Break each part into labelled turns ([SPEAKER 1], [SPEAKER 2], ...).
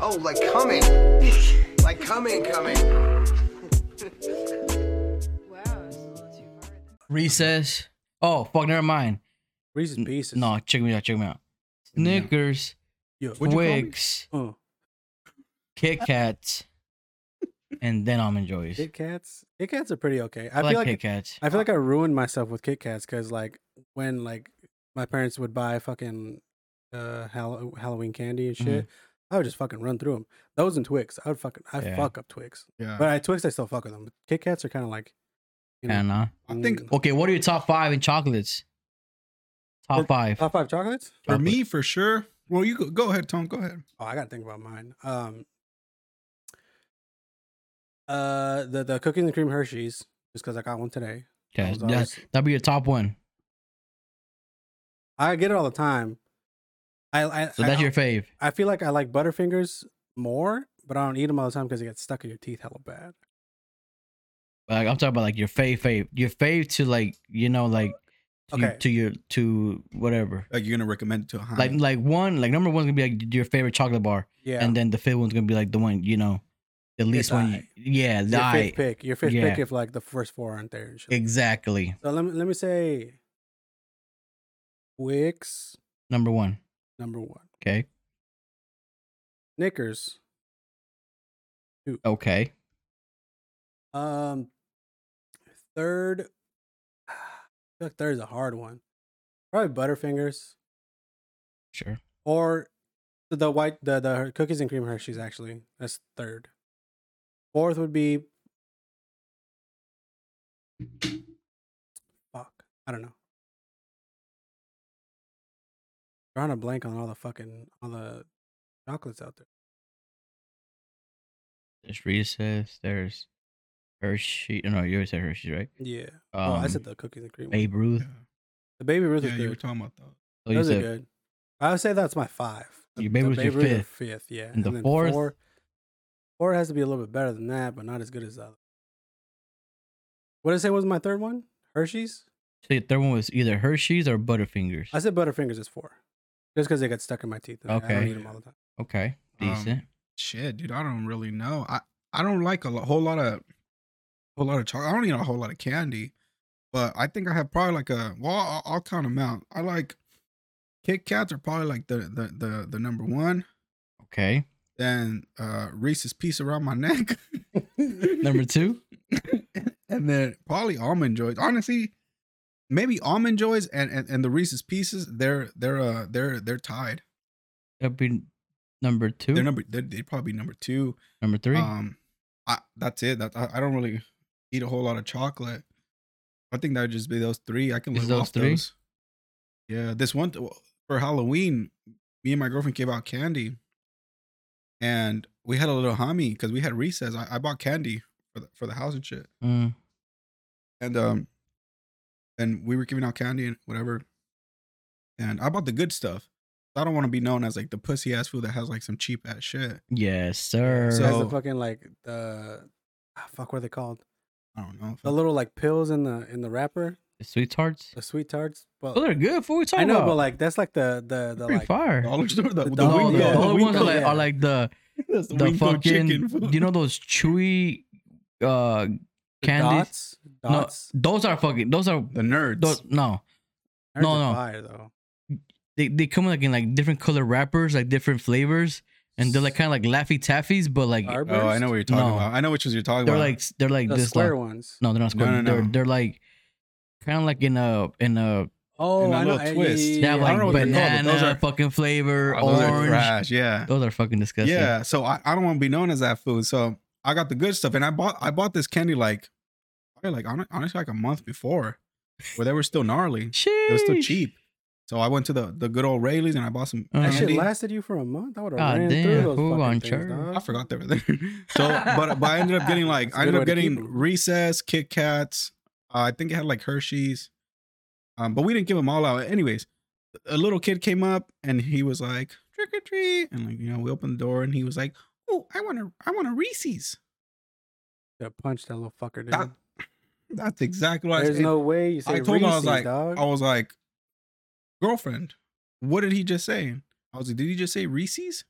[SPEAKER 1] Oh, like coming. like coming, coming.
[SPEAKER 2] Wow, that's a little too far.
[SPEAKER 3] Recess. Oh fuck, never mind.
[SPEAKER 4] Reese's Pieces.
[SPEAKER 3] No, check me out, check me out.
[SPEAKER 5] me out.
[SPEAKER 3] Snickers,
[SPEAKER 4] Yo,
[SPEAKER 5] What'd you call me?
[SPEAKER 3] Twix,
[SPEAKER 4] uh,
[SPEAKER 3] Kit Kats, and then almond joys.
[SPEAKER 4] Kit Kats. Kit Kats are pretty okay. I,
[SPEAKER 3] I,
[SPEAKER 4] feel
[SPEAKER 3] like
[SPEAKER 4] like
[SPEAKER 3] Kit Kats.
[SPEAKER 4] I feel like I ruined myself with Kit Kats because like when like my parents would buy fucking uh Hall- Halloween candy
[SPEAKER 3] Mm-hmm.
[SPEAKER 4] and shit, I would just fucking run through them. Those and Twix, I would fucking I
[SPEAKER 3] Yeah. Uh.
[SPEAKER 4] fuck up Twix,
[SPEAKER 5] Yeah.
[SPEAKER 4] but I Twix I still fuck with them. But Kit Kats are kind of like, you know,
[SPEAKER 3] And uh,
[SPEAKER 5] I think
[SPEAKER 4] mm,
[SPEAKER 3] okay, what are your top five in chocolates? Top
[SPEAKER 4] Or-
[SPEAKER 3] five.
[SPEAKER 4] top five chocolates.
[SPEAKER 5] uh, for me, for sure. Well, you go, go ahead, Tom. Go ahead.
[SPEAKER 4] Oh, I gotta think about mine. Um, uh, the the cookies and cream Hershey's, just because I got one today.
[SPEAKER 5] oh,
[SPEAKER 4] I
[SPEAKER 3] Okay,
[SPEAKER 4] was
[SPEAKER 3] that,
[SPEAKER 4] always-
[SPEAKER 3] that'd be your top one.
[SPEAKER 4] I get it all the time. I I,
[SPEAKER 3] So
[SPEAKER 4] I-
[SPEAKER 3] that's your fave.
[SPEAKER 4] I feel like I like Butterfingers more, but I don't eat them all the time because it gets stuck in your teeth hella bad.
[SPEAKER 3] Like I'm talking about like your fave fave. Your fave to like you know like to, your-
[SPEAKER 4] Okay.
[SPEAKER 3] to your to whatever.
[SPEAKER 5] Like you're gonna recommend it to a
[SPEAKER 3] Like
[SPEAKER 5] hind.
[SPEAKER 3] like one like number one's gonna be like your favorite chocolate bar,
[SPEAKER 4] Yeah,
[SPEAKER 3] and then the fifth one's gonna be like the one you know, the least one.
[SPEAKER 4] eye.
[SPEAKER 3] You, yeah, the
[SPEAKER 4] your
[SPEAKER 3] eye.
[SPEAKER 4] fifth pick, your fifth pick
[SPEAKER 3] Yeah.
[SPEAKER 4] if like the first four aren't there and shit.
[SPEAKER 3] exactly
[SPEAKER 4] so let me let me say, Wix
[SPEAKER 3] number one.
[SPEAKER 4] number one,
[SPEAKER 3] Okay,
[SPEAKER 4] Snickers.
[SPEAKER 3] okay.
[SPEAKER 4] Um, third, I feel like third's a hard one. Probably Butterfingers
[SPEAKER 3] Sure.
[SPEAKER 4] or the white the the cookies and cream Hershey's. Actually, that's third. Fourth would be. Fuck, I don't know. Drawing a blank on all the fucking all the chocolates out there.
[SPEAKER 3] There's Reese's. There's Hershey. No, yours said Hershey, right?
[SPEAKER 4] Yeah. oh, I
[SPEAKER 3] Um,
[SPEAKER 4] said the cookies and cream. one.
[SPEAKER 3] Babe Ruth.
[SPEAKER 5] yeah,
[SPEAKER 4] The baby Ruth
[SPEAKER 5] yeah
[SPEAKER 4] is
[SPEAKER 5] you were
[SPEAKER 4] good.
[SPEAKER 5] talking about those.
[SPEAKER 3] Oh, you
[SPEAKER 4] Those are
[SPEAKER 3] said
[SPEAKER 4] good. I would say that's my five.
[SPEAKER 3] Your Babe Ruth's your
[SPEAKER 4] Babe Ruth are
[SPEAKER 3] fifth.
[SPEAKER 4] yeah.
[SPEAKER 3] And the fourth?
[SPEAKER 4] Four, four has to be a little bit better than that, but not as good as the other. What did I say was my third one? Hershey's?
[SPEAKER 3] so your third one was either Hershey's or Butterfingers.
[SPEAKER 4] I said Butterfingers is four. Just because they got stuck in my teeth. and I- I don't
[SPEAKER 3] Okay.
[SPEAKER 4] eat them all the time.
[SPEAKER 3] Okay,
[SPEAKER 5] Um,
[SPEAKER 3] decent.
[SPEAKER 5] Shit, dude, I don't really know. I I don't like a lo- whole lot of whole lot of chocolate. I don't eat a whole lot of candy, but I think I have probably like a well, I'll, I'll count them out. I like Kit Kats are probably like the the the, the number one.
[SPEAKER 3] okay,
[SPEAKER 5] Then uh Reese's piece around my neck,
[SPEAKER 3] number two.
[SPEAKER 5] and then probably almond joys. Honestly, maybe almond joys and, and and the Reese's pieces. They're they're uh they're they're tied.
[SPEAKER 3] That'd be number 2
[SPEAKER 5] They're number they're, they'd probably be number two.
[SPEAKER 3] number three.
[SPEAKER 4] Uh,
[SPEAKER 5] Um, I that's it. That I, I don't really eat a whole lot of chocolate. I think that would just be those three. I can
[SPEAKER 3] Just
[SPEAKER 5] live
[SPEAKER 3] those
[SPEAKER 5] off
[SPEAKER 3] three?
[SPEAKER 5] those. Yeah, this one well, for Halloween, me and my girlfriend gave out candy, and we had a little hummy because we had recess. I, I bought candy for the, for the house and shit,
[SPEAKER 3] Mm,
[SPEAKER 5] and um, and we were giving out candy and whatever, and I bought the good stuff. I don't want to be known as like the pussy ass food that has like some cheap ass shit.
[SPEAKER 3] yes,
[SPEAKER 4] Yeah,
[SPEAKER 3] sir.
[SPEAKER 4] So has the
[SPEAKER 5] So-
[SPEAKER 4] fucking like the ah, fuck what are they called?
[SPEAKER 5] I don't know.
[SPEAKER 4] The little like pills in the in the wrapper,
[SPEAKER 3] sweet tarts.
[SPEAKER 4] the sweet tarts. Well,
[SPEAKER 3] Oh, they're good. For what we talking
[SPEAKER 4] I know,
[SPEAKER 3] about?
[SPEAKER 4] but like that's like the the the
[SPEAKER 3] pretty
[SPEAKER 4] like
[SPEAKER 3] fire.
[SPEAKER 5] dollar store, the,
[SPEAKER 4] The
[SPEAKER 5] the
[SPEAKER 4] dollar-
[SPEAKER 3] no,
[SPEAKER 5] Winko-
[SPEAKER 3] the
[SPEAKER 4] yeah,
[SPEAKER 5] the
[SPEAKER 3] other ones are
[SPEAKER 5] Winko-
[SPEAKER 3] like,
[SPEAKER 4] yeah.
[SPEAKER 3] are like the
[SPEAKER 5] That's
[SPEAKER 3] the fucking
[SPEAKER 5] food.
[SPEAKER 3] you know those chewy uh
[SPEAKER 4] the
[SPEAKER 3] candies.
[SPEAKER 4] dots. Dots.
[SPEAKER 3] Those are fucking. Those are
[SPEAKER 5] the nerds.
[SPEAKER 3] those, no.
[SPEAKER 4] They're
[SPEAKER 3] no,
[SPEAKER 4] just
[SPEAKER 3] no.
[SPEAKER 4] Fire though.
[SPEAKER 3] They they come like in like different color wrappers, like different flavors, and they're like kind of like laffy taffies, but like
[SPEAKER 4] Starburst?
[SPEAKER 5] oh, I know what you're talking
[SPEAKER 3] No.
[SPEAKER 5] about. I know which ones you're talking
[SPEAKER 3] they're
[SPEAKER 5] about.
[SPEAKER 3] like they're like
[SPEAKER 4] the
[SPEAKER 3] this
[SPEAKER 4] square
[SPEAKER 3] like,
[SPEAKER 4] ones.
[SPEAKER 3] No, they're not square.
[SPEAKER 5] no,
[SPEAKER 3] they're
[SPEAKER 5] no.
[SPEAKER 3] they're like kind of like in a in a
[SPEAKER 4] Oh,
[SPEAKER 5] And a
[SPEAKER 4] I know.
[SPEAKER 5] little
[SPEAKER 4] I-
[SPEAKER 5] twist.
[SPEAKER 3] yeah,
[SPEAKER 5] I don't
[SPEAKER 3] like
[SPEAKER 5] know what they're called, but
[SPEAKER 3] banana
[SPEAKER 5] those are-
[SPEAKER 3] fucking flavor
[SPEAKER 5] Oh, those are
[SPEAKER 3] orange.
[SPEAKER 5] trash. Yeah,
[SPEAKER 3] Those are fucking disgusting.
[SPEAKER 5] yeah. So I, I don't want to be known as that food. So I got the good stuff, and I bought I bought this candy like probably like hon- honestly like a month before, where they were still gnarly.
[SPEAKER 3] Sheesh.
[SPEAKER 5] They were still cheap. So I went to the the good old Rayleigh's and I bought some.
[SPEAKER 3] Uh-huh.
[SPEAKER 4] That shit
[SPEAKER 5] candy.
[SPEAKER 4] lasted you for a month. I would have
[SPEAKER 3] God
[SPEAKER 4] ran through
[SPEAKER 3] damn,
[SPEAKER 4] those
[SPEAKER 3] who
[SPEAKER 4] fucking
[SPEAKER 3] on
[SPEAKER 4] things,
[SPEAKER 3] church?
[SPEAKER 4] dog.
[SPEAKER 5] I forgot they were there. so, but but I ended up getting like
[SPEAKER 4] That's a
[SPEAKER 5] I
[SPEAKER 4] good
[SPEAKER 5] ended
[SPEAKER 4] way
[SPEAKER 5] up
[SPEAKER 4] to keep
[SPEAKER 5] getting
[SPEAKER 4] 'em.
[SPEAKER 5] Recess, Kit Kats. Uh, I think it had like Hershey's, um, but we didn't give them all out. Anyways, a little kid came up and he was like trick or treat, and like you know we opened the door and he was like, oh I want to I want a Reese's.
[SPEAKER 4] Should've punched that little fucker, dude.
[SPEAKER 5] That- That's exactly what I
[SPEAKER 4] There's
[SPEAKER 5] said.
[SPEAKER 4] no way you say
[SPEAKER 5] I told him I was
[SPEAKER 4] Reese's,
[SPEAKER 5] like
[SPEAKER 4] dog.
[SPEAKER 5] I was like, girlfriend, what did he just say? I was like, did he just say Reese's?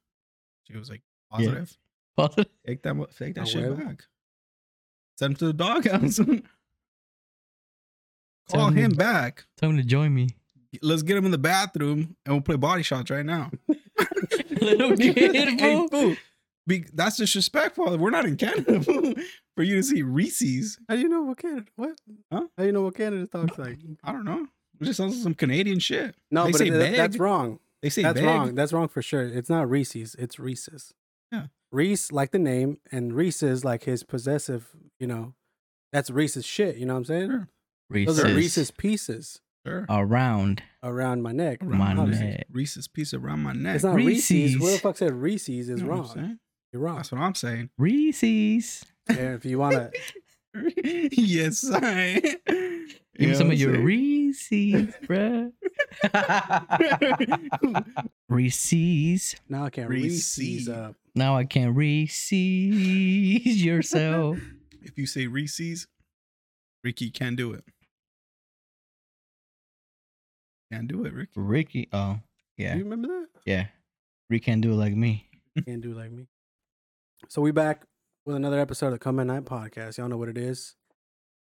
[SPEAKER 5] She was like, Positive.
[SPEAKER 3] Positive.
[SPEAKER 5] Take that, mo- take
[SPEAKER 4] A
[SPEAKER 5] that shit
[SPEAKER 4] web?
[SPEAKER 5] back. Send him to the doghouse. Call
[SPEAKER 3] Tell him-
[SPEAKER 5] him back.
[SPEAKER 3] Tell him to join me.
[SPEAKER 5] Let's get him in the bathroom and we'll play body shots right now.
[SPEAKER 3] Little kid,
[SPEAKER 5] Hey,
[SPEAKER 3] bro.
[SPEAKER 5] boo, be- that's disrespectful. We're not in Canada boo, for you to see Reese's.
[SPEAKER 4] How do you know what Canada? What?
[SPEAKER 5] Huh?
[SPEAKER 4] How do you know what Canada talks like?
[SPEAKER 5] I don't know. It just sounds like some Canadian shit.
[SPEAKER 4] No,
[SPEAKER 5] They
[SPEAKER 4] but
[SPEAKER 5] say
[SPEAKER 4] it- that- that's
[SPEAKER 5] bag.
[SPEAKER 4] wrong.
[SPEAKER 5] They say
[SPEAKER 4] That's
[SPEAKER 5] big.
[SPEAKER 4] wrong. That's wrong for sure. It's not Reese's. It's Reese's.
[SPEAKER 5] Yeah.
[SPEAKER 4] Reese, like the name, and Reese's, like his possessive. You know, that's Reese's shit. You know what I'm saying?
[SPEAKER 5] Sure.
[SPEAKER 4] Those are
[SPEAKER 3] Reese's.
[SPEAKER 4] Reese's pieces
[SPEAKER 5] Sure.
[SPEAKER 3] Around.
[SPEAKER 4] around Oh, my neck.
[SPEAKER 5] Around
[SPEAKER 3] my
[SPEAKER 5] Reese's-
[SPEAKER 3] neck.
[SPEAKER 5] Reese's piece around my neck.
[SPEAKER 4] It's not Reese's. Where the
[SPEAKER 3] Reese's.
[SPEAKER 4] fuck said Reese's is
[SPEAKER 5] You know what I'm
[SPEAKER 4] wrong?
[SPEAKER 5] saying?
[SPEAKER 4] You're wrong.
[SPEAKER 5] That's what I'm saying.
[SPEAKER 3] Reese's.
[SPEAKER 4] Yeah, if you wanna,
[SPEAKER 5] yes, I.
[SPEAKER 3] Give me
[SPEAKER 5] Yeah,
[SPEAKER 3] some
[SPEAKER 5] I'm
[SPEAKER 3] of your
[SPEAKER 5] saying.
[SPEAKER 3] Reese's, bruh. Reese's.
[SPEAKER 4] now I can't
[SPEAKER 5] Reese.
[SPEAKER 4] Reese's up.
[SPEAKER 3] Now I can Reese's yourself.
[SPEAKER 5] if you say Reese's, Ricky can't do it. Can't do it, Ricky.
[SPEAKER 3] Ricky. Oh, yeah.
[SPEAKER 4] You remember that?
[SPEAKER 3] Yeah. Rick can do it like me.
[SPEAKER 4] Can't do like me. So we back with another episode of the Come at Night podcast. Y'all know what it is.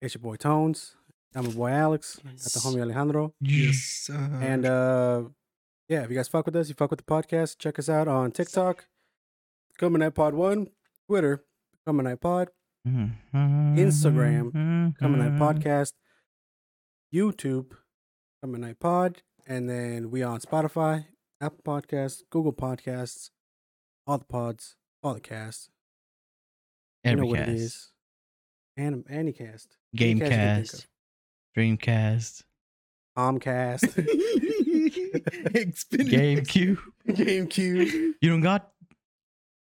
[SPEAKER 4] It's your boy Tones. I'm your boy Alex. That's the
[SPEAKER 3] Yes.
[SPEAKER 4] homie Alejandro.
[SPEAKER 5] Yes. Uh,
[SPEAKER 4] And uh yeah, if you guys fuck with us, you fuck with the podcast, check us out on TikTok, Come at Night Pod One, Twitter, Come at Night Pod,
[SPEAKER 3] Instagram.
[SPEAKER 4] Come at
[SPEAKER 5] Mm-hmm.
[SPEAKER 4] Night Podcast, YouTube, Come at Night Pod, and then we on Spotify, Apple Podcasts, Google Podcasts, all the pods, all the casts. You know what it
[SPEAKER 3] Everycast.
[SPEAKER 4] is. Anim- Anycast. Any cast you can think
[SPEAKER 3] Gamecast. Dreamcast.
[SPEAKER 4] of. Comcast.
[SPEAKER 5] GameCube.
[SPEAKER 3] GameCube.
[SPEAKER 4] GameCube.
[SPEAKER 3] You don't got?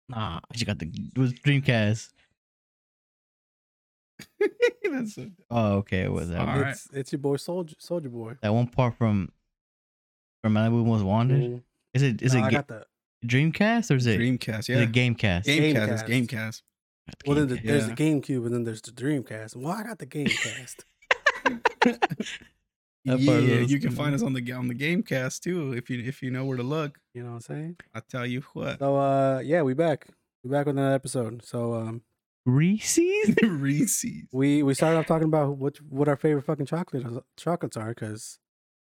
[SPEAKER 3] Nah, you got the it was Dreamcast.
[SPEAKER 5] That's so
[SPEAKER 3] Oh, okay, it was that.
[SPEAKER 5] All
[SPEAKER 3] one.
[SPEAKER 5] right.
[SPEAKER 4] It's, it's your boy Soldier Soldier Boy.
[SPEAKER 3] That one part from from Malibu Most Wanted.
[SPEAKER 4] Mm.
[SPEAKER 3] Is it is
[SPEAKER 4] No,
[SPEAKER 3] it
[SPEAKER 4] I
[SPEAKER 3] ga-
[SPEAKER 4] got the
[SPEAKER 3] Dreamcast or is it,
[SPEAKER 5] Dreamcast.
[SPEAKER 3] is
[SPEAKER 5] Yeah.
[SPEAKER 3] it Gamecast?
[SPEAKER 5] Gamecast. It's
[SPEAKER 4] Gamecast.
[SPEAKER 5] Gamecast.
[SPEAKER 4] well then the,
[SPEAKER 3] Gamecast.
[SPEAKER 4] there's the
[SPEAKER 5] Yeah.
[SPEAKER 4] GameCube and then there's the Dreamcast. Well, I got the GameCast.
[SPEAKER 5] Yeah,
[SPEAKER 3] That part was-
[SPEAKER 5] you can find us on the on the Gamecast too if you if you know where to look.
[SPEAKER 4] you know what I'm saying?
[SPEAKER 5] I tell you what.
[SPEAKER 4] So uh yeah, we back. We back with another episode. So um
[SPEAKER 3] Reese's.
[SPEAKER 5] Reese's.
[SPEAKER 4] we we started off talking about what what our favorite fucking chocolate chocolates are cuz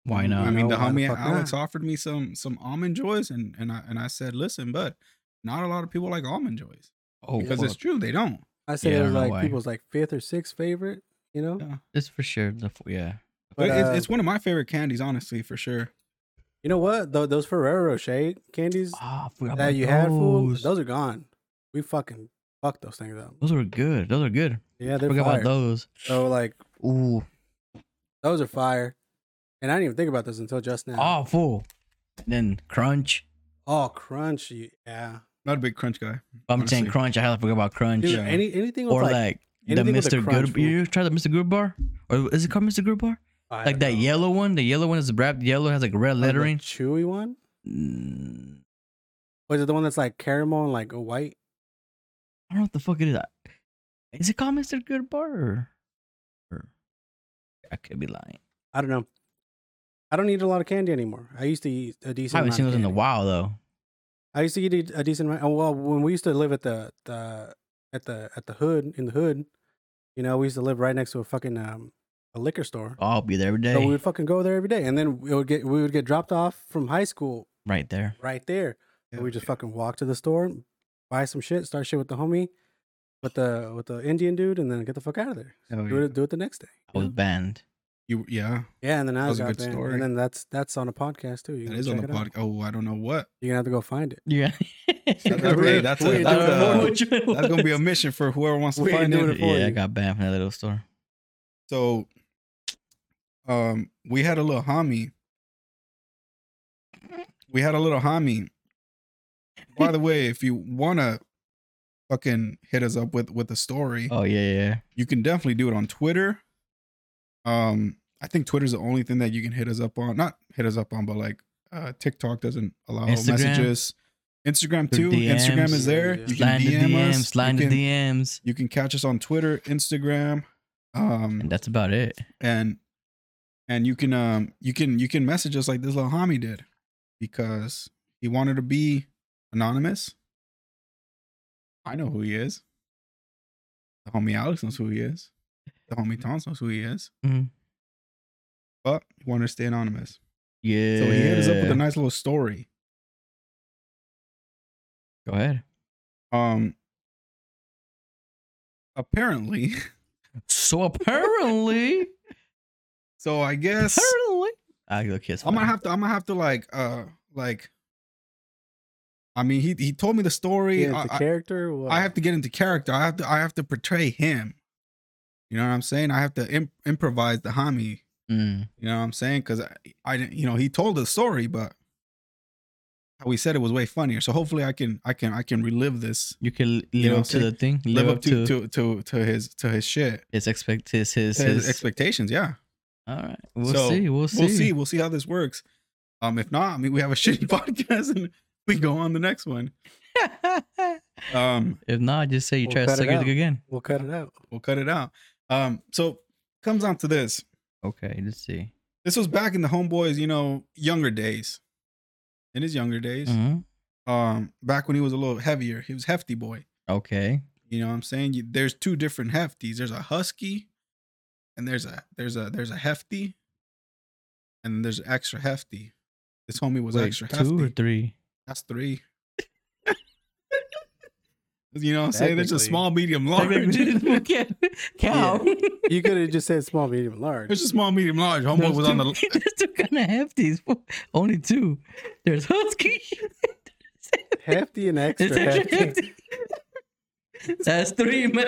[SPEAKER 3] Why
[SPEAKER 4] Mm, I
[SPEAKER 5] I
[SPEAKER 3] not?
[SPEAKER 5] mean,
[SPEAKER 4] know,
[SPEAKER 5] the
[SPEAKER 4] why the
[SPEAKER 5] homie
[SPEAKER 4] fuck
[SPEAKER 5] Alex
[SPEAKER 4] not?
[SPEAKER 5] offered me some some almond joys, and and I and I said, listen, bud, not a lot of people like almond joys
[SPEAKER 3] Oh,
[SPEAKER 5] because it's
[SPEAKER 3] fuck.
[SPEAKER 5] true they don't.
[SPEAKER 4] I said
[SPEAKER 3] Yeah, I
[SPEAKER 4] it
[SPEAKER 3] don't
[SPEAKER 4] was
[SPEAKER 3] know
[SPEAKER 4] like
[SPEAKER 3] why.
[SPEAKER 4] people's like fifth or sixth favorite, you know?
[SPEAKER 5] Yeah.
[SPEAKER 3] it's for sure. The f- yeah.
[SPEAKER 5] But,
[SPEAKER 4] But,
[SPEAKER 5] it's,
[SPEAKER 4] uh,
[SPEAKER 5] it's one of my favorite candies, honestly, for sure.
[SPEAKER 4] You know what? Tho- those Ferrero Rocher candies
[SPEAKER 3] Ah, I forgot
[SPEAKER 4] that
[SPEAKER 3] about
[SPEAKER 4] you had fool,
[SPEAKER 3] those.
[SPEAKER 4] those are gone. We fucking fucked those things up.
[SPEAKER 3] Those were good. Those are good.
[SPEAKER 4] Yeah, they're
[SPEAKER 3] Forgot
[SPEAKER 4] fire.
[SPEAKER 3] about those.
[SPEAKER 4] So like
[SPEAKER 3] Ooh.
[SPEAKER 4] those are fire. And I didn't even think about this until just now.
[SPEAKER 3] Awful. Ah, Then crunch.
[SPEAKER 4] Oh, crunchy. Yeah.
[SPEAKER 5] Not a big crunch guy.
[SPEAKER 3] I'm saying
[SPEAKER 5] Honestly.
[SPEAKER 3] crunch. I had forgot about crunch.
[SPEAKER 4] Dude,
[SPEAKER 5] Yeah.
[SPEAKER 4] any anything with
[SPEAKER 3] Or
[SPEAKER 4] like,
[SPEAKER 3] like, the
[SPEAKER 4] anything with a
[SPEAKER 3] Mr.
[SPEAKER 4] crunch
[SPEAKER 3] Good.
[SPEAKER 4] will-
[SPEAKER 3] You ever tried the Mr. Good bar? Or is it called Mr. Good bar?
[SPEAKER 4] I
[SPEAKER 3] Like
[SPEAKER 4] don't
[SPEAKER 3] that
[SPEAKER 4] know,
[SPEAKER 3] yellow one. The yellow one is wrapped yellow. Has like red
[SPEAKER 4] like the
[SPEAKER 3] lettering.
[SPEAKER 4] chewy one.
[SPEAKER 3] Mm,
[SPEAKER 4] Or is it the one that's like caramel and like a white?
[SPEAKER 3] I don't know what the fuck it is. Is it called Mr. Good bar? Or, or- I could be lying.
[SPEAKER 4] I don't know. I don't eat a lot of candy anymore. I used to eat a decent.
[SPEAKER 3] I haven't
[SPEAKER 4] amount
[SPEAKER 3] seen
[SPEAKER 4] of
[SPEAKER 3] those in a
[SPEAKER 4] candy.
[SPEAKER 3] while though.
[SPEAKER 4] I used to eat a- a decent amount. oh, Well, when we used to live at the the at the at the hood in the hood, you know, we used to live right next to a fucking um a liquor store.
[SPEAKER 5] Oh,
[SPEAKER 3] I'll be there every day.
[SPEAKER 4] So we would fucking go there every day, and then we would get we would get dropped off from high school
[SPEAKER 3] right there.
[SPEAKER 4] right there.
[SPEAKER 5] Yeah.
[SPEAKER 4] So we just fucking walk to the store, buy some shit, start shit with the homie, with the with the Indian dude, and then get the fuck out of there.
[SPEAKER 5] Hell
[SPEAKER 4] Do
[SPEAKER 5] Oh, yeah.
[SPEAKER 4] it do it the next day.
[SPEAKER 3] I was banned.
[SPEAKER 5] You yeah,
[SPEAKER 4] Yeah, and then I
[SPEAKER 5] Oh, That was
[SPEAKER 4] was
[SPEAKER 5] a
[SPEAKER 4] out
[SPEAKER 5] good
[SPEAKER 4] there,
[SPEAKER 5] story.
[SPEAKER 4] and then that's that's on a podcast too. You
[SPEAKER 5] that
[SPEAKER 4] can
[SPEAKER 5] is on
[SPEAKER 4] check
[SPEAKER 5] the
[SPEAKER 4] it out.
[SPEAKER 5] podcast. Oh, I don't know what.
[SPEAKER 4] You're gonna have to go find it.
[SPEAKER 3] Yeah.
[SPEAKER 5] Hey, that's a-
[SPEAKER 4] We
[SPEAKER 5] that's
[SPEAKER 4] don't
[SPEAKER 5] a-
[SPEAKER 4] know
[SPEAKER 5] That's gonna be a mission for whoever wants to
[SPEAKER 4] We ain't
[SPEAKER 5] find
[SPEAKER 4] doing
[SPEAKER 5] it.
[SPEAKER 4] it for
[SPEAKER 3] yeah, I
[SPEAKER 4] you.
[SPEAKER 3] got banned from that little store.
[SPEAKER 5] So, um, we had a little homie. We had a little homie. By the way, if you wanna fucking hit us up with with a story,
[SPEAKER 3] Oh yeah, yeah.
[SPEAKER 5] you can definitely do it on Twitter. Um, I think Twitter's the only thing that you can hit us up on. Not hit us up on, but like uh TikTok doesn't allow
[SPEAKER 3] Instagram.
[SPEAKER 5] messages. Instagram
[SPEAKER 3] Through
[SPEAKER 5] too. Instagram is
[SPEAKER 4] DMs.
[SPEAKER 5] there.
[SPEAKER 4] Yeah.
[SPEAKER 5] You
[SPEAKER 3] Slide
[SPEAKER 5] can
[SPEAKER 3] the
[SPEAKER 5] DM
[SPEAKER 3] DMs,
[SPEAKER 5] us.
[SPEAKER 3] slide
[SPEAKER 5] you,
[SPEAKER 3] the
[SPEAKER 5] can,
[SPEAKER 3] DMs,
[SPEAKER 5] you can catch us on Twitter, Instagram. Um,
[SPEAKER 3] and that's about it.
[SPEAKER 5] and and you can um you can you can message us like this little homie did because he wanted to be anonymous I know who he is. The homie Alex knows who he is. The homie
[SPEAKER 3] Mm-hmm.
[SPEAKER 5] Tons knows who he is.
[SPEAKER 3] Mhm.
[SPEAKER 5] But he wanted to stay anonymous.
[SPEAKER 3] Yeah.
[SPEAKER 5] So he hit us up with a nice little story.
[SPEAKER 3] Go ahead.
[SPEAKER 5] Um apparently,
[SPEAKER 3] So apparently,
[SPEAKER 5] so I guess
[SPEAKER 3] apparently, I go kiss.
[SPEAKER 5] I'm gonna have to I'm gonna have to like uh like I mean he he told me the story.
[SPEAKER 4] Yeah,
[SPEAKER 5] I-
[SPEAKER 4] the
[SPEAKER 5] I-
[SPEAKER 4] character. What?
[SPEAKER 5] I have to get into character. I have to I have to portray him. You know what I'm saying? I have to imp- improvise the homie.
[SPEAKER 3] Mm.
[SPEAKER 5] You know what I'm saying? Because I, I didn't. You know, he told the story, but how he said it was way funnier. So hopefully, I can I can I can relive this,
[SPEAKER 3] You can live
[SPEAKER 5] know
[SPEAKER 3] up
[SPEAKER 5] what I'm
[SPEAKER 3] to the thing.
[SPEAKER 5] live, up to to to to his to his shit,
[SPEAKER 3] his expect his his,
[SPEAKER 5] to his,
[SPEAKER 3] his-
[SPEAKER 5] expectations. Yeah,
[SPEAKER 3] All right. We'll
[SPEAKER 5] So,
[SPEAKER 3] see. We'll see.
[SPEAKER 5] we'll see. We'll see how this works. Um, if not, I mean, we have a shitty podcast, and we go on the next one. Um,
[SPEAKER 3] if not, just say you
[SPEAKER 4] We'll
[SPEAKER 3] try to
[SPEAKER 4] cut it
[SPEAKER 3] suck your
[SPEAKER 4] out.
[SPEAKER 3] dick again.
[SPEAKER 4] We'll cut it out.
[SPEAKER 5] we'll cut it out. Um, so comes down to this.
[SPEAKER 3] Okay. Let's see.
[SPEAKER 5] This was back in the homeboys, you know, younger days. In his younger days.
[SPEAKER 3] Mhm.
[SPEAKER 5] Um, back when he was a little heavier, he was hefty boy.
[SPEAKER 3] Okay.
[SPEAKER 5] You know what I'm saying? You, there's two different hefties. There's a husky, and there's a there's a there's a hefty, and there's an extra hefty. This homie was
[SPEAKER 3] Wait,
[SPEAKER 5] extra
[SPEAKER 3] two
[SPEAKER 5] hefty.
[SPEAKER 3] or three?
[SPEAKER 5] That's three. you know what I'm saying? There's a
[SPEAKER 4] Technically.
[SPEAKER 5] small, medium, large.
[SPEAKER 3] We can't count.
[SPEAKER 4] You could have just said small, medium, large.
[SPEAKER 5] There's a small, medium, large. Homeboy
[SPEAKER 3] There's
[SPEAKER 5] was on
[SPEAKER 3] two-
[SPEAKER 5] the
[SPEAKER 3] There's two kind of hefties. fool. Only two. There's Husky.
[SPEAKER 4] hefty and extra
[SPEAKER 3] There's extra
[SPEAKER 4] hefty.
[SPEAKER 3] hefty. That's three, man.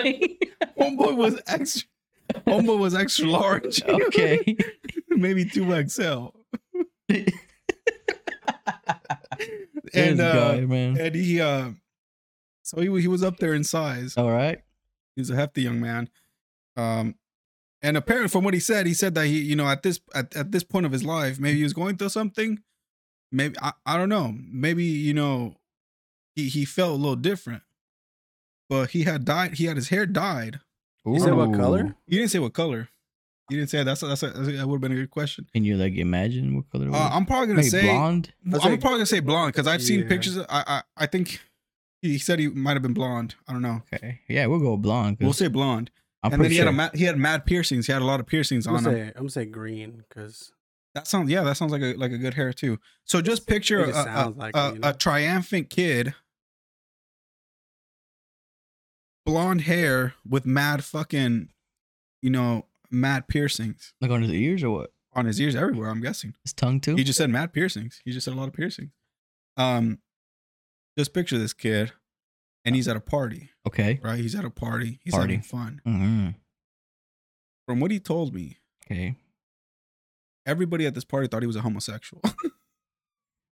[SPEAKER 5] homeboy was extra. Homeboy was extra large.
[SPEAKER 3] Okay.
[SPEAKER 5] maybe two XL.
[SPEAKER 3] this
[SPEAKER 5] and
[SPEAKER 3] guy,
[SPEAKER 5] uh,
[SPEAKER 3] man.
[SPEAKER 5] and he uh, so he he was up there in size.
[SPEAKER 3] All right.
[SPEAKER 5] He's a hefty young man. Um, and apparently, from what he said, he said that he you know at this at, at this point of his life, maybe he was going through something. Maybe I, I don't know. Maybe you know, he he felt a little different. But he had dyed. He had his hair dyed.
[SPEAKER 4] You said what color?
[SPEAKER 5] He didn't say what color. He didn't say that's that's, that's that would have been a good question.
[SPEAKER 3] Can you like imagine what color? it
[SPEAKER 5] Uh,
[SPEAKER 3] was?
[SPEAKER 5] I'm probably gonna
[SPEAKER 3] Maybe
[SPEAKER 5] say
[SPEAKER 3] blonde.
[SPEAKER 5] Well,
[SPEAKER 4] That's
[SPEAKER 5] I'm
[SPEAKER 4] like-
[SPEAKER 5] probably gonna say blonde because I've seen
[SPEAKER 4] Yeah.
[SPEAKER 5] pictures. Of, I, I I think he said he might have been blonde. I don't know.
[SPEAKER 3] Okay. Yeah, we'll go blonde. 'cause
[SPEAKER 5] We'll say blonde.
[SPEAKER 3] I'm
[SPEAKER 5] and then
[SPEAKER 3] pretty
[SPEAKER 5] he
[SPEAKER 3] sure.
[SPEAKER 5] had a mad, he had mad piercings. He had a lot of piercings
[SPEAKER 4] I'm
[SPEAKER 5] on
[SPEAKER 4] gonna
[SPEAKER 5] him.
[SPEAKER 4] say I'm gonna say green because
[SPEAKER 5] That sounds yeah. That sounds like a like a good hair too. So just picture
[SPEAKER 4] It
[SPEAKER 5] a,
[SPEAKER 4] just
[SPEAKER 5] a,
[SPEAKER 4] sounds like
[SPEAKER 5] a,
[SPEAKER 4] it, you know?
[SPEAKER 5] a triumphant kid, blonde hair with mad fucking, you know, mad piercings
[SPEAKER 3] like on his ears or what?
[SPEAKER 5] on his ears everywhere. I'm guessing.
[SPEAKER 3] His tongue too.
[SPEAKER 5] He just said mad piercings. He just said a lot of piercings. Um, just picture this kid, and he's at a party,
[SPEAKER 3] okay.
[SPEAKER 5] right? He's at a party. He's
[SPEAKER 3] Party.
[SPEAKER 5] having fun.
[SPEAKER 3] hmm
[SPEAKER 5] From what he told me,
[SPEAKER 3] Okay.
[SPEAKER 5] everybody at this party thought he was a homosexual.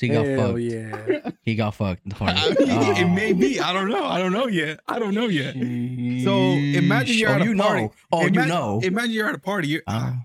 [SPEAKER 3] He got
[SPEAKER 4] hell
[SPEAKER 3] fucked.
[SPEAKER 4] yeah.
[SPEAKER 3] He got fucked. in the party.
[SPEAKER 5] I mean, It
[SPEAKER 3] Oh.
[SPEAKER 5] may be. I don't know. I don't know yet. I don't know yet. So, imagine
[SPEAKER 3] Sheesh.
[SPEAKER 5] you're
[SPEAKER 3] oh,
[SPEAKER 5] at a
[SPEAKER 3] you
[SPEAKER 5] party.
[SPEAKER 3] Know. Oh,
[SPEAKER 5] Imagine-
[SPEAKER 3] you know.
[SPEAKER 5] Imagine you're at a party. You're,
[SPEAKER 3] Oh.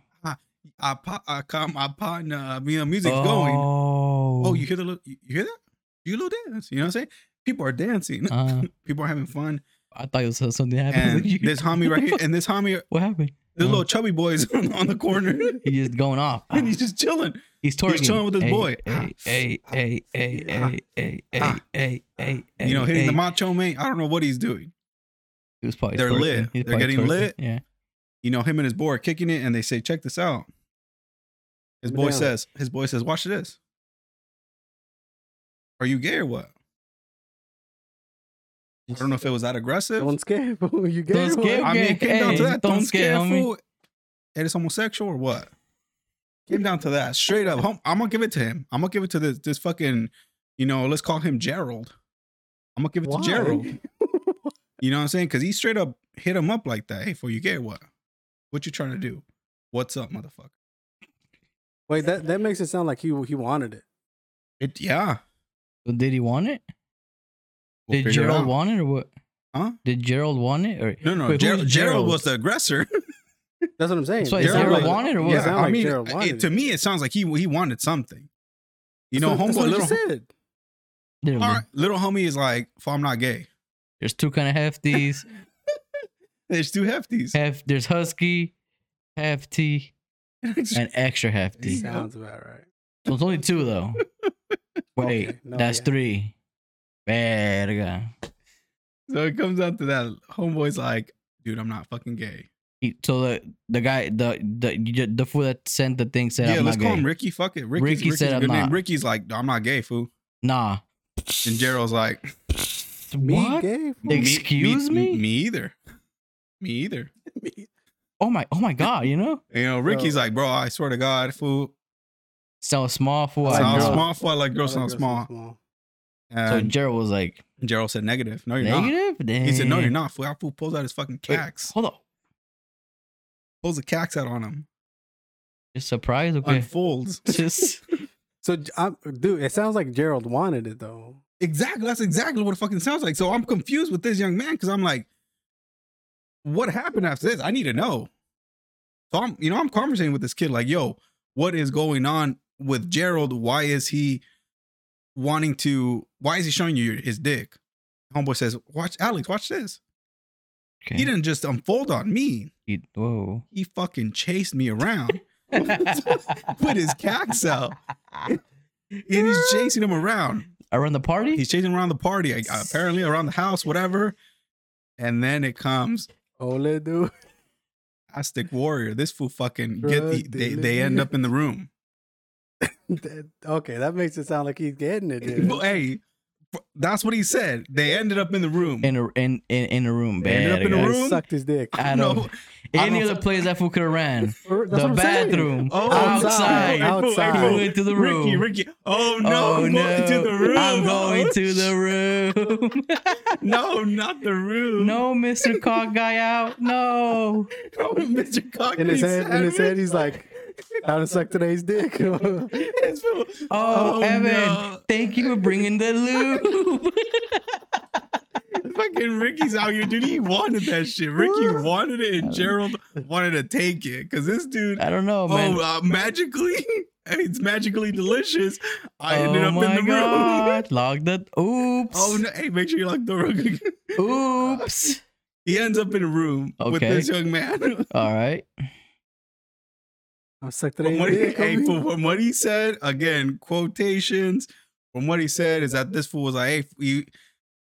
[SPEAKER 5] I, pa- I come. I partner. I mean, music's
[SPEAKER 3] oh.
[SPEAKER 5] going. Oh, you hear the little, you hear that? You little dance. You know what I'm saying? People are dancing.
[SPEAKER 3] Uh,
[SPEAKER 5] People are having fun.
[SPEAKER 3] I thought it was something happened.
[SPEAKER 5] And this homie right here, and this homie
[SPEAKER 3] What happened?
[SPEAKER 5] The
[SPEAKER 3] Uh-huh.
[SPEAKER 5] little chubby boys on, on the corner,
[SPEAKER 3] He's just going off.
[SPEAKER 5] and he's just chilling.
[SPEAKER 3] He's twerking.
[SPEAKER 5] chilling with his
[SPEAKER 3] Hey,
[SPEAKER 5] boy.
[SPEAKER 3] Hey, hey, hey, hey,
[SPEAKER 5] Ah.
[SPEAKER 3] hey, hey, hey,
[SPEAKER 5] Ah.
[SPEAKER 3] hey, hey,
[SPEAKER 5] You know, hitting
[SPEAKER 3] hey.
[SPEAKER 5] the macho man. I don't know what he's doing.
[SPEAKER 3] He was probably
[SPEAKER 5] They're
[SPEAKER 3] twerking. He
[SPEAKER 5] lit.
[SPEAKER 3] was
[SPEAKER 5] They're
[SPEAKER 3] probably
[SPEAKER 5] getting
[SPEAKER 3] twerking.
[SPEAKER 5] lit.
[SPEAKER 3] Yeah.
[SPEAKER 5] You know, him and his boy are kicking it, and they say, "Check this out." His
[SPEAKER 4] Let me
[SPEAKER 5] boy
[SPEAKER 4] down.
[SPEAKER 5] says, "His boy says, watch this. Are you gay or what?" I don't know if it was that aggressive.
[SPEAKER 4] Don't scare fool. You get
[SPEAKER 3] Don't scare.
[SPEAKER 5] I mean, it came down
[SPEAKER 3] Hey,
[SPEAKER 5] to that.
[SPEAKER 3] don't
[SPEAKER 5] Don't,
[SPEAKER 3] scare,
[SPEAKER 5] scare,
[SPEAKER 3] homie.
[SPEAKER 5] fool. It is homosexual or what? Came down to that. Straight up. Hom- I'm gonna give it to him. I'm gonna give it to this this fucking, you know, let's call him Gerald. I'm gonna give it
[SPEAKER 4] Why?
[SPEAKER 5] to Gerald. You know what I'm saying? Cause he straight up hit him up like that. Hey, for you gay, what? What you trying to do? What's up, motherfucker?
[SPEAKER 4] Wait, that that makes it sound like he he wanted it.
[SPEAKER 5] It yeah.
[SPEAKER 3] So did he want it?
[SPEAKER 5] We'll
[SPEAKER 3] Did
[SPEAKER 5] figure it
[SPEAKER 3] Gerald
[SPEAKER 5] out.
[SPEAKER 3] want it or what?
[SPEAKER 5] Huh?
[SPEAKER 3] Did Gerald want it or?
[SPEAKER 5] No, no.
[SPEAKER 3] Wait, who
[SPEAKER 5] Ger-
[SPEAKER 3] was
[SPEAKER 5] Gerald was the aggressor.
[SPEAKER 4] That's what I'm saying.
[SPEAKER 3] So is Gerald
[SPEAKER 5] Gerald-
[SPEAKER 3] wanted or what?
[SPEAKER 4] Yeah,
[SPEAKER 5] I
[SPEAKER 4] like
[SPEAKER 5] mean,
[SPEAKER 4] Gerald
[SPEAKER 5] it-
[SPEAKER 4] wanted
[SPEAKER 5] to
[SPEAKER 4] it.
[SPEAKER 5] me, it sounds like he he wanted something. You know,
[SPEAKER 4] That's what- that's what
[SPEAKER 5] homeboy
[SPEAKER 4] you
[SPEAKER 5] little
[SPEAKER 4] said.
[SPEAKER 3] Literally.
[SPEAKER 5] all right, little homie is like, "If I'm not gay,
[SPEAKER 3] There's two kind of hefties.
[SPEAKER 5] There's two hefties.
[SPEAKER 3] Hef, there's husky, hefty, and extra hefty.
[SPEAKER 5] Yeah.
[SPEAKER 4] Sounds about right.
[SPEAKER 3] So it's only two though. Wait,
[SPEAKER 4] Okay, no,
[SPEAKER 3] that's
[SPEAKER 4] yeah.
[SPEAKER 3] three. Verga.
[SPEAKER 5] So it comes out to that homeboy's like, dude, I'm not fucking gay.
[SPEAKER 3] He- So the the guy the the you- the fool that sent the thing said,
[SPEAKER 5] yeah,
[SPEAKER 3] "I'm
[SPEAKER 5] let's
[SPEAKER 3] not
[SPEAKER 5] call
[SPEAKER 3] gay."
[SPEAKER 5] him Ricky. Fuck it. Ricky's,
[SPEAKER 3] Ricky
[SPEAKER 5] Ricky's
[SPEAKER 3] said
[SPEAKER 5] a
[SPEAKER 3] I'm
[SPEAKER 5] good name.
[SPEAKER 3] not.
[SPEAKER 5] Ricky's like, I'm not gay, fool.
[SPEAKER 3] Nah.
[SPEAKER 5] And Gerald's like,
[SPEAKER 4] Me
[SPEAKER 3] What?
[SPEAKER 4] gay? fool.
[SPEAKER 5] "Me-
[SPEAKER 3] Excuse me?
[SPEAKER 5] Me either. Me either.
[SPEAKER 4] Me-
[SPEAKER 3] Oh my! Oh my God! You know,
[SPEAKER 5] You know, Ricky's
[SPEAKER 4] Bro.
[SPEAKER 5] like, bro, I swear to God, fool.
[SPEAKER 3] sounds small fool.
[SPEAKER 4] I
[SPEAKER 3] I
[SPEAKER 4] like
[SPEAKER 5] sounds
[SPEAKER 4] girls.
[SPEAKER 3] know.
[SPEAKER 5] small. Fool. I like girls
[SPEAKER 4] Other
[SPEAKER 5] sound small.
[SPEAKER 4] small.
[SPEAKER 3] So
[SPEAKER 5] And
[SPEAKER 3] Gerald was like,
[SPEAKER 5] Gerald said negative. No, you're
[SPEAKER 3] negative.
[SPEAKER 5] not. He said, no, you're not. Fool, That fool pulls out his fucking cax.
[SPEAKER 3] Hold on.
[SPEAKER 5] Pulls the cax out on him.
[SPEAKER 3] Just surprised. Okay.
[SPEAKER 5] Unfolds.
[SPEAKER 3] Just
[SPEAKER 4] So, i dude, it sounds like Gerald wanted it though.
[SPEAKER 5] Exactly. That's exactly what it fucking sounds like. So I'm confused with this young man because I'm like, what happened after this? I need to know. So I'm, you know, I'm conversating with this kid like, yo, what is going on with Gerald? Why is he wanting to? Why is he showing you his dick? Homeboy says, watch Alex, watch this.
[SPEAKER 3] okay.
[SPEAKER 5] He didn't just unfold on me.
[SPEAKER 3] He- whoa.
[SPEAKER 5] He fucking chased me around, put his cacks out, and he's chasing him around.
[SPEAKER 3] around the party.
[SPEAKER 5] He's chasing around the party, like, apparently around the house, whatever. And then it comes
[SPEAKER 4] Ole, dude.
[SPEAKER 5] Aztec Warrior. This fool fucking get the,
[SPEAKER 4] Drug
[SPEAKER 5] they, they end up in the room.
[SPEAKER 4] That- okay, that makes it sound like he's getting it. dude.
[SPEAKER 5] But hey, f- that's what he said. They ended up in the room.
[SPEAKER 3] in a in in, in a room.
[SPEAKER 5] They ended
[SPEAKER 3] Bad,
[SPEAKER 5] up in a
[SPEAKER 3] guys.
[SPEAKER 5] room.
[SPEAKER 4] He sucked his dick.
[SPEAKER 3] I
[SPEAKER 5] No,
[SPEAKER 3] don't.
[SPEAKER 5] I
[SPEAKER 3] Any
[SPEAKER 5] don't-
[SPEAKER 3] other place that fool could have ran.
[SPEAKER 4] That's
[SPEAKER 3] the
[SPEAKER 4] what I'm saying.
[SPEAKER 3] bathroom.
[SPEAKER 5] Oh,
[SPEAKER 3] outside. He
[SPEAKER 4] Outside. Outside.
[SPEAKER 3] went to the room.
[SPEAKER 5] Ricky, Ricky. Oh no,
[SPEAKER 3] oh
[SPEAKER 5] I'm
[SPEAKER 3] no!
[SPEAKER 5] going to the room.
[SPEAKER 3] I'm going to the room.
[SPEAKER 5] No, not the room.
[SPEAKER 3] no, Mister Cock guy out. No.
[SPEAKER 5] Oh, Mr. Cock.
[SPEAKER 4] In his
[SPEAKER 5] he
[SPEAKER 4] head,
[SPEAKER 5] said
[SPEAKER 4] in his
[SPEAKER 5] it.
[SPEAKER 4] head, he's like, "I done sucked today's dick."
[SPEAKER 5] This fool-
[SPEAKER 3] Oh, Evan,
[SPEAKER 5] no.
[SPEAKER 3] thank you for bringing the lube.
[SPEAKER 5] Fucking Ricky's out here, dude. He wanted that shit. Ricky wanted it, and Gerald wanted to take it because this dude,
[SPEAKER 3] I don't know,
[SPEAKER 5] oh,
[SPEAKER 3] man.
[SPEAKER 5] uh, magically, it's magically delicious. I ended
[SPEAKER 3] Oh
[SPEAKER 5] up
[SPEAKER 3] my
[SPEAKER 5] in the room.
[SPEAKER 3] God. Lock the oops.
[SPEAKER 5] Oh no! Hey, make sure you lock the room.
[SPEAKER 3] Oops.
[SPEAKER 5] he ends up in a room with
[SPEAKER 3] Okay.
[SPEAKER 5] this young man.
[SPEAKER 3] All right.
[SPEAKER 4] I sucked
[SPEAKER 5] From
[SPEAKER 4] today's
[SPEAKER 5] what, he,
[SPEAKER 4] dick.
[SPEAKER 5] hey,
[SPEAKER 4] homie.
[SPEAKER 5] from, from what he said, again, quotations. From what he said is that this fool was like, "Hey, you."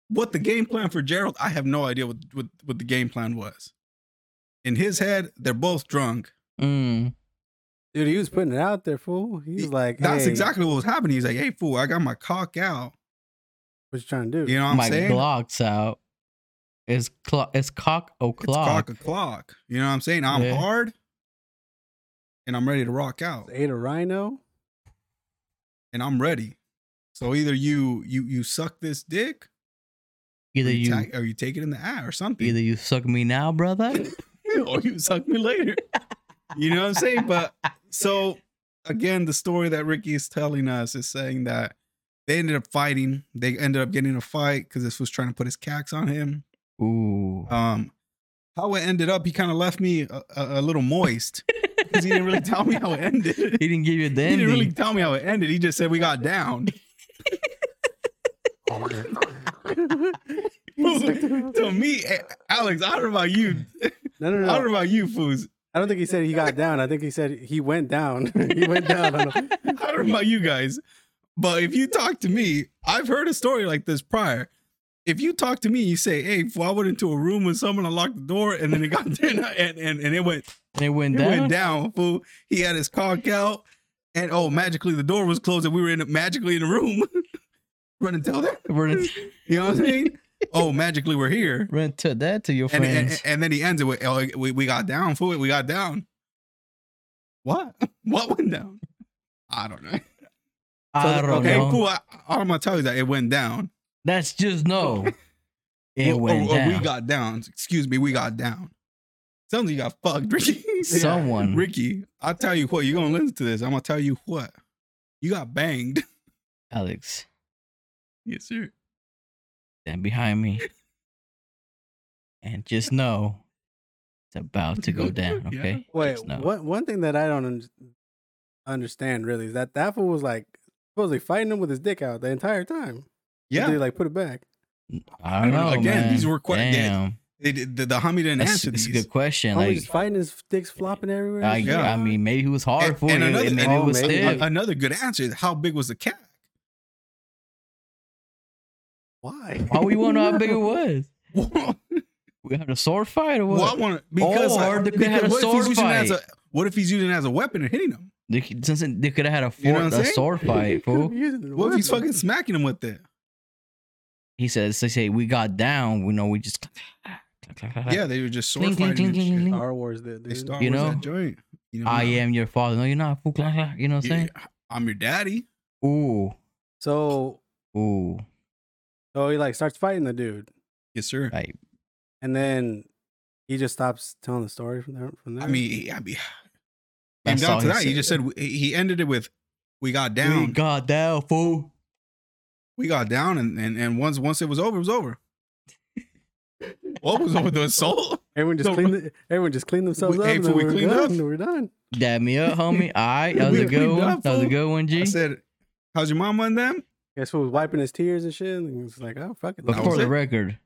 [SPEAKER 5] What the game plan for Gerald? I have no idea what what, what the game plan was. In his head, they're both drunk.
[SPEAKER 3] Mm.
[SPEAKER 4] Dude, he was putting it out there, fool. He
[SPEAKER 5] He-
[SPEAKER 4] was like,
[SPEAKER 5] That's
[SPEAKER 4] hey,
[SPEAKER 5] exactly what was happening. He's like, "Hey, fool, I got my cock out."
[SPEAKER 4] what you trying to do."
[SPEAKER 5] You know what I'm
[SPEAKER 3] My
[SPEAKER 5] saying?
[SPEAKER 3] Glock's out. It's clock. It's cock
[SPEAKER 5] It's cock
[SPEAKER 3] o'clock.
[SPEAKER 5] o'clock. You know what I'm saying? I'm
[SPEAKER 3] Yeah.
[SPEAKER 5] hard, and I'm ready to rock out,
[SPEAKER 4] Ate a rhino.
[SPEAKER 5] and I'm ready. So either you you you suck this dick, or
[SPEAKER 3] Either
[SPEAKER 5] you,
[SPEAKER 3] you,
[SPEAKER 5] ta- or you take it in the eye or something,
[SPEAKER 3] either you suck me now, brother.
[SPEAKER 5] or you suck me later. you know what I'm saying? But so again, the story that Ricky is telling us is saying that they ended up fighting. They ended up getting in a fight because this was trying to put his cacks on him.
[SPEAKER 3] Ooh.
[SPEAKER 5] Um, how it ended up, he kind of left me a, a, a little moist because he didn't really tell me how it ended.
[SPEAKER 3] he didn't give you the
[SPEAKER 5] He
[SPEAKER 3] ending.
[SPEAKER 5] didn't really tell me how it ended. He just said we got down. Oh, to me, eh, Alex, I don't know about you.
[SPEAKER 4] No, no,
[SPEAKER 5] I
[SPEAKER 4] no.
[SPEAKER 5] don't know about you, fools.
[SPEAKER 4] I don't think he said he got down. I think he said he went down. he went down. on him.
[SPEAKER 5] I don't know about you guys. But if you talk to me, I've heard a story like this prior. If you talk to me, you say, "Hey, fool, I went into a room with someone, I locked the door, and then it got and and and it went
[SPEAKER 3] They went
[SPEAKER 5] It
[SPEAKER 3] down.
[SPEAKER 5] went down, fool. He had his cock out, and oh, magically the door was closed, and we were in magically in the room. Run and tell that.
[SPEAKER 3] We're gonna,
[SPEAKER 5] You know what I'm saying? oh, magically we're here.
[SPEAKER 3] we're gonna tell that to your
[SPEAKER 5] And,
[SPEAKER 3] friends.
[SPEAKER 5] and and then he ends it with, oh, we, we got down, fool. We got down. What? What went down? I don't know.
[SPEAKER 3] I
[SPEAKER 4] So,
[SPEAKER 3] don't
[SPEAKER 5] Okay,
[SPEAKER 3] know.
[SPEAKER 5] fool. I, all I'm gonna tell you is that it went down.
[SPEAKER 3] That's just no. It
[SPEAKER 5] Or- or-
[SPEAKER 3] went
[SPEAKER 5] or
[SPEAKER 3] down.
[SPEAKER 5] Oh, we got down. Excuse me, we got down. Sounds like you got fucked, Ricky.
[SPEAKER 3] Someone.
[SPEAKER 5] Ricky, I'll tell you what, you're gonna listen to this. I'm gonna tell you what. You got banged.
[SPEAKER 3] Alex,
[SPEAKER 5] Yes, sir.
[SPEAKER 3] stand behind me. And just know it's about to go down,
[SPEAKER 5] Yeah.
[SPEAKER 3] okay?
[SPEAKER 4] Wait,
[SPEAKER 3] Just know.
[SPEAKER 4] one one thing that I don't un- understand really is that that fool was like supposedly fighting him with his dick out the entire time.
[SPEAKER 5] Yeah.
[SPEAKER 4] They like put it back.
[SPEAKER 3] I don't know.
[SPEAKER 5] Again,
[SPEAKER 3] man.
[SPEAKER 5] these were que- they-
[SPEAKER 3] Damn.
[SPEAKER 5] They did the, the homie didn't
[SPEAKER 3] That's,
[SPEAKER 5] answer
[SPEAKER 3] that's
[SPEAKER 5] these.
[SPEAKER 3] a good question.
[SPEAKER 4] Like,
[SPEAKER 3] Like,
[SPEAKER 4] just fighting his dicks flopping everywhere.
[SPEAKER 3] I,
[SPEAKER 4] and shit.
[SPEAKER 5] Yeah.
[SPEAKER 3] I mean, maybe he was hard
[SPEAKER 5] And-
[SPEAKER 3] for
[SPEAKER 5] and
[SPEAKER 3] you.
[SPEAKER 5] another-
[SPEAKER 3] and maybe
[SPEAKER 4] Oh,
[SPEAKER 3] it was
[SPEAKER 4] maybe.
[SPEAKER 3] thick.
[SPEAKER 5] A- another good answer is how big was the cat?
[SPEAKER 4] Why?
[SPEAKER 3] Why we want to know how big it was?
[SPEAKER 5] Well,
[SPEAKER 3] We have a sword fight or what?
[SPEAKER 5] I want to because,
[SPEAKER 3] Or
[SPEAKER 5] like,
[SPEAKER 3] they could have
[SPEAKER 5] because
[SPEAKER 3] had a
[SPEAKER 5] what, if
[SPEAKER 3] sword
[SPEAKER 5] he's using it as
[SPEAKER 3] fight.
[SPEAKER 5] a, what if he's using it as a weapon and hitting him?
[SPEAKER 3] They, could- doesn't- they could have had a,
[SPEAKER 5] You know
[SPEAKER 3] for-
[SPEAKER 5] what I'm
[SPEAKER 3] a
[SPEAKER 5] saying?
[SPEAKER 3] sword fight, fool.
[SPEAKER 5] What if he's fucking smacking him with it?
[SPEAKER 3] He says, they say, we got down. We know we just.
[SPEAKER 5] Yeah, they were just sword
[SPEAKER 3] Cling, cling,
[SPEAKER 5] fighting.
[SPEAKER 3] cling,
[SPEAKER 5] and
[SPEAKER 3] cling,
[SPEAKER 5] shit.
[SPEAKER 3] cling, cling.
[SPEAKER 4] Star Wars did.
[SPEAKER 5] They
[SPEAKER 4] dude.
[SPEAKER 5] Star
[SPEAKER 3] You
[SPEAKER 5] Wars
[SPEAKER 3] know?
[SPEAKER 5] that joint. You know,
[SPEAKER 3] I am your father. No, you're not. fool. You know what I'm saying?
[SPEAKER 5] Yeah, I'm your daddy.
[SPEAKER 3] Ooh.
[SPEAKER 4] So
[SPEAKER 3] Ooh.
[SPEAKER 4] so he like starts fighting the dude,
[SPEAKER 5] Yes, sir.
[SPEAKER 3] Like,
[SPEAKER 4] and then he just stops telling the story from there. From there.
[SPEAKER 5] I mean, I mean, came
[SPEAKER 3] That's all
[SPEAKER 5] down to
[SPEAKER 3] he
[SPEAKER 5] that. He
[SPEAKER 3] said.
[SPEAKER 5] just said he ended it with, "We got
[SPEAKER 3] we
[SPEAKER 5] down, we got,
[SPEAKER 3] got down, fool.
[SPEAKER 5] down," and, and and once once it was over, it was over. what was over the assault?
[SPEAKER 4] everyone just
[SPEAKER 5] no.
[SPEAKER 4] clean. The, everyone just clean themselves
[SPEAKER 5] We-
[SPEAKER 4] up.
[SPEAKER 5] hey,
[SPEAKER 4] and
[SPEAKER 5] fool, we
[SPEAKER 4] we're
[SPEAKER 5] cleaned
[SPEAKER 4] done,
[SPEAKER 5] up.
[SPEAKER 4] and We're done.
[SPEAKER 3] Dab me up, homie. All right. That was
[SPEAKER 5] We
[SPEAKER 3] a good
[SPEAKER 5] cleaned
[SPEAKER 3] one.
[SPEAKER 5] up,
[SPEAKER 3] That was a
[SPEAKER 5] fool.
[SPEAKER 3] good one, G.
[SPEAKER 5] I said, "How's your mama and them?"
[SPEAKER 4] Guess who was wiping his tears and shit? And it's like, oh fuck it.
[SPEAKER 3] but
[SPEAKER 5] that
[SPEAKER 3] for
[SPEAKER 5] was
[SPEAKER 3] the
[SPEAKER 5] it.
[SPEAKER 3] record,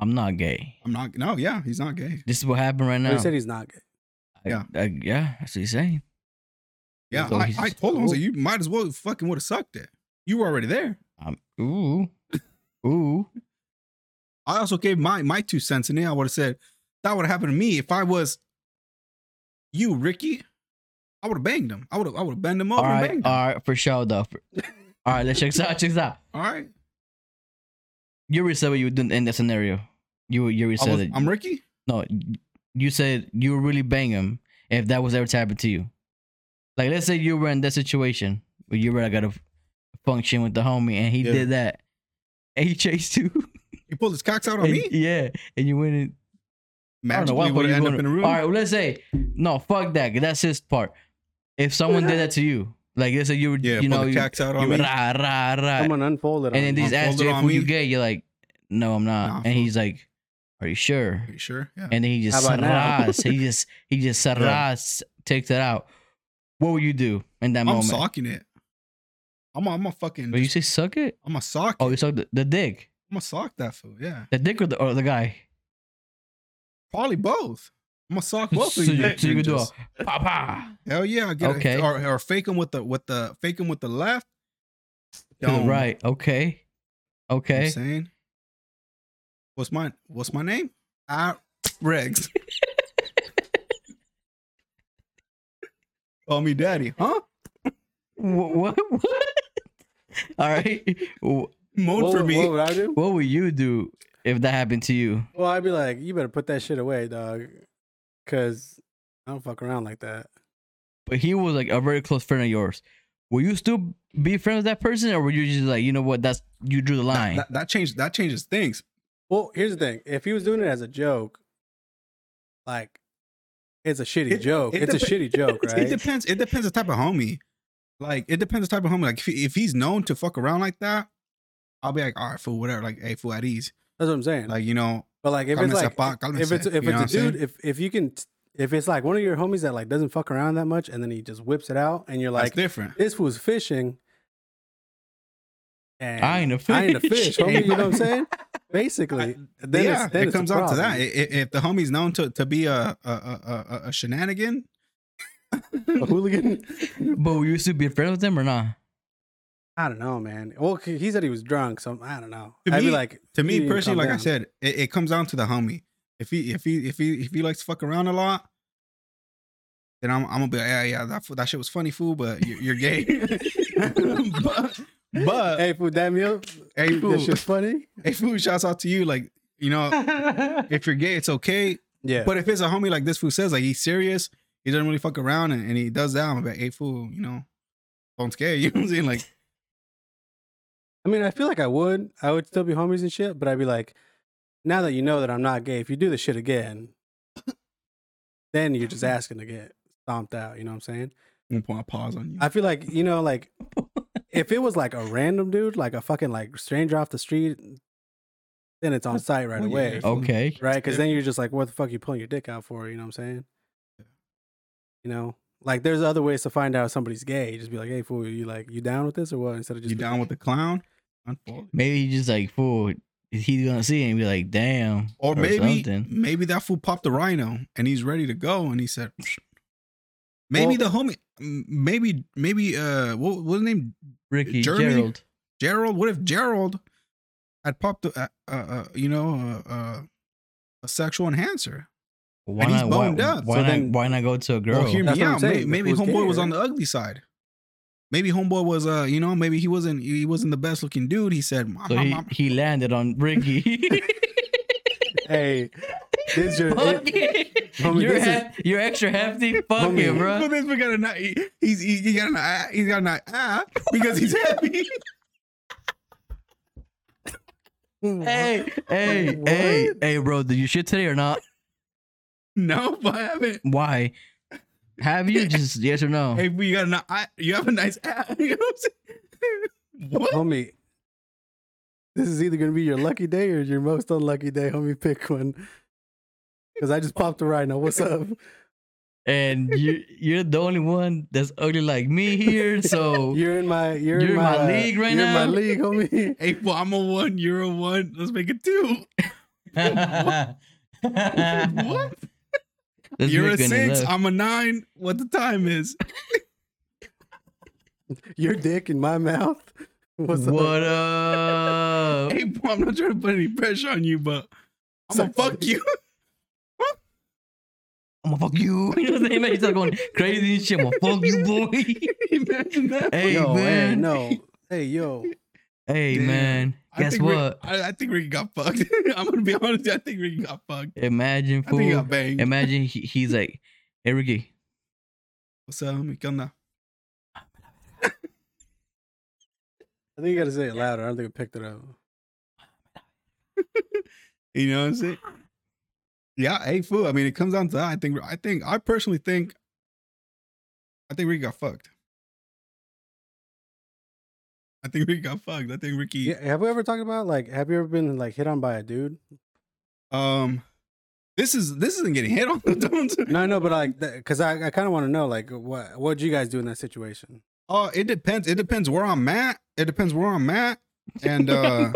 [SPEAKER 3] I'm not gay.
[SPEAKER 5] I'm not. No, yeah, he's not gay.
[SPEAKER 3] This is what happened right
[SPEAKER 4] But
[SPEAKER 3] now.
[SPEAKER 4] he said he's not gay.
[SPEAKER 3] I-
[SPEAKER 5] Yeah.
[SPEAKER 3] I- yeah, that's what he's saying.
[SPEAKER 5] Yeah,
[SPEAKER 3] So
[SPEAKER 5] I,
[SPEAKER 3] he's
[SPEAKER 5] I
[SPEAKER 3] just-
[SPEAKER 5] told him I was like, "You might as well fucking would have sucked it. You were already there."
[SPEAKER 3] Um, ooh, ooh.
[SPEAKER 5] I also gave my my two cents in it. I would have said that would have happened to me if I was you, Ricky. I would have banged him. I would have I would have bent him over
[SPEAKER 3] All
[SPEAKER 5] and
[SPEAKER 3] right,
[SPEAKER 5] banged him.
[SPEAKER 3] all right, for sure though. For- all right, let's check this out. Check this out.
[SPEAKER 5] All right.
[SPEAKER 3] You already said what you would do in that scenario. You you already
[SPEAKER 5] I
[SPEAKER 3] said
[SPEAKER 5] was-
[SPEAKER 3] that.
[SPEAKER 5] I'm Ricky.
[SPEAKER 3] no, you said you would really bang him if that was ever to happen to you. Like, let's say you were in that situation where you were like at a function with the homie and he
[SPEAKER 5] Yeah.
[SPEAKER 3] did that. And he chased you.
[SPEAKER 5] He pulled his cocks out on
[SPEAKER 3] And-
[SPEAKER 5] me.
[SPEAKER 3] Yeah, and you went in. I don't
[SPEAKER 5] Magically
[SPEAKER 3] know why
[SPEAKER 5] would
[SPEAKER 3] you
[SPEAKER 5] end
[SPEAKER 3] going
[SPEAKER 5] up in a
[SPEAKER 3] All
[SPEAKER 5] room.
[SPEAKER 3] right, well, let's say no. Fuck that. 'cause That's his part. If someone did that to you, like let's say you were,
[SPEAKER 5] Yeah,
[SPEAKER 3] you
[SPEAKER 5] pull
[SPEAKER 3] know,
[SPEAKER 5] the
[SPEAKER 3] you,
[SPEAKER 5] cocks out
[SPEAKER 3] you
[SPEAKER 5] on
[SPEAKER 3] were
[SPEAKER 5] me.
[SPEAKER 3] rah rah rah, and
[SPEAKER 4] Someone unfolded. on
[SPEAKER 3] then
[SPEAKER 4] him.
[SPEAKER 3] these ass
[SPEAKER 5] unfolded
[SPEAKER 3] you
[SPEAKER 5] on
[SPEAKER 3] "Who you
[SPEAKER 5] me."
[SPEAKER 3] gay?" You're like, "No, I'm
[SPEAKER 5] Nah,
[SPEAKER 3] not." and
[SPEAKER 5] fool.
[SPEAKER 3] he's like, "Are you sure?"
[SPEAKER 5] Are you sure? Yeah.
[SPEAKER 3] And then he just
[SPEAKER 4] How about now?
[SPEAKER 3] sarras. he just he just sarras takes it out. What would you do in that
[SPEAKER 5] I'm
[SPEAKER 3] moment?
[SPEAKER 5] socking it. I'm a, I'm a fucking.
[SPEAKER 3] But you say suck it.
[SPEAKER 5] I'm a sock.
[SPEAKER 3] Oh, you
[SPEAKER 5] it.
[SPEAKER 3] suck the, the dick,
[SPEAKER 5] I'm a sock that fool. Yeah.
[SPEAKER 3] the dick or the, or the guy.
[SPEAKER 5] Probably both. I'm a sock both
[SPEAKER 3] so,
[SPEAKER 5] of you.
[SPEAKER 3] you, so you could do
[SPEAKER 5] ninjas.
[SPEAKER 3] a pa pa
[SPEAKER 5] Hell yeah. I Get
[SPEAKER 3] Okay.
[SPEAKER 5] okay. or or fake him with the with the fake him with the left.
[SPEAKER 3] to the
[SPEAKER 5] Dome.
[SPEAKER 3] right. Okay,
[SPEAKER 5] You know what
[SPEAKER 3] okay.
[SPEAKER 5] I'm saying. What's my What's my name? I Regs. Call me daddy, huh?
[SPEAKER 3] What? what, what? All right. Wh-
[SPEAKER 5] Moan
[SPEAKER 4] What
[SPEAKER 5] for
[SPEAKER 4] would-
[SPEAKER 5] me.
[SPEAKER 4] What would I do?
[SPEAKER 3] What would you do if that happened to you?
[SPEAKER 4] Well, I'd be like, you better put that shit away, dog, because I don't fuck around like that.
[SPEAKER 3] But he was like a very close friend of yours. Will you still be friends with that person, or were you just like, you know what? That's you drew the line.
[SPEAKER 5] That, that changed. That changes things.
[SPEAKER 4] Well, here's the thing: if he was doing it as a joke, like it's a shitty
[SPEAKER 5] It-
[SPEAKER 4] joke.
[SPEAKER 5] it
[SPEAKER 4] it's
[SPEAKER 5] depe-
[SPEAKER 4] a shitty joke,
[SPEAKER 5] It
[SPEAKER 4] right?
[SPEAKER 5] depends. It depends the type of homie. Like it depends the type of homie. Like if, he- if he's known to fuck around like that, I'll be like, all right, fool, whatever. Like, hey, fool, at ease.
[SPEAKER 4] That's what I'm saying.
[SPEAKER 5] Like you know,
[SPEAKER 4] but like, if it's
[SPEAKER 5] cálmese,
[SPEAKER 4] like,
[SPEAKER 5] pa, cálmese,
[SPEAKER 4] if it's
[SPEAKER 5] you
[SPEAKER 4] if
[SPEAKER 5] know what I'm
[SPEAKER 4] it's a
[SPEAKER 5] saying?
[SPEAKER 4] dude, if if you can, if it's like one of your homies that like doesn't fuck around that much, and then he just whips it out, and you're
[SPEAKER 5] like
[SPEAKER 4] like,
[SPEAKER 5] different.
[SPEAKER 4] this was fishing. And
[SPEAKER 3] I ain't a
[SPEAKER 4] I ain't a
[SPEAKER 3] fish.
[SPEAKER 4] fish, homie. You know what I'm saying? Basically, then
[SPEAKER 5] yeah,
[SPEAKER 4] it's, then
[SPEAKER 5] it
[SPEAKER 4] it's a
[SPEAKER 5] comes out to that.
[SPEAKER 4] problem.
[SPEAKER 5] I- i- If the homie's known to to be a a a, a, a shenanigan,
[SPEAKER 4] A hooligan.
[SPEAKER 3] But will you still be friends with him or not?
[SPEAKER 4] I don't know, man. Well, c- he said he was drunk, so I don't know.
[SPEAKER 5] To
[SPEAKER 4] I'd be
[SPEAKER 5] me-
[SPEAKER 4] like,
[SPEAKER 5] to me
[SPEAKER 4] you
[SPEAKER 5] personally,
[SPEAKER 4] calm
[SPEAKER 5] like I
[SPEAKER 4] down.
[SPEAKER 5] said, it, it comes down to the homie. If he if he if he if he likes to fuck around a lot, then I'm I'm gonna be like, yeah yeah that fool- that shit was funny fool, but you're, you're gay. but, but hey,
[SPEAKER 4] "Hey, fool, damn you,
[SPEAKER 5] fool,
[SPEAKER 4] this shit's funny."
[SPEAKER 5] hey fool, shouts out to you. Like you know, if you're gay, it's okay.
[SPEAKER 4] Yeah,
[SPEAKER 5] But if it's a homie like this fool says, like he's serious, he doesn't really fuck around, and, and he does that, I'm gonna be like, hey fool, you know, don't scare you. know what I'm saying like
[SPEAKER 4] I mean, I feel like I would. I would still be homies and shit, but I'd be like, now that you know that I'm not gay, if you do this shit again, then you're just asking to get stomped out. You know what I'm saying?
[SPEAKER 5] I'm gonna put my paws on you.
[SPEAKER 4] I feel like you know, like if it was like a random dude, like a fucking like stranger off the street, then it's on site right
[SPEAKER 5] Well, Oh, yeah,
[SPEAKER 4] away.
[SPEAKER 5] if
[SPEAKER 3] Okay.
[SPEAKER 4] right? Because then you're just like, what the fuck you pulling your dick out for? You know what I'm saying? You know, like there's other ways to find out if somebody's gay. You just be like, hey, fool, you like you down with this or what? Instead of just
[SPEAKER 5] you
[SPEAKER 4] be-
[SPEAKER 5] down with the clown? Unfold.
[SPEAKER 3] Maybe he just like fool. He's gonna see it and be like, damn.
[SPEAKER 5] Or, maybe
[SPEAKER 3] something.
[SPEAKER 5] maybe that fool popped the rhino and he's ready to go and he said maybe the homie m- maybe maybe uh what was his name
[SPEAKER 3] Ricky
[SPEAKER 5] Jeremy-
[SPEAKER 3] Gerald.
[SPEAKER 5] Gerald what if Gerald I'd popped a, a, a uh, you know a, a, a sexual enhancer.
[SPEAKER 3] Why
[SPEAKER 5] And he's
[SPEAKER 3] not? Why,
[SPEAKER 5] boned up,
[SPEAKER 3] why
[SPEAKER 4] so
[SPEAKER 3] not?
[SPEAKER 4] then-
[SPEAKER 3] why not go to a girl?
[SPEAKER 5] Well, hear
[SPEAKER 4] That's
[SPEAKER 5] me
[SPEAKER 4] what I'm
[SPEAKER 5] out.
[SPEAKER 4] saying, if
[SPEAKER 5] Maybe, maybe
[SPEAKER 4] it was
[SPEAKER 5] homeboy
[SPEAKER 4] gay,
[SPEAKER 5] was on
[SPEAKER 4] right?
[SPEAKER 5] the ugly side. Maybe homeboy was uh you know maybe he wasn't he wasn't the best looking dude. He said, "Mom,
[SPEAKER 3] so he,
[SPEAKER 5] mom,
[SPEAKER 3] he landed on Ricky.
[SPEAKER 4] Hey, this your
[SPEAKER 3] Fuck
[SPEAKER 4] it,
[SPEAKER 3] it.
[SPEAKER 4] Homie,
[SPEAKER 3] you're,
[SPEAKER 4] this is-
[SPEAKER 3] hef- you're extra hefty. Fuck
[SPEAKER 4] Homie.
[SPEAKER 3] it, bro.
[SPEAKER 5] But this we got a night. He, he's he, he got a night. He's got a night. Ah, because he's happy.
[SPEAKER 4] Hmm,
[SPEAKER 3] Hey, hey,
[SPEAKER 4] Wait,
[SPEAKER 3] hey,
[SPEAKER 4] what?
[SPEAKER 3] hey, bro. Did you shit today or not?
[SPEAKER 5] no, but I haven't.
[SPEAKER 3] Why? Have you just yes or no?
[SPEAKER 5] Hey, but you got a nice. I- You have a nice ass. You know what I'm saying? What?
[SPEAKER 4] homie. This is either gonna be your lucky day or your most unlucky day, homie. Pick one. Cause I just popped a rhino. What's up?
[SPEAKER 3] And you you're the only one that's ugly like me here. So
[SPEAKER 4] You're in my you're,
[SPEAKER 3] You're in
[SPEAKER 4] in my,
[SPEAKER 3] my league right
[SPEAKER 4] you're
[SPEAKER 3] now.
[SPEAKER 4] in my league, homie.
[SPEAKER 5] Hey, well, I'm a one. You're a one. Let's make it two. What?
[SPEAKER 3] Let's
[SPEAKER 5] You're a
[SPEAKER 3] make it in
[SPEAKER 5] six.
[SPEAKER 3] love.
[SPEAKER 5] I'm a nine. What the time is?
[SPEAKER 4] Your dick in my mouth. What's up?
[SPEAKER 3] What up?
[SPEAKER 5] Hey, boy, I'm not trying to put any pressure on you, but I'm gonna
[SPEAKER 4] Sorry.
[SPEAKER 5] fuck you.
[SPEAKER 3] I'm gonna fuck you. You know what I'm saying? Man, you start going crazy and shit. I'm gonna fuck you, boy.
[SPEAKER 5] Imagine that.
[SPEAKER 3] Hey,
[SPEAKER 4] yo, hey,
[SPEAKER 3] man.
[SPEAKER 4] no. Hey, yo.
[SPEAKER 3] Hey,
[SPEAKER 5] Damn.
[SPEAKER 3] man.
[SPEAKER 5] I
[SPEAKER 3] Guess
[SPEAKER 5] think Rick-
[SPEAKER 3] what?
[SPEAKER 5] I, I think Ricky got fucked. I'm gonna be honest. I think Ricky got fucked.
[SPEAKER 3] Imagine,
[SPEAKER 5] I think he
[SPEAKER 3] fool.
[SPEAKER 5] got banged.
[SPEAKER 3] Imagine he, he's like, hey, Ricky.
[SPEAKER 5] What's up, homie? Come now.
[SPEAKER 4] I think you gotta say it louder. I don't think I picked it up.
[SPEAKER 5] You know what I'm saying? Yeah, hey fool. I mean, it comes down to that. I think. I think. I personally think. I think Ricky got fucked. I think Ricky got fucked. I think Ricky.
[SPEAKER 4] Yeah, have we ever talked about like have you ever been like hit on by a dude?
[SPEAKER 5] Um, this is this isn't getting hit on. Don't-
[SPEAKER 4] No, no, but like because I, I kind of want to know like what what'd you guys do in that situation?
[SPEAKER 5] Oh, it depends. It depends where I'm at. It depends where I'm at, and uh,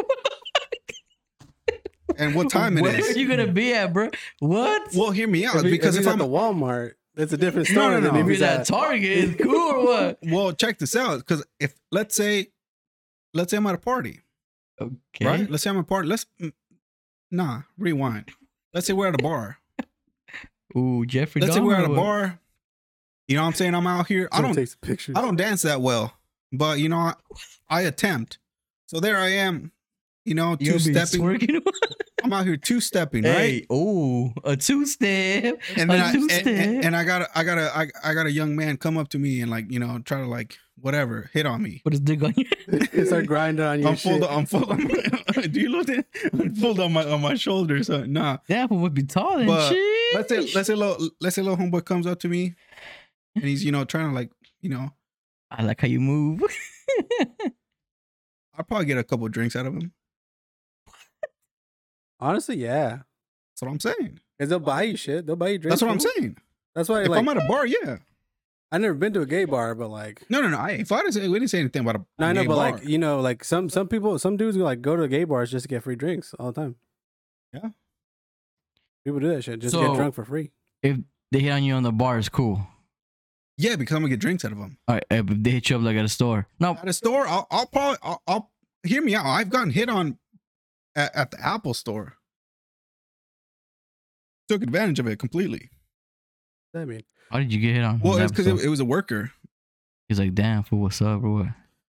[SPEAKER 5] and what time it
[SPEAKER 3] Where
[SPEAKER 5] is.
[SPEAKER 3] are you gonna be at, bro? What?
[SPEAKER 5] Well, hear me out
[SPEAKER 4] If he-
[SPEAKER 5] because
[SPEAKER 4] if,
[SPEAKER 5] if
[SPEAKER 4] he's
[SPEAKER 5] I'm
[SPEAKER 4] at the Walmart, it's a different
[SPEAKER 5] No,
[SPEAKER 4] story.
[SPEAKER 5] no,
[SPEAKER 4] than
[SPEAKER 5] no.
[SPEAKER 4] if
[SPEAKER 3] If
[SPEAKER 4] he's
[SPEAKER 3] you're
[SPEAKER 4] at,
[SPEAKER 3] at Target, it's cool or what?
[SPEAKER 5] well, check this out. Because if let's say, let's say I'm at a party,
[SPEAKER 3] Okay.
[SPEAKER 5] right? Let's say I'm at a party. Let's mm, nah, rewind. Let's say we're at a bar.
[SPEAKER 3] Ooh, Jeffrey.
[SPEAKER 5] Let's say we're
[SPEAKER 3] Dahmer
[SPEAKER 5] at a
[SPEAKER 3] or what?
[SPEAKER 5] bar. You know what I'm saying? I'm out here. I
[SPEAKER 4] someone
[SPEAKER 5] don't
[SPEAKER 4] takes pictures.
[SPEAKER 5] I don't dance that well, but you know I, I attempt. So there I am. You know,
[SPEAKER 3] You'll
[SPEAKER 5] two
[SPEAKER 3] be
[SPEAKER 5] stepping.
[SPEAKER 3] Twerking.
[SPEAKER 5] I'm out here two stepping, right?
[SPEAKER 3] Hey, ooh, a two step.
[SPEAKER 5] and then
[SPEAKER 3] A
[SPEAKER 5] I, and,
[SPEAKER 3] two-step.
[SPEAKER 5] and- and I got a, I got a I, I got a young man come up to me and like you know try to like whatever hit on me.
[SPEAKER 3] Put his dick on you.
[SPEAKER 4] it's our grinder on your shit.
[SPEAKER 5] Unfold, unfold. On my, do you look at unfold on my on my shoulder? So nah.
[SPEAKER 3] That one would be tall and
[SPEAKER 5] But
[SPEAKER 3] shit.
[SPEAKER 5] Let's say let's say little let's say little homeboy comes up to me, and he's you know trying to like you know
[SPEAKER 3] I like how you move.
[SPEAKER 5] I'll probably get a couple drinks out of him.
[SPEAKER 4] Honestly, yeah,
[SPEAKER 5] That's what I'm saying.
[SPEAKER 4] because they'll buy you shit. They'll buy you drinks.
[SPEAKER 5] That's what I'm
[SPEAKER 4] fool.
[SPEAKER 5] saying.
[SPEAKER 4] That's why
[SPEAKER 5] If
[SPEAKER 4] like
[SPEAKER 5] I'm at a bar, yeah.
[SPEAKER 4] I've never been to a gay bar, but like
[SPEAKER 5] No, no, no. I, if I didn't say we didn't say anything about a
[SPEAKER 4] no, I know,
[SPEAKER 5] gay
[SPEAKER 4] but
[SPEAKER 5] bar.
[SPEAKER 4] like you know, like some some people, some dudes like go to gay bars just to get free drinks all the time.
[SPEAKER 5] Yeah.
[SPEAKER 4] people do that shit just to
[SPEAKER 3] So-
[SPEAKER 4] get drunk for free.
[SPEAKER 3] if they hit on you on the bar, it's cool.
[SPEAKER 5] yeah, because I'm gonna get drinks out of him.
[SPEAKER 3] All right, if they hit you up like at a store. No,
[SPEAKER 5] at a store, I'll, I'll probably, I'll, I'll hear me out. I've gotten hit on at, at the Apple store. Took advantage of it completely.
[SPEAKER 4] What I mean,
[SPEAKER 3] how did you get hit on?
[SPEAKER 5] Well,
[SPEAKER 3] That
[SPEAKER 5] it's because
[SPEAKER 3] episode?
[SPEAKER 5] it, it was a worker.
[SPEAKER 3] he's like, damn, fool, what's up or what?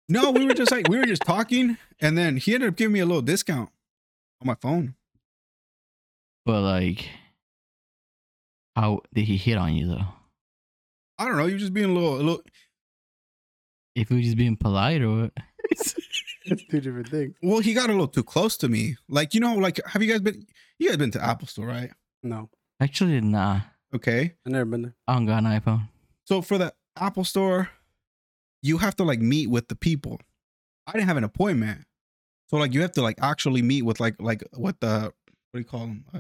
[SPEAKER 5] No, we were just like we were just talking, and then he ended up giving me a little discount on my phone.
[SPEAKER 3] But like, how did he hit on you though?
[SPEAKER 5] I don't know. You're just being a little, a little.
[SPEAKER 3] If he was just being polite or what?
[SPEAKER 4] it's two different things.
[SPEAKER 5] Well, he got a little too close to me. Like you know, like have you guys been? You guys been to Apple store, right?
[SPEAKER 4] No,
[SPEAKER 3] Actually, nah.
[SPEAKER 5] Okay.
[SPEAKER 4] I've never been there.
[SPEAKER 3] I don't got an iPhone.
[SPEAKER 5] So for the Apple store, you have to like meet with the people. I didn't have an appointment. So like you have to like actually meet with like like what the what do you call them? Uh,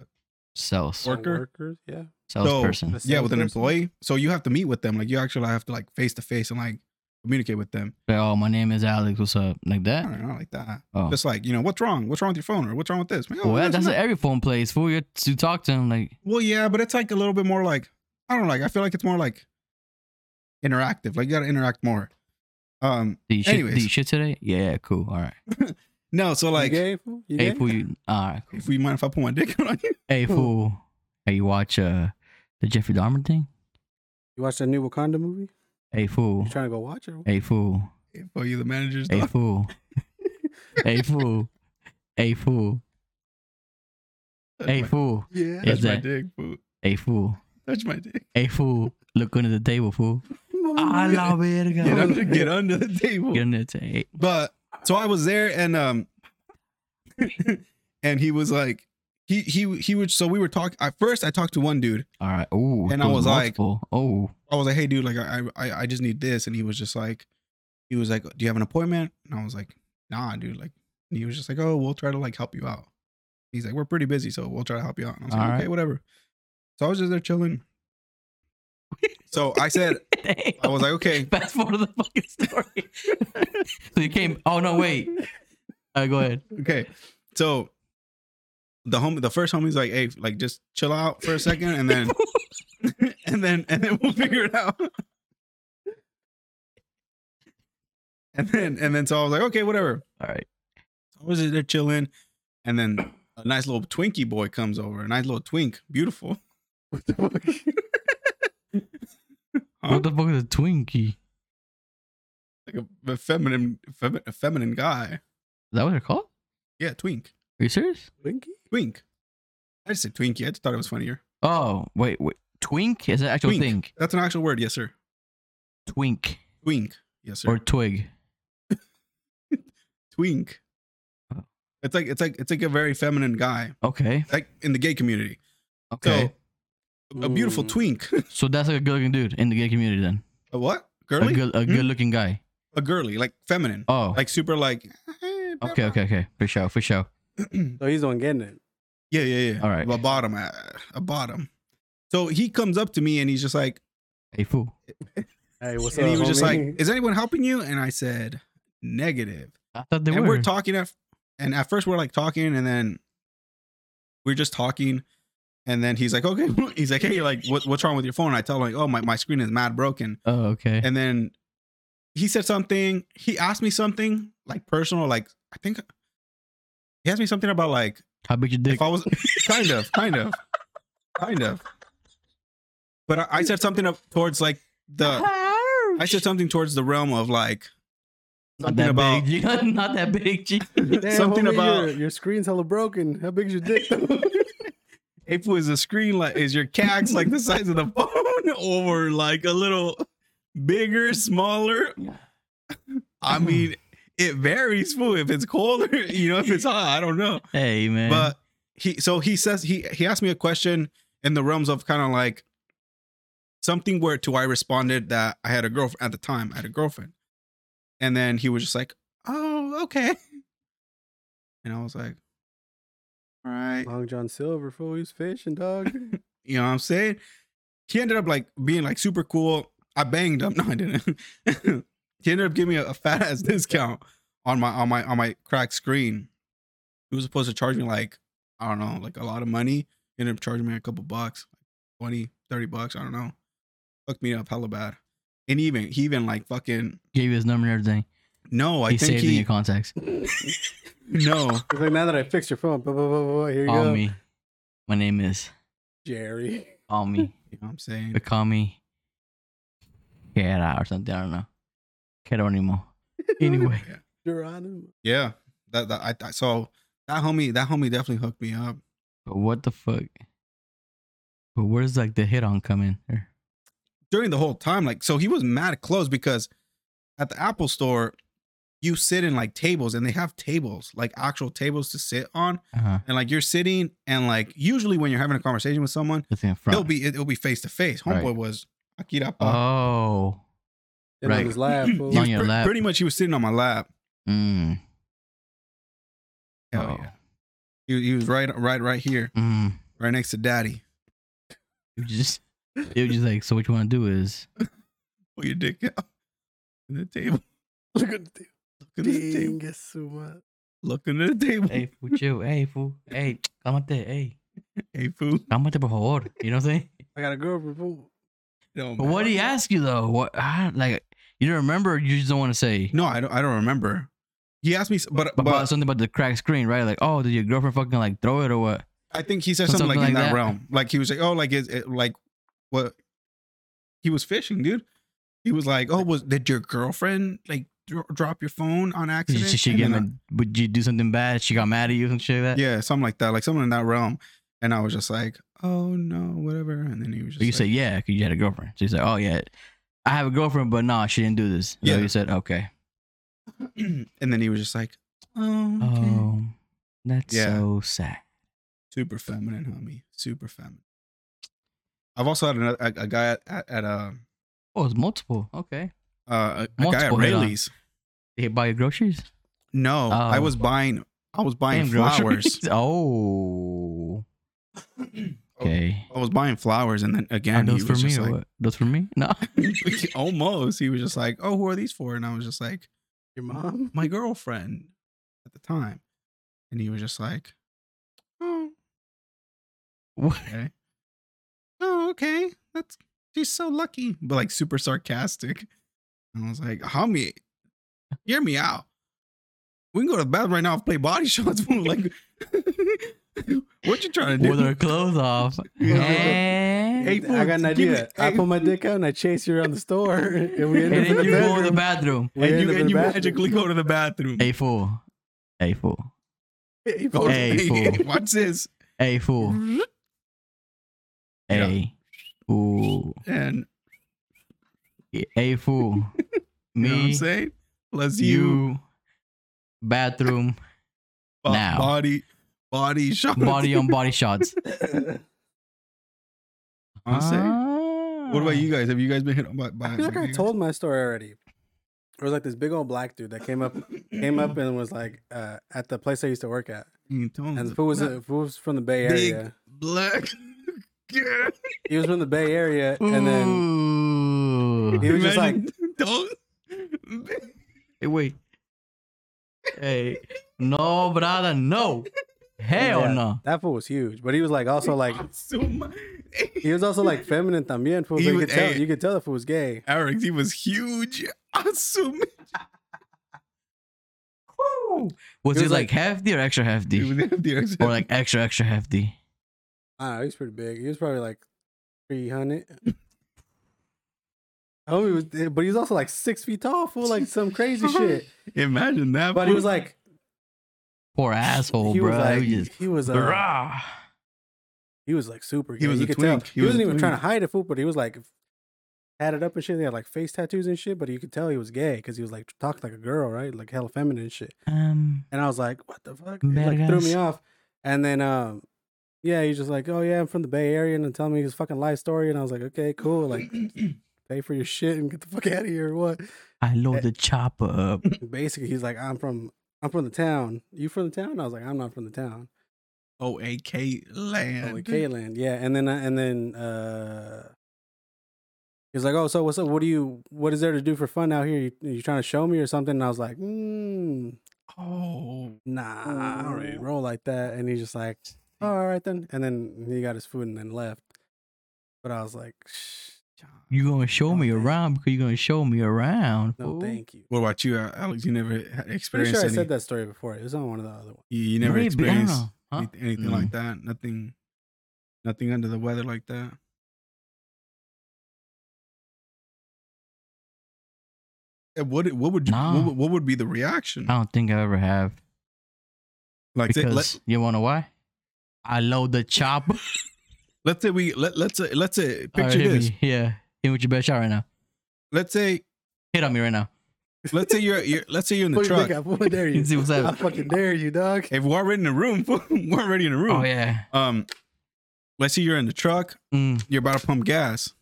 [SPEAKER 3] Sales.
[SPEAKER 5] Worker?
[SPEAKER 4] workers, yeah.
[SPEAKER 3] Salesperson.
[SPEAKER 4] The
[SPEAKER 5] yeah, with
[SPEAKER 4] salesperson?
[SPEAKER 5] an employee. So you have to meet with them. Like you actually have to like face to face and like communicate with them.
[SPEAKER 3] Like, oh, my name is Alex. What's up? Like
[SPEAKER 5] I
[SPEAKER 3] that?
[SPEAKER 5] don't know, like that.
[SPEAKER 3] Oh.
[SPEAKER 5] Just like, you know, what's wrong? What's wrong with your phone? Or what's wrong with this? Man, oh,
[SPEAKER 3] well, that-
[SPEAKER 5] this
[SPEAKER 3] that's
[SPEAKER 5] and
[SPEAKER 3] what
[SPEAKER 5] that.
[SPEAKER 3] every phone plays. Fool, you to talk to him. Like,
[SPEAKER 5] well, yeah, but it's like a little bit more like I don't know, like I feel like it's more like interactive. Like you gotta interact more. Um
[SPEAKER 3] did you shit, did
[SPEAKER 5] Anyways.
[SPEAKER 3] you shit today? Yeah, cool. All right.
[SPEAKER 5] No, so like,
[SPEAKER 4] you gay? fool? You
[SPEAKER 3] Hey
[SPEAKER 4] gay?
[SPEAKER 3] fool, you all right?
[SPEAKER 5] if you mind if I put my dick on you?
[SPEAKER 3] Hey fool, hey you watch uh the Jeffrey Dahmer thing?
[SPEAKER 4] You watch that new Wakanda movie?
[SPEAKER 3] Hey fool,
[SPEAKER 4] You trying to go watch it?
[SPEAKER 3] hey fool,
[SPEAKER 5] For you, the manager's
[SPEAKER 3] hey
[SPEAKER 5] dog.
[SPEAKER 3] fool, hey fool, hey fool,
[SPEAKER 5] Touch
[SPEAKER 3] hey
[SPEAKER 5] my-
[SPEAKER 3] fool,
[SPEAKER 5] Yeah,
[SPEAKER 3] Is
[SPEAKER 5] touch my
[SPEAKER 3] that-
[SPEAKER 5] dick, fool.
[SPEAKER 3] hey fool,
[SPEAKER 5] Touch my dick.
[SPEAKER 3] hey fool. Look under the table, fool. A la verga.
[SPEAKER 5] Get under, get under the table.
[SPEAKER 3] Get under the table.
[SPEAKER 5] But so I was there, and um, and he was like, he he he would. So we were talking. At first, I talked to one dude.
[SPEAKER 3] All right. Oh,
[SPEAKER 5] And I was like-
[SPEAKER 3] oh,
[SPEAKER 5] I was like, hey, dude, like I I I just need this, and he was just like, he was like, do you have an appointment? And I was like, nah, dude. Like, and he was just like, oh, we'll try to like help you out. He's like, we're pretty busy, so we'll try to help you out. And I was like,
[SPEAKER 3] All right.
[SPEAKER 5] okay, whatever. So I was just there chilling. So I said, I was like, okay,
[SPEAKER 3] fast forward to the fucking story. so you came. Oh no, wait. All right, go ahead.
[SPEAKER 5] okay. So the home, the first homie's like, hey, like just chill out for a second, and then, and then, and then we'll figure it out. And then, and then, so I was like, okay, whatever.
[SPEAKER 3] All right.
[SPEAKER 5] I was there chilling, and then a nice little Twinkie boy comes over, a nice little twink, beautiful.
[SPEAKER 4] What the fuck?
[SPEAKER 5] Huh?
[SPEAKER 3] What the fuck is a Twinkie? Is
[SPEAKER 5] like a, a feminine, femi- a feminine guy.
[SPEAKER 3] that what they're called?
[SPEAKER 5] Yeah, twink,
[SPEAKER 3] Are you serious?
[SPEAKER 4] Winky?
[SPEAKER 5] twink. I just said twinkie. I just thought it was funnier.
[SPEAKER 3] Oh, wait, wait. Twink is an actual
[SPEAKER 5] Twink.
[SPEAKER 3] thing.
[SPEAKER 5] That's an actual word, yes, sir.
[SPEAKER 3] Twink
[SPEAKER 5] Twink, yes, sir.
[SPEAKER 3] or twig.
[SPEAKER 5] twink.
[SPEAKER 3] Oh.
[SPEAKER 5] It's like it's like it's like a very feminine guy,
[SPEAKER 3] Okay.
[SPEAKER 5] like in the gay community.
[SPEAKER 3] Okay.
[SPEAKER 5] So a beautiful
[SPEAKER 4] Mm.
[SPEAKER 5] twink.
[SPEAKER 3] So, that's like a good-looking dude in the gay community then.
[SPEAKER 5] a what?
[SPEAKER 3] A
[SPEAKER 5] Girly? A,
[SPEAKER 3] good, a good-looking guy.
[SPEAKER 5] girly, like feminine,
[SPEAKER 3] Oh.
[SPEAKER 5] Hmm. like super, like. eh,
[SPEAKER 3] okay. Okay. Okay. For sure. For sure.
[SPEAKER 4] So he's on getting it.
[SPEAKER 5] Yeah, yeah, yeah.
[SPEAKER 3] All right.
[SPEAKER 5] A bottom, uh, a bottom. So he comes up to me and he's just like,
[SPEAKER 3] Hey fool.
[SPEAKER 4] Hey, what's
[SPEAKER 5] and
[SPEAKER 4] up?
[SPEAKER 5] he was just
[SPEAKER 4] homie?
[SPEAKER 5] like, "Is anyone helping you?" And I said, "Negative."
[SPEAKER 3] I thought they
[SPEAKER 5] and
[SPEAKER 3] were.
[SPEAKER 5] we're talking at, and at first we're like talking, and then we're just talking, and then he's like, "Okay," he's like, "Hey, like, what, what's wrong with your phone?" And I tell him, like, "Oh, my, my screen is mad broken."
[SPEAKER 3] oh, okay.
[SPEAKER 5] And then he said something. He asked me something like personal, like I think he asked me something about like
[SPEAKER 3] How big your dick?
[SPEAKER 5] if I was kind of, kind of, kind of. But I, I said something up towards like the uh, I said something towards the realm of like
[SPEAKER 3] not
[SPEAKER 5] something
[SPEAKER 3] that
[SPEAKER 5] about-
[SPEAKER 3] big. G. not that big. G.
[SPEAKER 4] Damn,
[SPEAKER 5] something
[SPEAKER 4] homie,
[SPEAKER 5] about-
[SPEAKER 4] your, your screen's hella broken. How big's your dick?
[SPEAKER 5] if was the screen like is your cax like the size of the phone or like a little bigger, smaller. I mean, it varies fool. If it's cold or you know, if it's hot, I don't know.
[SPEAKER 3] Hey man.
[SPEAKER 5] But he so he says he he asked me a question in the realms of kind of like something where to I responded that I had a girlfriend at the time, I had a girlfriend. And then he was just like, Oh, okay. And I was like, All right.
[SPEAKER 4] Long John Silver, fool. He's fishing, dog.
[SPEAKER 5] You know what I'm saying? He ended up like being like super cool. I banged him. No, I didn't. he ended up giving me a, a fat ass discount on my on my on my cracked screen. He was supposed to charge me like, I don't know, like a lot of money. He ended up charging me a couple bucks, 20, 30 bucks. I don't know. Fucked me up hella bad. And even he even like fucking
[SPEAKER 3] gave you his number and everything.
[SPEAKER 5] no, I
[SPEAKER 3] he
[SPEAKER 5] think
[SPEAKER 3] saved in
[SPEAKER 5] he
[SPEAKER 3] your contacts.
[SPEAKER 5] no.
[SPEAKER 4] He's like, now that I fixed your phone, blah, blah, blah, blah, blah, here you
[SPEAKER 3] Call
[SPEAKER 4] go.
[SPEAKER 3] me. My name is.
[SPEAKER 4] Jerry.
[SPEAKER 3] Call me.
[SPEAKER 5] You know what I'm saying?
[SPEAKER 3] But call me. Kera or something. I don't know. Geronimo. Anyway.
[SPEAKER 4] Geronimo.
[SPEAKER 5] Yeah. That, that I, I so that homie that homie definitely hooked me up.
[SPEAKER 3] But what the fuck? But where's like the hit on come in? Or-
[SPEAKER 5] during the whole time, like, so he was mad close because at the Apple store, you sit in like tables and they have tables, like actual tables to sit on.
[SPEAKER 3] Uh-huh.
[SPEAKER 5] And like you're sitting, and like usually when you're having a conversation with someone,
[SPEAKER 3] It's in
[SPEAKER 5] it'll
[SPEAKER 3] front.
[SPEAKER 5] be uh, it'll be face to face. Homeboy
[SPEAKER 3] Right.
[SPEAKER 5] was Akira.
[SPEAKER 3] oh.
[SPEAKER 4] Then
[SPEAKER 3] Right.
[SPEAKER 4] on his lap,
[SPEAKER 5] he
[SPEAKER 4] fool.
[SPEAKER 5] was
[SPEAKER 3] Oh, On your
[SPEAKER 5] pre-
[SPEAKER 3] lap.
[SPEAKER 5] Pretty much he was sitting on my lap.
[SPEAKER 3] Mm. Oh,
[SPEAKER 5] Hell yeah. Oh, He, he was right right right here,
[SPEAKER 3] Mm.
[SPEAKER 5] right next to daddy.
[SPEAKER 3] It was just it was just like, so what you wanna do is
[SPEAKER 5] Oh, your dick out. In the table.
[SPEAKER 4] Look at the
[SPEAKER 5] Look at the table.
[SPEAKER 4] dingus. so much.
[SPEAKER 5] Look under the table.
[SPEAKER 3] hey
[SPEAKER 5] Hey,
[SPEAKER 3] fool chill, hey fool, hey, cálmate, hey,
[SPEAKER 5] fool.
[SPEAKER 3] cálmate por favor. You know what I'm saying?
[SPEAKER 4] I got a girlfriend, fool.
[SPEAKER 5] No,
[SPEAKER 3] But what
[SPEAKER 5] man.
[SPEAKER 3] did he ask you though? What I, like you don't remember? Or you just don't want to say.
[SPEAKER 5] No, I don't. I don't remember. He asked me, s- but
[SPEAKER 3] But,
[SPEAKER 5] but,
[SPEAKER 3] about something about the cracked screen, right? Like, oh, did your girlfriend fucking like throw it or what?
[SPEAKER 5] I think he said
[SPEAKER 3] Some-
[SPEAKER 5] something, like,
[SPEAKER 3] something
[SPEAKER 5] in
[SPEAKER 3] like
[SPEAKER 5] that,
[SPEAKER 3] that.
[SPEAKER 5] realm. Like he was like, oh, like is it like what? He was fishing, dude. He was like, oh, was did your girlfriend like dro- drop your phone on
[SPEAKER 3] Did
[SPEAKER 5] accident?
[SPEAKER 3] she, she
[SPEAKER 5] And
[SPEAKER 3] get
[SPEAKER 5] then I-
[SPEAKER 3] mad- would you do something bad? She got mad at you and shit like that.
[SPEAKER 5] yeah, something like that, like someone in that realm. And I was just like, oh no, whatever. And then he was just,
[SPEAKER 3] But you
[SPEAKER 5] like,
[SPEAKER 3] said yeah because you had a girlfriend. So you said, oh yeah, I have a girlfriend, but nah, she didn't do this. So
[SPEAKER 5] Yeah.
[SPEAKER 3] you said okay.
[SPEAKER 5] and then he was just like, oh, okay.
[SPEAKER 3] Oh, that's
[SPEAKER 5] Yeah.
[SPEAKER 3] so sad.
[SPEAKER 5] super feminine, homie, super feminine. I've also had another, a, a guy at, at, at uh,
[SPEAKER 3] Oh, it's multiple. Okay.
[SPEAKER 5] uh, a, a guy at
[SPEAKER 3] Multiple hit on.
[SPEAKER 5] Rayleigh's.
[SPEAKER 3] They buy your groceries.
[SPEAKER 5] No, I
[SPEAKER 3] Oh.
[SPEAKER 5] was buying, I was buying
[SPEAKER 3] Damn,
[SPEAKER 5] flowers.
[SPEAKER 3] groceries. Oh. Okay.
[SPEAKER 5] I was buying flowers, and then
[SPEAKER 3] Are
[SPEAKER 5] again,
[SPEAKER 3] those
[SPEAKER 5] he
[SPEAKER 3] for
[SPEAKER 5] was
[SPEAKER 3] me
[SPEAKER 5] just
[SPEAKER 3] or
[SPEAKER 5] like,
[SPEAKER 3] what? Those for me? No.
[SPEAKER 5] almost. He was just like, "Oh, who are these for?" And I was just like,
[SPEAKER 4] Your mom?
[SPEAKER 5] "My girlfriend," at the time, and he was just like, "Oh,
[SPEAKER 3] What?
[SPEAKER 5] okay, oh, okay, that's she's so lucky," but like super sarcastic. And I was like, "Homie, hear me out. We can go to the bathroom right now and play body shots." like, what you trying to do?
[SPEAKER 3] With her clothes off.
[SPEAKER 5] Yeah.
[SPEAKER 3] And-
[SPEAKER 5] Hey,
[SPEAKER 4] I got an
[SPEAKER 5] fool, give me-
[SPEAKER 4] idea. I
[SPEAKER 5] hey.
[SPEAKER 4] pull my dick out and I chase you around the store, and we end
[SPEAKER 3] and
[SPEAKER 4] up
[SPEAKER 3] then
[SPEAKER 4] in the
[SPEAKER 3] you go in the
[SPEAKER 4] bedroom.
[SPEAKER 3] bathroom.
[SPEAKER 4] We
[SPEAKER 5] and
[SPEAKER 4] end
[SPEAKER 5] you,
[SPEAKER 4] up in
[SPEAKER 5] and
[SPEAKER 4] the
[SPEAKER 5] you
[SPEAKER 4] bathroom.
[SPEAKER 5] magically go to the bathroom.
[SPEAKER 3] A fool. A fool.
[SPEAKER 4] Hey,
[SPEAKER 5] Go to-
[SPEAKER 3] Hey, fool.
[SPEAKER 5] watch this. Mm-hmm.
[SPEAKER 3] A fool. A fool.
[SPEAKER 5] And
[SPEAKER 3] A fool.
[SPEAKER 5] you know what I'm
[SPEAKER 3] Me,
[SPEAKER 5] saying? Plus you,
[SPEAKER 3] you, bathroom,
[SPEAKER 5] bo-
[SPEAKER 3] now.
[SPEAKER 5] body, body shot.
[SPEAKER 3] body on body shots.
[SPEAKER 5] I'm saying. What about
[SPEAKER 3] Ah.
[SPEAKER 5] you guys? Have you guys been hit on by? by
[SPEAKER 4] I feel like I told my story already. There was like this big old black dude that came up, came up and was like uh, at the place I used to work at,
[SPEAKER 5] You told him
[SPEAKER 4] and the
[SPEAKER 5] that
[SPEAKER 4] food was,
[SPEAKER 5] black-
[SPEAKER 4] the food was from the Bay
[SPEAKER 5] Mm-hmm. big
[SPEAKER 4] Area.
[SPEAKER 5] black. Yeah.
[SPEAKER 4] He was from the Bay Area, and
[SPEAKER 3] Mm.
[SPEAKER 4] then
[SPEAKER 3] Ooh.
[SPEAKER 4] He was just like-
[SPEAKER 5] don't.
[SPEAKER 3] Hey, wait. Hey, no, brother, no. Hell
[SPEAKER 4] Yeah,
[SPEAKER 3] no.
[SPEAKER 4] that fool was huge. But he was like also like
[SPEAKER 5] I'm so mad.
[SPEAKER 4] he was also like feminine también. Fool,
[SPEAKER 5] He
[SPEAKER 4] so you
[SPEAKER 5] was-
[SPEAKER 4] could tell
[SPEAKER 5] hey.
[SPEAKER 4] you could tell if it was gay.
[SPEAKER 5] Eric, he was huge. I'm so mad.
[SPEAKER 3] Was
[SPEAKER 4] It
[SPEAKER 3] it,
[SPEAKER 4] was
[SPEAKER 3] like, hefty or extra hefty?
[SPEAKER 5] He was the-
[SPEAKER 3] or like extra, extra hefty?
[SPEAKER 4] I don't know, he was pretty big. He was probably like three hundred. Oh, he was, but he was also like six feet tall, fool, like some crazy shit.
[SPEAKER 5] Imagine that.
[SPEAKER 4] But he
[SPEAKER 5] fool.
[SPEAKER 4] was like,
[SPEAKER 3] Poor
[SPEAKER 5] Oh,
[SPEAKER 3] asshole,
[SPEAKER 4] he
[SPEAKER 3] bro.
[SPEAKER 4] was like,
[SPEAKER 3] He was just-
[SPEAKER 4] he was, uh,
[SPEAKER 3] Rah.
[SPEAKER 4] he was like super.
[SPEAKER 5] He
[SPEAKER 4] gay.
[SPEAKER 5] was
[SPEAKER 4] you
[SPEAKER 5] a
[SPEAKER 4] could
[SPEAKER 5] twink.
[SPEAKER 4] Tell. He,
[SPEAKER 5] He was
[SPEAKER 4] wasn't
[SPEAKER 5] a
[SPEAKER 4] even trying to
[SPEAKER 5] twink.
[SPEAKER 4] hide it, fool. But he was like, tatted up and shit. They had like face tattoos and shit. But you could tell he was gay because he was like talked like a girl, right? Like hella feminine and shit.
[SPEAKER 3] Um,
[SPEAKER 4] And I was like, what the fuck? It, like threw me
[SPEAKER 3] Vergas.
[SPEAKER 4] off. And then um yeah, he's just like, Oh yeah, I'm from the Bay Area and then tell me his fucking life story. And I was like, Okay, cool, like pay for your shit and get the fuck out of here or what?
[SPEAKER 3] I load the chopper up.
[SPEAKER 4] Basically he's like, I'm from I'm from the town. You from the town? I was like, I'm not from the town.
[SPEAKER 5] OAK land.
[SPEAKER 4] Oh, K-Land. Yeah. And then and then uh He's like, oh, so what's up? What do you? What is there to do for fun out here? You, you trying to show me or something? And I was like, mm,
[SPEAKER 5] Oh.
[SPEAKER 4] nah, I don't really
[SPEAKER 5] Ooh.
[SPEAKER 4] roll like that. And he's just like, oh, all right then. And then he got his food and then left. But I was like, Shh,
[SPEAKER 3] You gonna show
[SPEAKER 4] No,
[SPEAKER 3] me
[SPEAKER 4] thank-
[SPEAKER 3] around because you gonna show me around.
[SPEAKER 4] no,
[SPEAKER 3] fool.
[SPEAKER 4] thank you.
[SPEAKER 5] What about you, uh, Alex? You never had
[SPEAKER 4] Pretty
[SPEAKER 5] experienced
[SPEAKER 4] sure I
[SPEAKER 5] any,
[SPEAKER 4] said that story before. It was on one of the other ones.
[SPEAKER 5] You, you never
[SPEAKER 3] Maybe, I don't
[SPEAKER 5] experienced
[SPEAKER 3] know. Huh?
[SPEAKER 5] anyth- anything
[SPEAKER 4] Mm.
[SPEAKER 5] like that. Nothing, nothing under the weather like that. And what what would you,
[SPEAKER 3] Nah.
[SPEAKER 5] what, would- what would be the reaction?
[SPEAKER 3] I don't think I ever have.
[SPEAKER 5] Like say,
[SPEAKER 3] Because
[SPEAKER 5] let,
[SPEAKER 3] you wanna why? I load the chopper.
[SPEAKER 5] let's say we let let's say, let's say
[SPEAKER 3] All right,
[SPEAKER 5] picture
[SPEAKER 3] hit
[SPEAKER 5] this.
[SPEAKER 3] Me. Yeah, hit me with your best shot right now.
[SPEAKER 5] Let's say
[SPEAKER 3] Hit on me right now.
[SPEAKER 5] let's say you're, you're let's say you're in the
[SPEAKER 4] Put your
[SPEAKER 5] truck.
[SPEAKER 4] dick out. What dare you?
[SPEAKER 3] You see what's
[SPEAKER 4] I
[SPEAKER 3] up?
[SPEAKER 4] fucking dare you, dog.
[SPEAKER 5] If we're already in the room, we're already in the room.
[SPEAKER 3] Oh yeah.
[SPEAKER 5] Um, let's say you're in the truck.
[SPEAKER 3] Mm,
[SPEAKER 5] You're about to pump gas.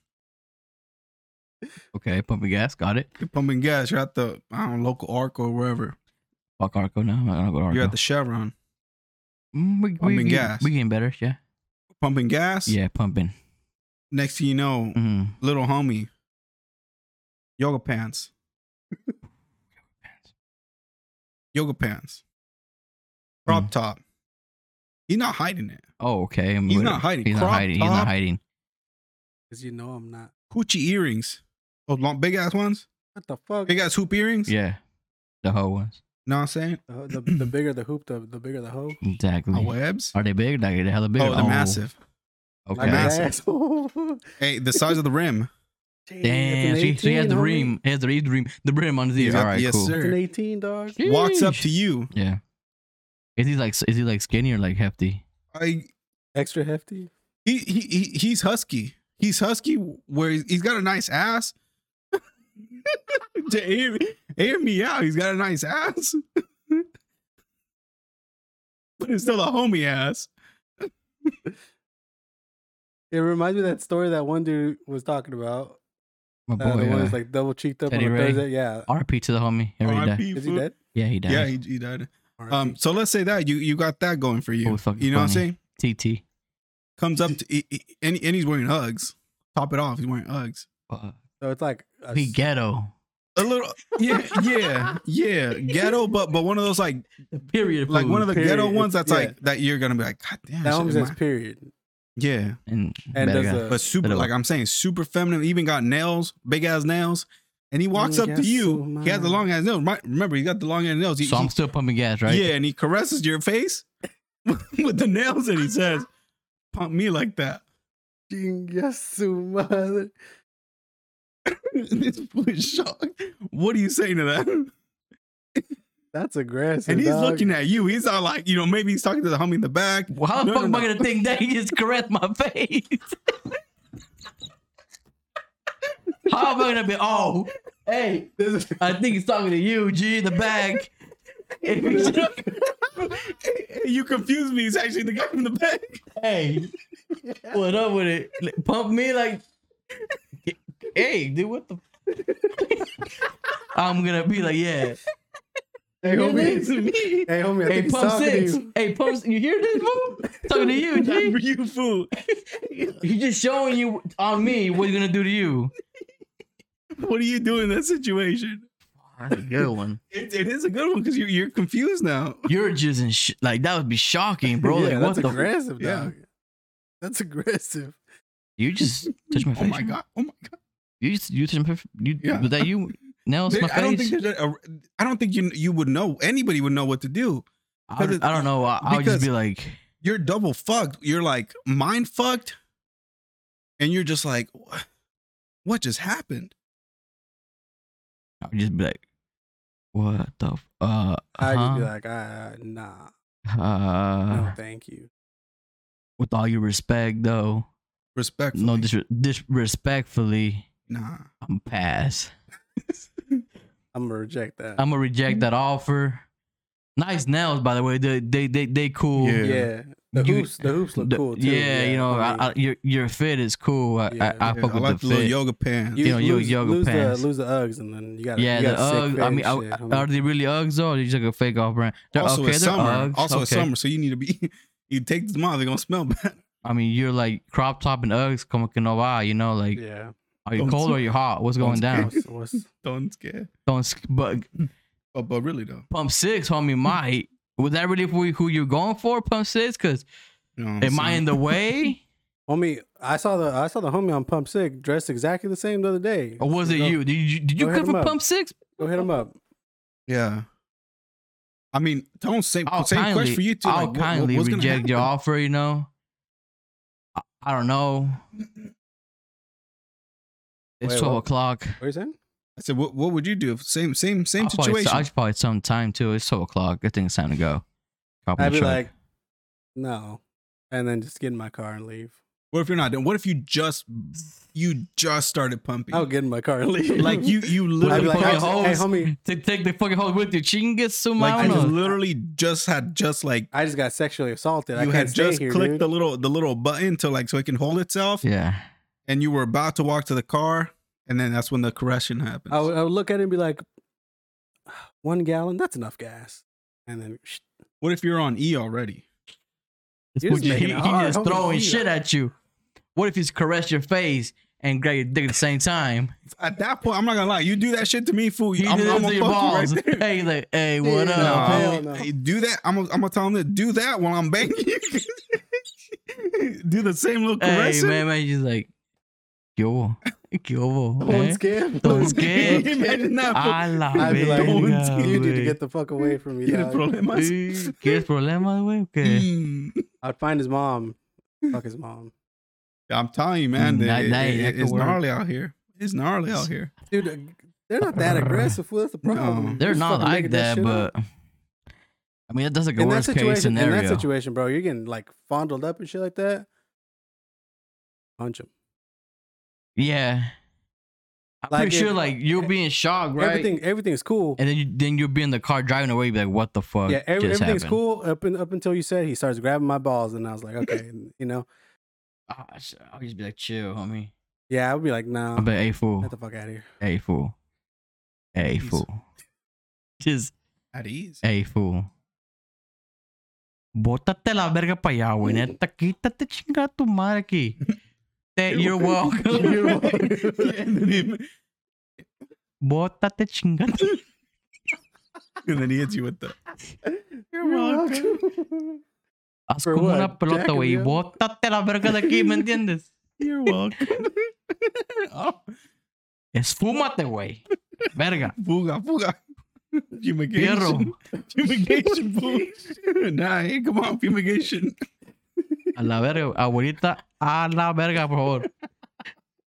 [SPEAKER 3] okay, pump the gas. Got it.
[SPEAKER 5] You're pumping gas. You're at the I don't know, local arc or wherever.
[SPEAKER 3] Fuck Arco now. I'm not gonna go to Arco.
[SPEAKER 5] You're at the Chevron.
[SPEAKER 3] mm, we, we,
[SPEAKER 5] pumping
[SPEAKER 3] we,
[SPEAKER 5] gas.
[SPEAKER 3] We getting better. Yeah.
[SPEAKER 5] Pumping gas.
[SPEAKER 3] Yeah, pumping.
[SPEAKER 5] Next thing you know,
[SPEAKER 3] Mm.
[SPEAKER 5] little homie, yoga pants. Yoga pants. Crop
[SPEAKER 3] Mm.
[SPEAKER 5] top. He's not hiding it.
[SPEAKER 3] Oh, okay. I'm
[SPEAKER 5] He's
[SPEAKER 3] with
[SPEAKER 5] not
[SPEAKER 3] it.
[SPEAKER 5] hiding.
[SPEAKER 3] He's not
[SPEAKER 5] Crop
[SPEAKER 3] hiding. He's
[SPEAKER 5] top.
[SPEAKER 3] not hiding.
[SPEAKER 4] Because you know I'm not.
[SPEAKER 5] Coochie earrings. Those long, big ass ones.
[SPEAKER 4] What the fuck?
[SPEAKER 5] Big ass hoop earrings.
[SPEAKER 3] Yeah, the whole ones.
[SPEAKER 5] know what I'm saying?
[SPEAKER 4] The, the, the bigger the hoop, the, the bigger the hoe.
[SPEAKER 3] Exactly.
[SPEAKER 5] My webs.
[SPEAKER 3] Are they big? Like they hella big?
[SPEAKER 5] Oh, they're massive.
[SPEAKER 3] Okay.
[SPEAKER 4] Like
[SPEAKER 5] Yeah.
[SPEAKER 4] that.
[SPEAKER 5] Hey, the size of the rim.
[SPEAKER 4] Damn,
[SPEAKER 3] Damn, so
[SPEAKER 4] that's an
[SPEAKER 3] he, so he has the
[SPEAKER 4] 18, homie.
[SPEAKER 3] rim. He has the, he has the rim, the rim on his ear.
[SPEAKER 5] Yep,
[SPEAKER 3] All right,
[SPEAKER 5] yes,
[SPEAKER 3] cool.
[SPEAKER 5] sir.
[SPEAKER 4] That's an 18, dog.
[SPEAKER 5] Walks up
[SPEAKER 3] Sheesh.
[SPEAKER 5] to you.
[SPEAKER 3] Yeah. Is he like is he like skinny or like hefty?
[SPEAKER 5] I
[SPEAKER 4] Extra hefty.
[SPEAKER 5] he, he he he's husky. He's husky. Where he's, he's got a nice ass. to air, air me out. He's got a nice ass, but it's still a homie ass.
[SPEAKER 4] It reminds me of that story that one dude was talking about.
[SPEAKER 3] My
[SPEAKER 4] Uh,
[SPEAKER 3] boy.
[SPEAKER 4] the one
[SPEAKER 3] Uh,
[SPEAKER 4] that's like double cheeked up
[SPEAKER 3] Teddy
[SPEAKER 4] on a
[SPEAKER 3] Ray?
[SPEAKER 4] Thursday. Yeah.
[SPEAKER 3] RP to the homie. He already died.
[SPEAKER 5] R.I.P.
[SPEAKER 4] Is he
[SPEAKER 5] fool.
[SPEAKER 4] dead?
[SPEAKER 3] Yeah, he died.
[SPEAKER 5] Yeah, he, he died. Um,
[SPEAKER 4] R.I.P.
[SPEAKER 5] so let's say that you you got that going for you.
[SPEAKER 3] Oh, fucking
[SPEAKER 5] you know what I'm
[SPEAKER 3] funny.
[SPEAKER 5] saying?
[SPEAKER 3] TT.
[SPEAKER 5] Comes up to he, he- and, and he's wearing Uggs. Top it off, he's wearing Uggs.
[SPEAKER 3] Uh,
[SPEAKER 4] so it's like a
[SPEAKER 3] we
[SPEAKER 4] s-
[SPEAKER 3] ghetto.
[SPEAKER 5] A little, yeah, yeah, yeah, ghetto, but but one of those like
[SPEAKER 3] Period.
[SPEAKER 5] like one of the ghetto
[SPEAKER 4] Period.
[SPEAKER 5] ones that's
[SPEAKER 4] Yeah.
[SPEAKER 5] like that you're gonna be like, God damn,
[SPEAKER 4] that
[SPEAKER 5] shit,
[SPEAKER 4] one
[SPEAKER 5] am
[SPEAKER 4] says
[SPEAKER 5] I-"
[SPEAKER 4] period.
[SPEAKER 5] yeah,
[SPEAKER 3] and,
[SPEAKER 4] And
[SPEAKER 3] better
[SPEAKER 4] does
[SPEAKER 3] guy.
[SPEAKER 4] a
[SPEAKER 5] but super
[SPEAKER 3] Little.
[SPEAKER 5] like I'm saying, super feminine. Even got nails, big ass nails, and he walks up to you. He has the long ass nails. Mi- Remember, he got the long ass nails. He,
[SPEAKER 3] so
[SPEAKER 5] he-
[SPEAKER 3] I'm still pumping gas, right?
[SPEAKER 5] Yeah, and he caresses your face with the nails, and he says, "Pump me like that."
[SPEAKER 4] Ding, yes, mother.
[SPEAKER 5] this fool is shocked. What are you saying to that?
[SPEAKER 4] That's aggressive.
[SPEAKER 5] and he's
[SPEAKER 4] dog.
[SPEAKER 5] looking at you. He's not like, you know, maybe he's talking to the homie in the back.
[SPEAKER 3] Well, how the
[SPEAKER 5] No,
[SPEAKER 3] fuck
[SPEAKER 5] no,
[SPEAKER 3] am I
[SPEAKER 5] no.
[SPEAKER 3] gonna think that he just caressed my face? how am I gonna be? Oh, hey,
[SPEAKER 4] This is-
[SPEAKER 3] I think he's talking to you, G, the bag. If he's-
[SPEAKER 5] you confuse me. He's actually the guy from the back.
[SPEAKER 3] hey, what up with it? Pump me like, hey, dude, what the? I'm gonna be like, yeah.
[SPEAKER 4] hey,
[SPEAKER 3] It's
[SPEAKER 4] homie.
[SPEAKER 3] me.
[SPEAKER 4] Hey, homie. I
[SPEAKER 3] Hey,
[SPEAKER 4] think he's
[SPEAKER 3] pump
[SPEAKER 4] talking to
[SPEAKER 3] six.
[SPEAKER 4] you.
[SPEAKER 3] Hey, pump. You hear this? Move? Talking to you, G.
[SPEAKER 5] Not you fool.
[SPEAKER 3] He's just showing you on me what he's gonna do to you.
[SPEAKER 5] What are you doing in that situation?
[SPEAKER 3] That's a good one.
[SPEAKER 5] It, it is a good one because you're, you're confused now.
[SPEAKER 3] You're just in sh- like that would be shocking, bro.
[SPEAKER 4] yeah,
[SPEAKER 3] like what
[SPEAKER 4] that's
[SPEAKER 3] the?
[SPEAKER 4] aggressive,
[SPEAKER 5] Yeah.
[SPEAKER 4] dog. That's aggressive.
[SPEAKER 3] you just touch my face.
[SPEAKER 5] Oh my God. Oh my God.
[SPEAKER 3] You just you touch my f- you
[SPEAKER 5] Yeah.
[SPEAKER 3] was that you nails my
[SPEAKER 5] I don't
[SPEAKER 3] face.
[SPEAKER 5] think there's a, a, I don't think you you would know anybody would know what to do.
[SPEAKER 3] I don't, I don't know. I, I would just
[SPEAKER 5] because-
[SPEAKER 3] be like,
[SPEAKER 5] You're double fucked. You're like mind fucked, and you're just like, "Wha- what just happened?
[SPEAKER 3] I would just be like, what the? F- uh,
[SPEAKER 4] I'd just be
[SPEAKER 3] huh?
[SPEAKER 4] like, uh, nah,
[SPEAKER 3] uh,
[SPEAKER 4] no, thank you.
[SPEAKER 3] with all your respect, though,
[SPEAKER 5] respectfully.
[SPEAKER 3] no dis- disrespectfully,
[SPEAKER 5] nah.
[SPEAKER 3] I'm pass.
[SPEAKER 4] I'm gonna reject that.
[SPEAKER 3] I'm gonna reject that offer. Nice nails, by the way. They they they, they cool.
[SPEAKER 5] Yeah.
[SPEAKER 4] yeah, the
[SPEAKER 3] You-
[SPEAKER 4] hoops, the hoops look
[SPEAKER 3] The-
[SPEAKER 4] cool too.
[SPEAKER 3] Yeah, you know, I, I, your your fit is cool. I
[SPEAKER 4] Yeah.
[SPEAKER 3] I, I
[SPEAKER 5] Yeah,
[SPEAKER 3] fuck
[SPEAKER 5] I
[SPEAKER 3] with
[SPEAKER 5] like
[SPEAKER 3] the
[SPEAKER 5] the little
[SPEAKER 3] fit.
[SPEAKER 5] yoga pants.
[SPEAKER 3] you know, you-
[SPEAKER 4] lose,
[SPEAKER 3] yoga
[SPEAKER 4] lose
[SPEAKER 3] pants.
[SPEAKER 4] The, lose the Uggs and then you got
[SPEAKER 3] yeah,
[SPEAKER 4] you
[SPEAKER 3] the
[SPEAKER 4] got sick
[SPEAKER 3] Uggs.
[SPEAKER 4] fit
[SPEAKER 3] I
[SPEAKER 4] and
[SPEAKER 3] mean, I-
[SPEAKER 4] shit, homie.
[SPEAKER 3] are they really Uggs though, or are they just like a fake off brand? They're
[SPEAKER 5] also,
[SPEAKER 3] okay.
[SPEAKER 5] it's
[SPEAKER 3] They're
[SPEAKER 5] summer.
[SPEAKER 3] Uggs.
[SPEAKER 5] Also,
[SPEAKER 3] okay.
[SPEAKER 5] it's summer, so you need to be. You take them off; they're gonna smell bad.
[SPEAKER 3] I mean, you're like crop top and Uggs, como que no va. You know, like
[SPEAKER 4] yeah,
[SPEAKER 3] are you
[SPEAKER 5] Don't
[SPEAKER 3] cold
[SPEAKER 5] sm-
[SPEAKER 3] or you hot? What's going
[SPEAKER 5] don't
[SPEAKER 3] down?
[SPEAKER 4] What's- what's-
[SPEAKER 5] Don't scare.
[SPEAKER 3] Don't sk- but
[SPEAKER 5] But but really though,
[SPEAKER 3] pump six, homie, might. Was that really who, who you're going for, pump six? Because
[SPEAKER 5] you know what I'm
[SPEAKER 3] am I
[SPEAKER 5] saying?
[SPEAKER 3] in the way,
[SPEAKER 4] homie, I saw the I saw the homie on Pump Sick dressed exactly the same the other day.
[SPEAKER 5] Oh,
[SPEAKER 3] or was it
[SPEAKER 4] Go-
[SPEAKER 3] you? Did you did you
[SPEAKER 4] Go hit
[SPEAKER 3] come
[SPEAKER 4] him
[SPEAKER 3] for
[SPEAKER 4] up.
[SPEAKER 3] pump six?
[SPEAKER 4] Go hit him up.
[SPEAKER 5] Yeah. I mean, don't say
[SPEAKER 3] I'll
[SPEAKER 5] Oh, same
[SPEAKER 3] kindly,
[SPEAKER 5] question for you too.
[SPEAKER 3] I'll
[SPEAKER 5] like, what-
[SPEAKER 3] kindly
[SPEAKER 5] what's gonna
[SPEAKER 3] reject your
[SPEAKER 5] happen?
[SPEAKER 3] offer. You know, I, I don't know. It's
[SPEAKER 4] Wait,
[SPEAKER 3] twelve
[SPEAKER 4] what?
[SPEAKER 3] o'clock.
[SPEAKER 4] What are you saying?
[SPEAKER 5] I said, what, what would you do? Same same same
[SPEAKER 3] I'll Probably,
[SPEAKER 5] situation.
[SPEAKER 3] I should probably some time too. It's twelve o'clock. I think it's time to go. Cop in
[SPEAKER 4] I'd
[SPEAKER 3] the
[SPEAKER 4] be
[SPEAKER 3] truck.
[SPEAKER 4] like, no, and then just get in my car and leave.
[SPEAKER 5] what if you're not? What if you just you just started pumping?
[SPEAKER 4] I'll get in my car and leave.
[SPEAKER 5] Like you you
[SPEAKER 4] I'd
[SPEAKER 5] literally
[SPEAKER 4] be like,
[SPEAKER 3] fucking
[SPEAKER 4] hey,
[SPEAKER 3] hoes.
[SPEAKER 4] homie,
[SPEAKER 3] to take the fucking hole with you. Chingus Sumano.
[SPEAKER 5] like
[SPEAKER 3] I
[SPEAKER 5] you
[SPEAKER 3] don't know.
[SPEAKER 5] literally just had just like
[SPEAKER 4] I just got sexually assaulted. I
[SPEAKER 5] you
[SPEAKER 4] can't
[SPEAKER 5] had
[SPEAKER 4] stay
[SPEAKER 5] just
[SPEAKER 4] here,
[SPEAKER 5] clicked
[SPEAKER 4] dude.
[SPEAKER 5] the little the little button to like so it can hold itself.
[SPEAKER 3] yeah.
[SPEAKER 5] and you were about to walk to the car, and then that's when the correction happens.
[SPEAKER 4] I would, I would look at it and be like, one gallon, that's enough gas. And then sh-
[SPEAKER 5] what if you're on E already?
[SPEAKER 3] It's
[SPEAKER 4] You're just
[SPEAKER 3] what you-
[SPEAKER 4] making
[SPEAKER 3] he,
[SPEAKER 4] it
[SPEAKER 3] he
[SPEAKER 4] hard,
[SPEAKER 3] just
[SPEAKER 4] homie.
[SPEAKER 3] throwing
[SPEAKER 4] Yeah.
[SPEAKER 3] shit at you. What if he's caressed your face and grab your dick at the same time?
[SPEAKER 5] At that point, I'm not gonna lie. You do that shit to me, fool.
[SPEAKER 3] He
[SPEAKER 5] I'm,
[SPEAKER 3] did it
[SPEAKER 5] I'm
[SPEAKER 3] to
[SPEAKER 5] gonna
[SPEAKER 3] your
[SPEAKER 5] fuck
[SPEAKER 3] balls.
[SPEAKER 5] you right there.
[SPEAKER 3] hey, like, hey, what
[SPEAKER 4] Yeah,
[SPEAKER 3] up?
[SPEAKER 4] no,
[SPEAKER 3] homie?
[SPEAKER 4] hell no.
[SPEAKER 5] Hey, do that. I'm gonna, I'm gonna tell him to do that while I'm banging you. do the same little
[SPEAKER 3] Hey,
[SPEAKER 5] caressing.
[SPEAKER 3] man, man, just like, yo, ¿Qué hubo?
[SPEAKER 4] Don't
[SPEAKER 3] eh?
[SPEAKER 4] skip.
[SPEAKER 3] Don't skip.
[SPEAKER 5] Imagine that.
[SPEAKER 3] A la
[SPEAKER 4] I'd be like,
[SPEAKER 3] verga,
[SPEAKER 4] you need to
[SPEAKER 3] güey.
[SPEAKER 4] get the fuck away from me.
[SPEAKER 5] Tiene
[SPEAKER 4] dog."
[SPEAKER 5] problemas.
[SPEAKER 3] Eh, ¿Quieres problemas, güey? o qué?
[SPEAKER 5] Mm.
[SPEAKER 4] I'd find his mom. Fuck his mom.
[SPEAKER 5] I'm telling you, man,
[SPEAKER 3] Mm,
[SPEAKER 5] it-
[SPEAKER 3] that- that-
[SPEAKER 5] it-
[SPEAKER 3] that could
[SPEAKER 5] it's
[SPEAKER 3] work.
[SPEAKER 5] gnarly out here. It's gnarly out here.
[SPEAKER 4] Dude, uh, they're not that aggressive. fool. That's the problem.
[SPEAKER 5] No.
[SPEAKER 3] They're
[SPEAKER 4] Just
[SPEAKER 3] not
[SPEAKER 4] fucking
[SPEAKER 3] like
[SPEAKER 4] making that
[SPEAKER 3] that,
[SPEAKER 4] shit
[SPEAKER 3] but
[SPEAKER 4] up.
[SPEAKER 3] I mean, that does like a
[SPEAKER 4] in that
[SPEAKER 3] worst case
[SPEAKER 4] situation, in
[SPEAKER 3] scenario.
[SPEAKER 4] that situation, bro, you're getting like fondled up and shit like that. Punch him.
[SPEAKER 3] Yeah, I'm
[SPEAKER 4] Like
[SPEAKER 3] pretty
[SPEAKER 4] if-
[SPEAKER 3] sure like you'll be in shock, right?
[SPEAKER 4] Everything, everything's cool.
[SPEAKER 3] and then you, then you'll be in the car driving away. You'll be like, what the fuck?
[SPEAKER 4] yeah, every,
[SPEAKER 3] just
[SPEAKER 4] everything's
[SPEAKER 3] happened?
[SPEAKER 4] cool up in, up until you said he starts grabbing my balls, and I was like, okay, you know,
[SPEAKER 3] Ah, sh- I'll just be like, chill, homie.
[SPEAKER 4] yeah, I would be like, nah,
[SPEAKER 3] I'm like, hey fool,
[SPEAKER 4] get the fuck out of here.
[SPEAKER 3] hey fool, hey
[SPEAKER 5] Jeez.
[SPEAKER 3] fool, just
[SPEAKER 5] At ease.
[SPEAKER 3] hey fool. Bótate la verga para allá, güey. Neta, quítate chinga tu madre aquí. That you're welcome.
[SPEAKER 5] You're and then he,
[SPEAKER 3] Bótate chinga tu
[SPEAKER 5] and then he hits you with the.
[SPEAKER 4] You're welcome.
[SPEAKER 3] Haz
[SPEAKER 4] For
[SPEAKER 3] como
[SPEAKER 4] what?
[SPEAKER 3] una pelota,
[SPEAKER 4] Jack
[SPEAKER 3] güey. y
[SPEAKER 4] and Jill?
[SPEAKER 3] Bótate la verga de aquí, ¿me entiendes?
[SPEAKER 5] You're welcome. oh,
[SPEAKER 3] Esfúmate, güey. Verga.
[SPEAKER 5] fuga, fuga. Fumigation.
[SPEAKER 3] Fierro.
[SPEAKER 5] Fumigation, fool. Nah, hey, come on, fumigation.
[SPEAKER 3] A la verga. Abuelita, a la verga, por favor.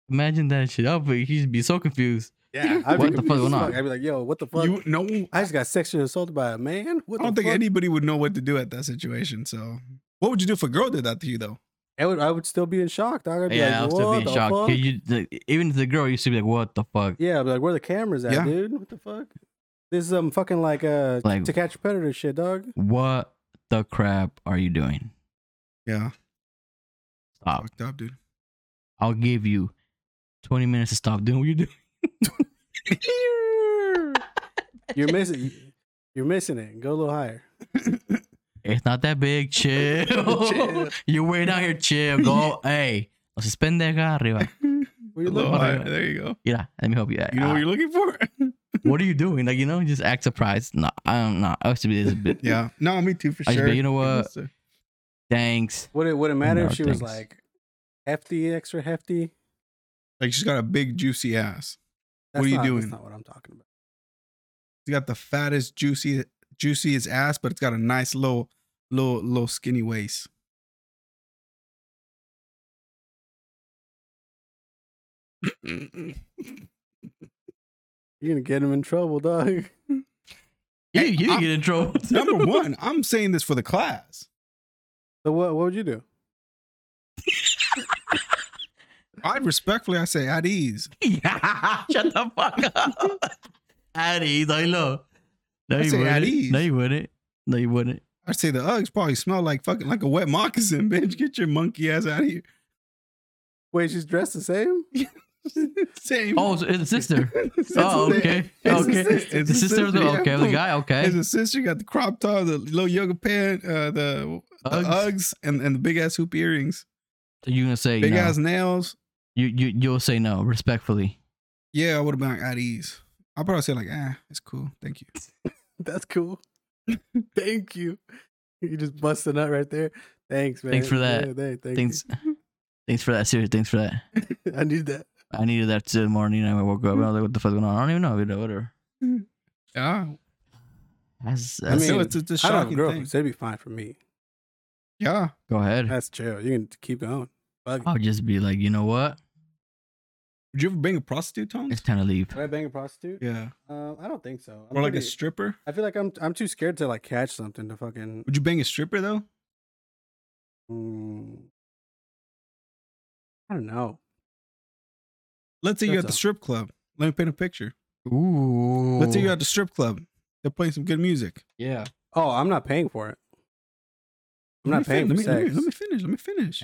[SPEAKER 3] Imagine that shit. I'll be, he'd be so confused.
[SPEAKER 4] yeah, I'd
[SPEAKER 3] What
[SPEAKER 4] be
[SPEAKER 3] the fuck
[SPEAKER 4] confused as
[SPEAKER 3] going
[SPEAKER 4] fuck.
[SPEAKER 3] on?
[SPEAKER 4] I'd be like, yo, what the fuck?
[SPEAKER 5] You no,
[SPEAKER 4] I just got sexually assaulted by a man. What
[SPEAKER 5] I don't
[SPEAKER 4] the
[SPEAKER 5] think
[SPEAKER 4] fuck?
[SPEAKER 5] anybody would know what to do at that situation. So, what would you do if a girl did that to you, though?
[SPEAKER 4] I would, I would still be in shock, dog. I'd be
[SPEAKER 3] yeah, I'll
[SPEAKER 4] like, what
[SPEAKER 3] still be in
[SPEAKER 4] the
[SPEAKER 3] shock.
[SPEAKER 4] fuck?
[SPEAKER 3] Yeah, you- the- even if the girl used to be like, what the fuck?
[SPEAKER 4] Yeah, I'd be like, where the cameras at,
[SPEAKER 5] Yeah.
[SPEAKER 4] dude? What the fuck? This is um fucking like uh
[SPEAKER 3] Like-
[SPEAKER 4] to catch a predator shit, dog.
[SPEAKER 3] What the crap are you doing?
[SPEAKER 5] Yeah,
[SPEAKER 3] Stop.
[SPEAKER 5] fucked up, dude.
[SPEAKER 3] I'll give you 20 minutes to stop doing what you're doing.
[SPEAKER 4] You're missing, you're missing it. Go a little higher.
[SPEAKER 3] It's not that big. Chill.
[SPEAKER 5] Chill.
[SPEAKER 3] You're way down here. Chill. Go. hey. No se spende acá arriba.
[SPEAKER 4] What are you
[SPEAKER 5] Hello,
[SPEAKER 4] looking?
[SPEAKER 5] hi,
[SPEAKER 3] at?
[SPEAKER 5] there you go.
[SPEAKER 3] Yeah, let me help you. Ah,
[SPEAKER 5] You know what you're looking for?
[SPEAKER 3] what are you doing? Like, you know, just act surprised. No, I don't know. I used to be this bit.
[SPEAKER 5] yeah, no, me too for
[SPEAKER 3] I just
[SPEAKER 5] sure.
[SPEAKER 3] bet you know what?
[SPEAKER 5] Yes,
[SPEAKER 3] Thanks.
[SPEAKER 4] Would it would it matter if
[SPEAKER 3] No,
[SPEAKER 4] she was
[SPEAKER 3] thanks.
[SPEAKER 4] like hefty, extra hefty?
[SPEAKER 5] Like she's got a big juicy ass. What are you
[SPEAKER 4] not,
[SPEAKER 5] doing?
[SPEAKER 4] That's not what I'm talking about.
[SPEAKER 5] She's got the fattest, juicy, juiciest ass, but it's got a nice little, little, little skinny waist.
[SPEAKER 4] You're gonna get him in trouble, dog.
[SPEAKER 3] You,
[SPEAKER 5] Hey,
[SPEAKER 3] you didn't
[SPEAKER 5] I'm-
[SPEAKER 3] get in trouble.
[SPEAKER 5] Number one, I'm saying this for the class.
[SPEAKER 4] So what? What would you do?
[SPEAKER 5] I respectfully, I say at ease.
[SPEAKER 3] Yeah, Shut the fuck up. at ease, I know. No,
[SPEAKER 5] I
[SPEAKER 3] you
[SPEAKER 5] say at
[SPEAKER 3] wouldn't.
[SPEAKER 5] ease.
[SPEAKER 3] No, you wouldn't. No, you wouldn't.
[SPEAKER 5] I say the Uggs probably smell like fucking like a wet moccasin, bitch. Get your monkey ass out of here.
[SPEAKER 4] Wait, she's dressed the same.
[SPEAKER 5] Same.
[SPEAKER 3] Oh, so it's a sister.
[SPEAKER 5] It's
[SPEAKER 3] oh,
[SPEAKER 5] a-
[SPEAKER 3] okay.
[SPEAKER 5] It's a
[SPEAKER 3] okay.
[SPEAKER 5] sister. It's
[SPEAKER 3] the
[SPEAKER 5] a
[SPEAKER 3] sister of the,
[SPEAKER 5] sister,
[SPEAKER 3] okay,
[SPEAKER 5] yeah,
[SPEAKER 3] of the
[SPEAKER 5] boom.
[SPEAKER 3] guy. eh? Okay.
[SPEAKER 5] His sister got the crop top, the little yoga pant, uh, the the Uggs,
[SPEAKER 3] Uggs.
[SPEAKER 5] and, and the big ass hoop earrings,
[SPEAKER 3] You're going to say
[SPEAKER 5] big
[SPEAKER 3] no.
[SPEAKER 5] ass nails.
[SPEAKER 3] you, you, you'll say no, respectfully.
[SPEAKER 5] Yeah, I would have been like at ease. I probably say like, ah, it's cool, thank you.
[SPEAKER 4] That's cool. Thank you. You just bust a nut right there. Thanks, man.
[SPEAKER 3] Thanks for that.
[SPEAKER 4] Yeah, thank- thank you.
[SPEAKER 3] Thanks. Thanks for that. Seriously, thanks for that.
[SPEAKER 4] I need that.
[SPEAKER 3] I needed that today morning. and I woke up and I was like, what the fuck's going on? I don't even know. You know whatever.
[SPEAKER 5] Yeah,
[SPEAKER 3] That's,
[SPEAKER 4] I
[SPEAKER 3] that's
[SPEAKER 4] mean,
[SPEAKER 5] so it's, it's a
[SPEAKER 4] I don't have
[SPEAKER 5] shocking thing.
[SPEAKER 4] girlfriends. They'd be fine for me.
[SPEAKER 5] Yeah,
[SPEAKER 3] go ahead.
[SPEAKER 4] That's chill. You can keep going. Fuck it.
[SPEAKER 3] I'll just be like, you know what?
[SPEAKER 5] would you ever bang a prostitute, Tom?
[SPEAKER 3] It's time to leave.
[SPEAKER 4] Would I bang a prostitute?
[SPEAKER 5] Yeah,
[SPEAKER 4] Um, I don't think so. I'm
[SPEAKER 5] or like a
[SPEAKER 4] pretty-
[SPEAKER 5] stripper?
[SPEAKER 4] I feel like I'm I'm too scared to like catch something to fucking.
[SPEAKER 5] Would you bang a stripper though?
[SPEAKER 4] Mm, I don't know.
[SPEAKER 5] Let's say you're
[SPEAKER 4] Think
[SPEAKER 5] at the
[SPEAKER 4] so.
[SPEAKER 5] strip club. Let me paint a picture.
[SPEAKER 3] Ooh.
[SPEAKER 5] Let's say you're at the strip club. They're playing some good music.
[SPEAKER 3] Yeah.
[SPEAKER 4] Oh, I'm not paying for it. I'm
[SPEAKER 5] Let
[SPEAKER 4] not
[SPEAKER 5] me fin-
[SPEAKER 4] paying for
[SPEAKER 5] let me, let me-
[SPEAKER 4] sex.
[SPEAKER 5] Let me finish. Let me finish.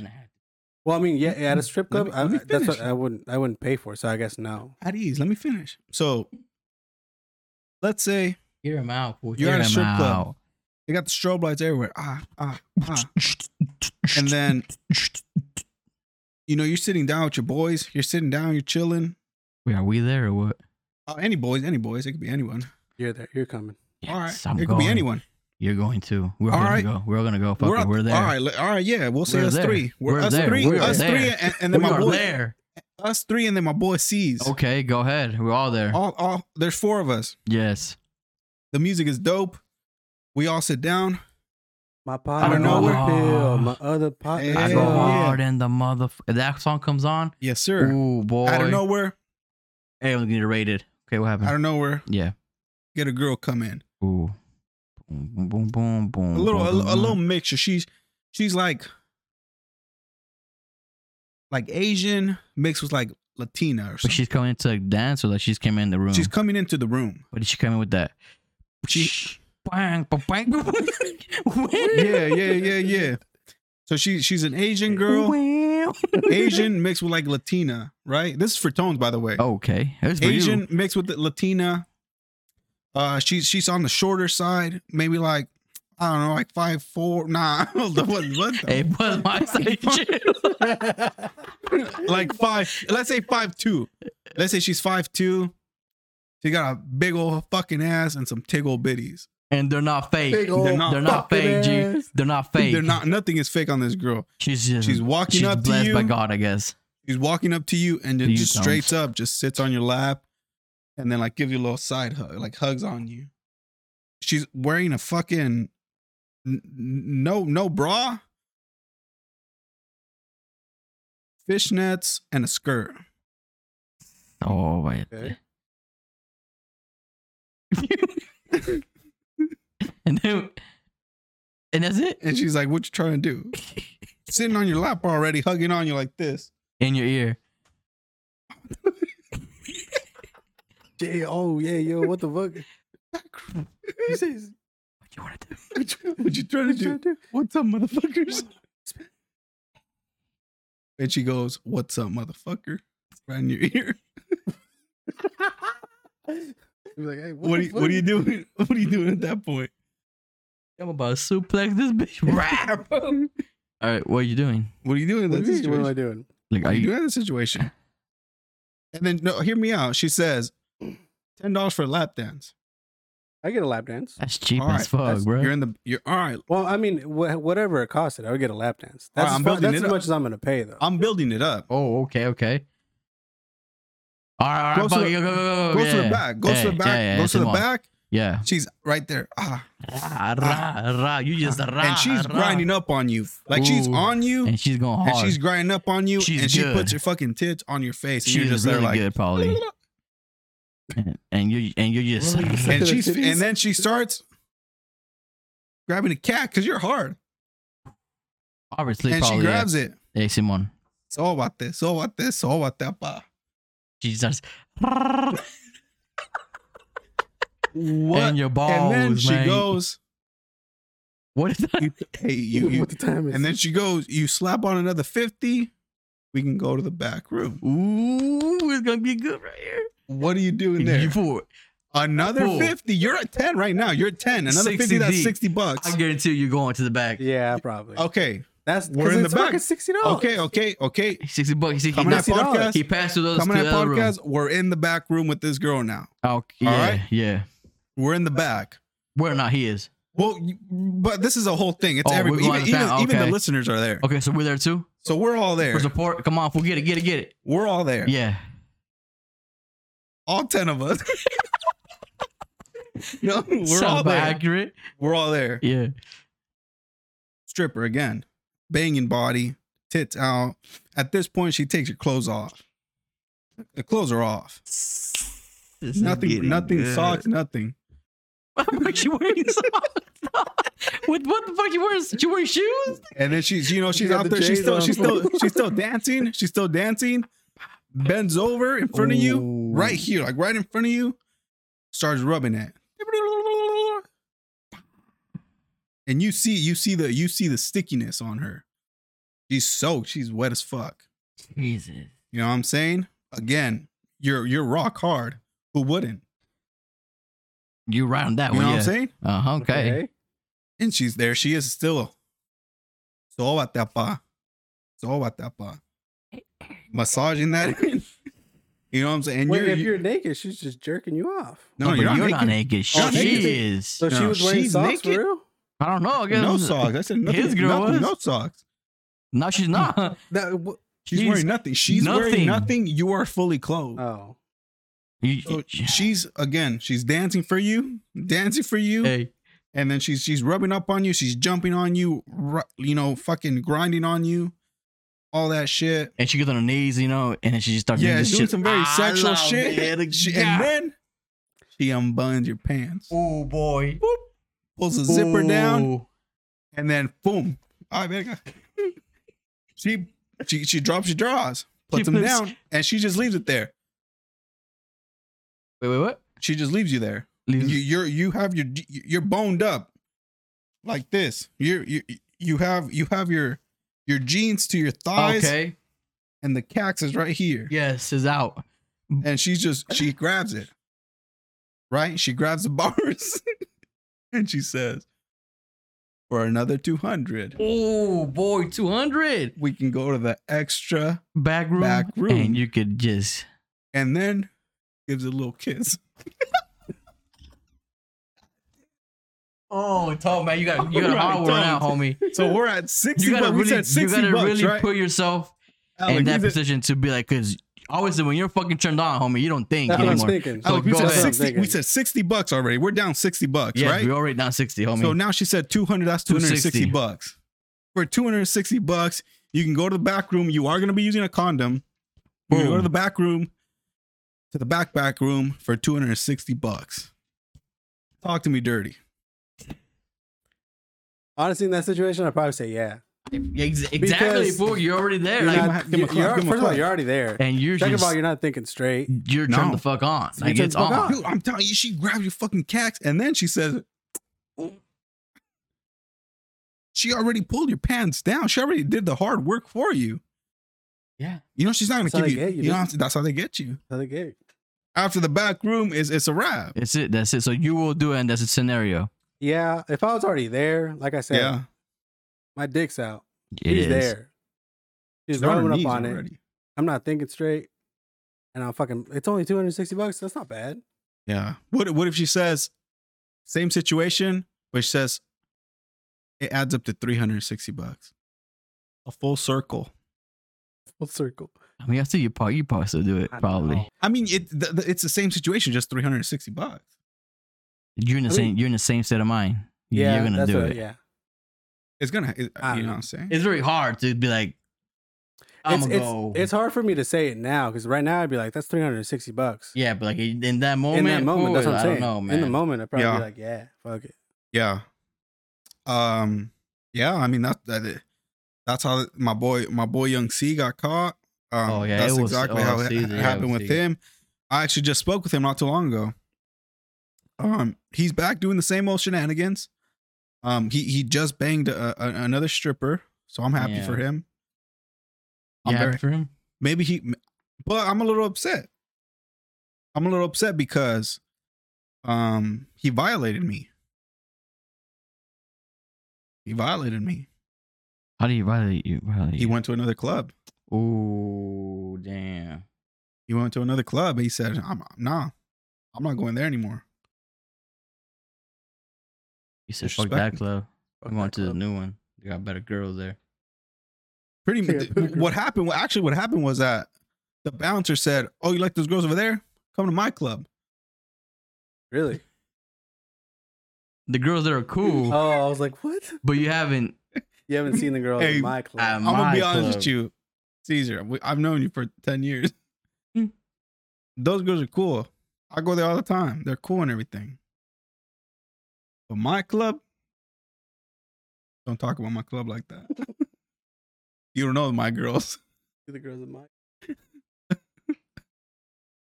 [SPEAKER 4] well, I mean, yeah, at a strip
[SPEAKER 5] Let
[SPEAKER 4] club,
[SPEAKER 5] me-
[SPEAKER 4] I,
[SPEAKER 5] let me
[SPEAKER 4] I- that's what
[SPEAKER 5] finish.
[SPEAKER 4] I wouldn't I wouldn't pay for. it, So I guess no.
[SPEAKER 5] At ease. Let me finish. So, let's say
[SPEAKER 3] Hear him out. fool.
[SPEAKER 5] You're
[SPEAKER 3] Hear
[SPEAKER 5] at a
[SPEAKER 3] him
[SPEAKER 5] strip club.
[SPEAKER 3] out.
[SPEAKER 5] They got the strobe lights everywhere. Ah, ah, ah. and then, you know, you're sitting down with your boys. You're sitting down. You're chilling.
[SPEAKER 3] Wait, are we there or what?
[SPEAKER 5] Uh, any boys, any boys. It could be anyone.
[SPEAKER 4] You're there. You're coming.
[SPEAKER 5] all right.
[SPEAKER 3] Yes, I'm
[SPEAKER 5] it could
[SPEAKER 3] going.
[SPEAKER 5] be anyone.
[SPEAKER 3] You're going to. We're all
[SPEAKER 5] All
[SPEAKER 3] gonna
[SPEAKER 5] right.
[SPEAKER 3] go. We're all gonna go. Fuck we're, it.
[SPEAKER 5] at-
[SPEAKER 3] we're there.
[SPEAKER 5] All right. li- All right. Yeah. We'll say
[SPEAKER 3] We're
[SPEAKER 5] us
[SPEAKER 3] there.
[SPEAKER 5] three.
[SPEAKER 3] We're
[SPEAKER 5] us
[SPEAKER 3] there.
[SPEAKER 5] three.
[SPEAKER 3] We're
[SPEAKER 5] us
[SPEAKER 3] there.
[SPEAKER 5] three. And, and then
[SPEAKER 3] we
[SPEAKER 5] my
[SPEAKER 3] are
[SPEAKER 5] boy.
[SPEAKER 3] there.
[SPEAKER 5] Us three and then my boy C's.
[SPEAKER 3] Okay, go ahead. We're all there.
[SPEAKER 5] All, all there's four of us.
[SPEAKER 3] Yes.
[SPEAKER 5] The music is dope. We all sit down.
[SPEAKER 4] My
[SPEAKER 5] I
[SPEAKER 4] pot
[SPEAKER 5] don't
[SPEAKER 4] is
[SPEAKER 5] know
[SPEAKER 4] on the
[SPEAKER 5] where-
[SPEAKER 4] pill. My other pot is
[SPEAKER 5] I
[SPEAKER 3] I
[SPEAKER 5] Yeah.
[SPEAKER 3] go
[SPEAKER 4] on.
[SPEAKER 3] hard in the mother. If that song comes on,
[SPEAKER 5] Yes, sir.
[SPEAKER 3] ooh boy.
[SPEAKER 5] Out of nowhere,
[SPEAKER 3] Hey, I'm gonna rate it. Okay, what happened?
[SPEAKER 5] out of nowhere,
[SPEAKER 3] yeah.
[SPEAKER 5] get a girl come in.
[SPEAKER 3] Ooh. Boom, boom, boom, boom.
[SPEAKER 5] A little,
[SPEAKER 3] boom,
[SPEAKER 5] a,
[SPEAKER 3] boom,
[SPEAKER 5] a
[SPEAKER 3] boom.
[SPEAKER 5] little mixture. She's, she's like, like Asian mixed with like Latina or
[SPEAKER 3] But
[SPEAKER 5] something.
[SPEAKER 3] she's coming to dance, or like she's coming in the room.
[SPEAKER 5] She's coming into the room.
[SPEAKER 3] what did she come in with that?
[SPEAKER 5] She-
[SPEAKER 3] Bang, ba- bang, ba- bang.
[SPEAKER 5] Yeah, yeah, yeah, yeah. So she, she's an Asian girl,
[SPEAKER 3] Well.
[SPEAKER 5] Asian mixed with like Latina, right? This is for tones, by the
[SPEAKER 3] Oh,
[SPEAKER 5] way.
[SPEAKER 3] Okay. That's for you.
[SPEAKER 5] Asian mixed with Latina. Uh, she's she's on the shorter side, maybe like I don't know, like five four. Nah, what, what the-
[SPEAKER 3] It was my side chill.
[SPEAKER 5] like five. Let's say five two. Let's say she's five two. She got a big old fucking ass and some tig old bitties.
[SPEAKER 3] And they're not fake.
[SPEAKER 4] Big old
[SPEAKER 5] They're not-
[SPEAKER 3] They're not
[SPEAKER 4] fucking
[SPEAKER 3] fake, G.
[SPEAKER 4] ass.
[SPEAKER 3] They're not fake.
[SPEAKER 5] They're not. Nothing is fake on this girl.
[SPEAKER 3] She's just.
[SPEAKER 5] She's walking
[SPEAKER 3] she's
[SPEAKER 5] up to
[SPEAKER 3] blessed
[SPEAKER 5] you.
[SPEAKER 3] by God, I guess.
[SPEAKER 5] She's walking up to you and then
[SPEAKER 3] You
[SPEAKER 5] just
[SPEAKER 3] don't.
[SPEAKER 5] straight up, just sits on your lap, and then like gives you a little side hug, like hugs on you. She's wearing a fucking n- n- no no bra, fishnets, and a skirt.
[SPEAKER 3] Oh my.
[SPEAKER 4] Okay.
[SPEAKER 3] and then, and that's it
[SPEAKER 5] And she's like, "What you trying to do? Sitting on your lap already, hugging on you like this."
[SPEAKER 3] in your ear.
[SPEAKER 4] Yeah, oh yeah, yo, what the fuck? You say it's-
[SPEAKER 3] What you want to do?
[SPEAKER 5] What you- what you trying to do? What's up, motherfuckers? And she goes, "What's up, motherfucker?" Right in your ear.
[SPEAKER 4] You're like, hey,
[SPEAKER 5] What,
[SPEAKER 4] the
[SPEAKER 5] are you,
[SPEAKER 4] fuck?
[SPEAKER 5] what are you doing? What are you doing at that point?
[SPEAKER 3] I'm about to suplex this bitch. Rah, bro. All right, what are you doing?
[SPEAKER 5] What are you doing in
[SPEAKER 4] What,
[SPEAKER 5] that
[SPEAKER 4] do you mean, what am I
[SPEAKER 5] situation?
[SPEAKER 4] doing?
[SPEAKER 3] Like,
[SPEAKER 5] What
[SPEAKER 3] are
[SPEAKER 5] are you
[SPEAKER 3] you?
[SPEAKER 5] doing in that situation? And then, no, hear me out. She says, ten dollars for a lap dance.
[SPEAKER 4] I get a lap dance.
[SPEAKER 3] That's cheap
[SPEAKER 5] All right,
[SPEAKER 3] as fuck,
[SPEAKER 5] that's- You're
[SPEAKER 3] bro.
[SPEAKER 5] in the. You're all right.
[SPEAKER 4] Well, I mean, wh- whatever it costed, I would get a lap dance.
[SPEAKER 5] All
[SPEAKER 4] That's,
[SPEAKER 5] right,
[SPEAKER 4] as
[SPEAKER 5] I'm
[SPEAKER 4] fu-
[SPEAKER 5] building
[SPEAKER 4] that's as
[SPEAKER 5] it up.
[SPEAKER 4] much as I'm gonna pay, though.
[SPEAKER 5] I'm building it up.
[SPEAKER 3] Oh, okay, okay. All right, all right,
[SPEAKER 5] Goes to
[SPEAKER 3] fuck
[SPEAKER 5] the-
[SPEAKER 3] you, go, go, go, go, Oh,
[SPEAKER 5] Go to
[SPEAKER 3] yeah.
[SPEAKER 5] the back. Go
[SPEAKER 3] Yeah,
[SPEAKER 5] to the back.
[SPEAKER 3] yeah, yeah,
[SPEAKER 5] go to the
[SPEAKER 3] come on.
[SPEAKER 5] back.
[SPEAKER 3] Yeah.
[SPEAKER 5] She's right there. Ah,
[SPEAKER 3] Rah, rah, rah. You just rah,
[SPEAKER 5] and she's
[SPEAKER 3] rah.
[SPEAKER 5] grinding up on you. Like she's
[SPEAKER 3] Ooh.
[SPEAKER 5] on you, and,
[SPEAKER 3] and she's going hard.
[SPEAKER 5] she's grinding up on you,
[SPEAKER 3] She's
[SPEAKER 5] and she
[SPEAKER 3] good.
[SPEAKER 5] puts her fucking tits on your face, and
[SPEAKER 3] she's
[SPEAKER 5] you're just
[SPEAKER 3] really
[SPEAKER 5] there like.
[SPEAKER 3] good, probably. and, and you and you just
[SPEAKER 4] Really?
[SPEAKER 5] and
[SPEAKER 4] Look at
[SPEAKER 5] she's
[SPEAKER 4] her titties.
[SPEAKER 5] and then she starts grabbing a cat because you're hard,
[SPEAKER 3] obviously
[SPEAKER 5] and she
[SPEAKER 3] probably
[SPEAKER 5] grabs it.
[SPEAKER 3] yeah. Hey, Simon.
[SPEAKER 5] It's all about this. It's all about this. It's all about that. Pa.
[SPEAKER 3] She starts
[SPEAKER 5] What?
[SPEAKER 3] and
[SPEAKER 5] And,
[SPEAKER 3] your balls.
[SPEAKER 5] then she
[SPEAKER 3] man.
[SPEAKER 5] goes,
[SPEAKER 3] What is that?
[SPEAKER 5] you, "Hey, you." you
[SPEAKER 4] what the time is?
[SPEAKER 5] and then she goes, "You slap on another fifty, we can go to the back room."
[SPEAKER 3] Ooh, it's gonna be good right here.
[SPEAKER 5] What are you doing there?
[SPEAKER 3] You fool.
[SPEAKER 5] another
[SPEAKER 3] Cool.
[SPEAKER 5] fifty. You're at ten right now. You're at ten. Another
[SPEAKER 3] 60
[SPEAKER 5] fifty. That's
[SPEAKER 3] deep.
[SPEAKER 5] sixty bucks.
[SPEAKER 3] I guarantee you going to the back.
[SPEAKER 4] yeah, probably.
[SPEAKER 5] Okay,
[SPEAKER 4] That's
[SPEAKER 5] Oh, we're
[SPEAKER 4] 'cause
[SPEAKER 5] in the
[SPEAKER 4] it's
[SPEAKER 5] back.
[SPEAKER 4] fucking sixty dollars.
[SPEAKER 5] okay, okay, okay.
[SPEAKER 3] Sixty bucks. He, he,
[SPEAKER 5] Coming at
[SPEAKER 3] he,
[SPEAKER 5] podcast.
[SPEAKER 3] he passed through those
[SPEAKER 5] Coming
[SPEAKER 3] to
[SPEAKER 5] at
[SPEAKER 3] the other room.
[SPEAKER 5] podcast. We're in the back room with this girl now.
[SPEAKER 3] Oh, yeah,
[SPEAKER 5] Alright.
[SPEAKER 3] yeah.
[SPEAKER 5] We're in the back.
[SPEAKER 3] Where not he is.
[SPEAKER 5] Well, you- but this is a whole thing. It's
[SPEAKER 3] Oh, we're
[SPEAKER 5] everybody.
[SPEAKER 3] going
[SPEAKER 5] Even,
[SPEAKER 3] to the
[SPEAKER 5] even,
[SPEAKER 3] back,
[SPEAKER 5] even the
[SPEAKER 3] okay.
[SPEAKER 5] listeners are there.
[SPEAKER 3] Okay, so we're there too
[SPEAKER 5] So we're all there.
[SPEAKER 3] for support. Come on, fool, get it, get it, get it.
[SPEAKER 5] We're all there.
[SPEAKER 3] Yeah.
[SPEAKER 5] All ten of us. no, we're
[SPEAKER 3] Sounds
[SPEAKER 5] all
[SPEAKER 3] about
[SPEAKER 5] there.
[SPEAKER 3] accurate.
[SPEAKER 5] We're all there.
[SPEAKER 3] Yeah.
[SPEAKER 5] Stripper again, banging body, tits out. At this point, she takes her clothes off. The clothes are off. Nothing. Nothing. Socks. Nothing.
[SPEAKER 3] What she wearing socks? With what the fuck you wearing? She wearing shoes?
[SPEAKER 5] And then she's, you know, she's
[SPEAKER 4] got
[SPEAKER 5] out
[SPEAKER 4] the
[SPEAKER 5] there. She's
[SPEAKER 4] J's
[SPEAKER 5] still,
[SPEAKER 4] on.
[SPEAKER 5] she's still, she's still dancing. She's still dancing. Bends over in front of you,
[SPEAKER 3] Ooh.
[SPEAKER 5] right here, like right in front of you. Starts rubbing it. And you see, you see the, you see the stickiness on her. She's soaked. She's wet as fuck.
[SPEAKER 3] Jesus.
[SPEAKER 5] You know what I'm saying? Again, you're you're rock hard. Who wouldn't?
[SPEAKER 3] You right on that
[SPEAKER 5] You know
[SPEAKER 3] one.
[SPEAKER 5] what
[SPEAKER 3] yeah.
[SPEAKER 5] I'm saying?
[SPEAKER 3] Uh huh. Okay.
[SPEAKER 5] And she's there. She is still. It's all about that pa. It's all about that pa. Massaging that. you know what I'm saying? And
[SPEAKER 4] Wait,
[SPEAKER 5] you're,
[SPEAKER 4] if
[SPEAKER 5] you
[SPEAKER 4] you're naked, she's just jerking you off.
[SPEAKER 5] no,
[SPEAKER 3] but
[SPEAKER 5] you're not, naked.
[SPEAKER 3] naked. She
[SPEAKER 4] Oh, naked.
[SPEAKER 3] is.
[SPEAKER 4] So she
[SPEAKER 5] No,
[SPEAKER 4] was wearing
[SPEAKER 5] she's
[SPEAKER 4] socks
[SPEAKER 5] naked?
[SPEAKER 4] for real.
[SPEAKER 3] I don't know. I guess
[SPEAKER 5] No socks. I said nothing.
[SPEAKER 3] His girl
[SPEAKER 5] nothing,
[SPEAKER 3] was.
[SPEAKER 5] No socks.
[SPEAKER 3] No, she's not.
[SPEAKER 4] That, wh-
[SPEAKER 5] She's
[SPEAKER 3] She's-
[SPEAKER 5] wearing nothing. She's
[SPEAKER 3] Nothing.
[SPEAKER 5] wearing nothing. You are fully clothed.
[SPEAKER 3] Uh,
[SPEAKER 4] Oh,
[SPEAKER 3] You-
[SPEAKER 5] So she's again, she's dancing for you, dancing for you,
[SPEAKER 3] hey,
[SPEAKER 5] and then she's she's rubbing up on you, she's jumping on you, ru- you know, fucking grinding on you, all that shit.
[SPEAKER 3] and she gets on her knees, you know, and then she just starts
[SPEAKER 5] yeah,
[SPEAKER 3] doing
[SPEAKER 5] doing
[SPEAKER 3] this shit.
[SPEAKER 5] some very
[SPEAKER 3] I
[SPEAKER 5] sexual
[SPEAKER 3] love
[SPEAKER 5] shit.
[SPEAKER 3] it.
[SPEAKER 5] She-
[SPEAKER 3] Yeah.
[SPEAKER 5] And then she unbuns your pants,
[SPEAKER 3] Oh boy.
[SPEAKER 5] pulls the zipper down,
[SPEAKER 3] Ooh.
[SPEAKER 5] and then boom, all right, man. she she she drops your drawers, puts them
[SPEAKER 3] puts-
[SPEAKER 5] down, and she just leaves it there.
[SPEAKER 3] Wait, wait, what?
[SPEAKER 5] She just leaves you there. you you're you have your you're boned up like this you're you you have you have your your jeans to your thighs
[SPEAKER 3] okay.
[SPEAKER 5] and the cax is right here
[SPEAKER 3] Yes, is out.
[SPEAKER 5] and she's just she grabs it right she grabs the bars and she says for another 200
[SPEAKER 3] Oh boy, two hundred
[SPEAKER 5] we can go to the extra
[SPEAKER 3] back room,
[SPEAKER 5] Back room.
[SPEAKER 3] and you could just
[SPEAKER 5] and then gives a little kiss
[SPEAKER 3] oh, tall man, you got you got a
[SPEAKER 5] Right,
[SPEAKER 3] hard one out,
[SPEAKER 5] Tom.
[SPEAKER 3] homie.
[SPEAKER 5] so we're at 60
[SPEAKER 3] You gotta
[SPEAKER 5] bucks. we
[SPEAKER 3] really,
[SPEAKER 5] said
[SPEAKER 3] you
[SPEAKER 5] 60
[SPEAKER 3] gotta
[SPEAKER 5] bucks
[SPEAKER 3] really
[SPEAKER 5] right
[SPEAKER 3] put yourself
[SPEAKER 5] Alec,
[SPEAKER 3] in that
[SPEAKER 5] we said-
[SPEAKER 3] position to be like, because obviously when you're fucking turned on, homie, you don't think
[SPEAKER 4] that's what I was
[SPEAKER 3] anymore.
[SPEAKER 4] thinking.
[SPEAKER 3] So
[SPEAKER 5] Alec, we,
[SPEAKER 3] go
[SPEAKER 5] said
[SPEAKER 3] ahead.
[SPEAKER 5] 60, we said 60 bucks already we're down 60 bucks
[SPEAKER 3] yeah,
[SPEAKER 5] right
[SPEAKER 3] we already down sixty, homie.
[SPEAKER 5] So now she said 200, that's 260
[SPEAKER 3] 260.
[SPEAKER 5] bucks. For 260 bucks, you can go to the back room. You are going to be using a condom. You can go to
[SPEAKER 3] Boom.
[SPEAKER 5] the back room, to the back back room for 260 bucks. Talk to me dirty.
[SPEAKER 4] Honestly, in that situation, I'd probably say yeah.
[SPEAKER 3] Yeah, ex- exactly,
[SPEAKER 4] Because
[SPEAKER 3] fool. You're already there,
[SPEAKER 4] You're
[SPEAKER 3] like,
[SPEAKER 4] not-
[SPEAKER 5] give him a
[SPEAKER 4] you're-
[SPEAKER 5] clap,
[SPEAKER 4] you're-
[SPEAKER 5] give him a
[SPEAKER 4] first of all,
[SPEAKER 5] clap.
[SPEAKER 4] you're already there.
[SPEAKER 3] and you're
[SPEAKER 4] Second
[SPEAKER 3] just
[SPEAKER 4] of all, you're not thinking straight.
[SPEAKER 5] Mm.
[SPEAKER 3] you're turned
[SPEAKER 5] No.
[SPEAKER 3] the fuck on.
[SPEAKER 4] So
[SPEAKER 3] Like
[SPEAKER 4] you turn
[SPEAKER 3] it's
[SPEAKER 4] the fuck
[SPEAKER 3] on.
[SPEAKER 4] on.
[SPEAKER 5] Dude, I'm telling you, she grabbed your fucking cacks and then she says, she already pulled your pants down. She already did the hard work for you.
[SPEAKER 3] Yeah.
[SPEAKER 5] You know, she's not going
[SPEAKER 4] That's
[SPEAKER 5] to
[SPEAKER 4] how
[SPEAKER 5] give
[SPEAKER 4] they
[SPEAKER 5] you,
[SPEAKER 4] get you,
[SPEAKER 5] you know,
[SPEAKER 4] dude.
[SPEAKER 5] that's how they get you.
[SPEAKER 4] Another gig.
[SPEAKER 5] After the back room is it's a wrap.
[SPEAKER 3] It's it. That's it. So you will do it, and that's a scenario.
[SPEAKER 4] Yeah, if I was already there, like I said,
[SPEAKER 5] yeah.
[SPEAKER 4] my dick's out.
[SPEAKER 3] It
[SPEAKER 4] He's
[SPEAKER 3] is.
[SPEAKER 4] there. She's
[SPEAKER 5] They're on her
[SPEAKER 4] rubbing
[SPEAKER 5] knees
[SPEAKER 4] up on it.
[SPEAKER 5] already.
[SPEAKER 4] I'm not thinking straight, and I'm fucking. It's only 260 bucks. That's not bad.
[SPEAKER 5] Yeah. What what if she says same situation, but she says it adds up to 360 bucks. A full circle.
[SPEAKER 4] Full circle.
[SPEAKER 3] I mean, I see you probably you probably still do it.
[SPEAKER 4] I know.
[SPEAKER 3] Probably.
[SPEAKER 5] I mean, it the, the- it's the same situation, just 360 bucks.
[SPEAKER 3] You're in the
[SPEAKER 4] I
[SPEAKER 3] same.
[SPEAKER 4] mean-
[SPEAKER 3] You're in the same state of mind.
[SPEAKER 4] Yeah,
[SPEAKER 3] you're gonna
[SPEAKER 4] that's
[SPEAKER 3] do
[SPEAKER 4] what-
[SPEAKER 3] it.
[SPEAKER 4] Yeah,
[SPEAKER 5] It's gonna it,
[SPEAKER 4] I
[SPEAKER 5] you
[SPEAKER 4] don't
[SPEAKER 5] know
[SPEAKER 4] know.
[SPEAKER 5] what I'm saying?
[SPEAKER 3] It's very hard to be like. I'm
[SPEAKER 4] it's,
[SPEAKER 3] gonna
[SPEAKER 4] it's,
[SPEAKER 3] go.
[SPEAKER 4] it's hard for me to say it now because right now I'd be like, that's 360 bucks.
[SPEAKER 3] yeah, but like in that moment,
[SPEAKER 4] in that moment,
[SPEAKER 3] fool,
[SPEAKER 4] that's what I'm
[SPEAKER 3] I
[SPEAKER 4] saying.
[SPEAKER 3] don't know, man.
[SPEAKER 4] In the moment, I'd probably
[SPEAKER 5] Yeah.
[SPEAKER 4] be like, yeah, fuck it.
[SPEAKER 5] Yeah. Um yeah, I mean that that it, that's how my boy my boy Young C got caught. Um,
[SPEAKER 3] Oh, yeah,
[SPEAKER 5] that's
[SPEAKER 3] it was-
[SPEAKER 5] exactly
[SPEAKER 3] oh,
[SPEAKER 5] how it
[SPEAKER 3] see,
[SPEAKER 5] ha-
[SPEAKER 3] yeah,
[SPEAKER 5] happened with
[SPEAKER 3] see.
[SPEAKER 5] him. I actually just spoke with him not too long ago. Um, he's back doing the same old shenanigans. Um, he he just banged a, a, another stripper, so I'm happy
[SPEAKER 3] Yeah.
[SPEAKER 5] for him.
[SPEAKER 3] You
[SPEAKER 5] I'm
[SPEAKER 3] happy
[SPEAKER 5] very-
[SPEAKER 3] for him?
[SPEAKER 5] maybe he, but I'm a little upset. I'm a little upset because, um, he violated me. He violated me.
[SPEAKER 3] How do you violate you? Violate
[SPEAKER 5] He went to another club.
[SPEAKER 3] Oh damn!
[SPEAKER 5] He went to another club. He said, "I'm nah, I'm not going there anymore."
[SPEAKER 3] You said fuck that
[SPEAKER 5] Disrespect me.
[SPEAKER 3] club.
[SPEAKER 4] Fuck
[SPEAKER 3] I'm going
[SPEAKER 4] that
[SPEAKER 3] to the
[SPEAKER 4] club.
[SPEAKER 3] new one. You got better girls there.
[SPEAKER 5] Pretty
[SPEAKER 4] Yeah,
[SPEAKER 5] much. What happened? Well, actually, what happened was that the bouncer said, "Oh, you like those girls over there? Come to my club."
[SPEAKER 4] Really?
[SPEAKER 3] The girls that are cool,
[SPEAKER 5] Uh,
[SPEAKER 4] Oh, I was like, what?
[SPEAKER 3] but you haven't.
[SPEAKER 4] You haven't seen the girl
[SPEAKER 5] Hey,
[SPEAKER 4] in my club.
[SPEAKER 3] I'm-
[SPEAKER 5] I'm gonna
[SPEAKER 3] My
[SPEAKER 5] be honest with
[SPEAKER 3] club.
[SPEAKER 5] you, Caesar. we- I've known you for ten years.
[SPEAKER 3] Hmm.
[SPEAKER 5] Those girls are cool. I go there all the time. They're cool and everything. But my club, don't talk about my club like that. you don't know my girls.
[SPEAKER 4] the girls
[SPEAKER 3] oh,
[SPEAKER 4] in my.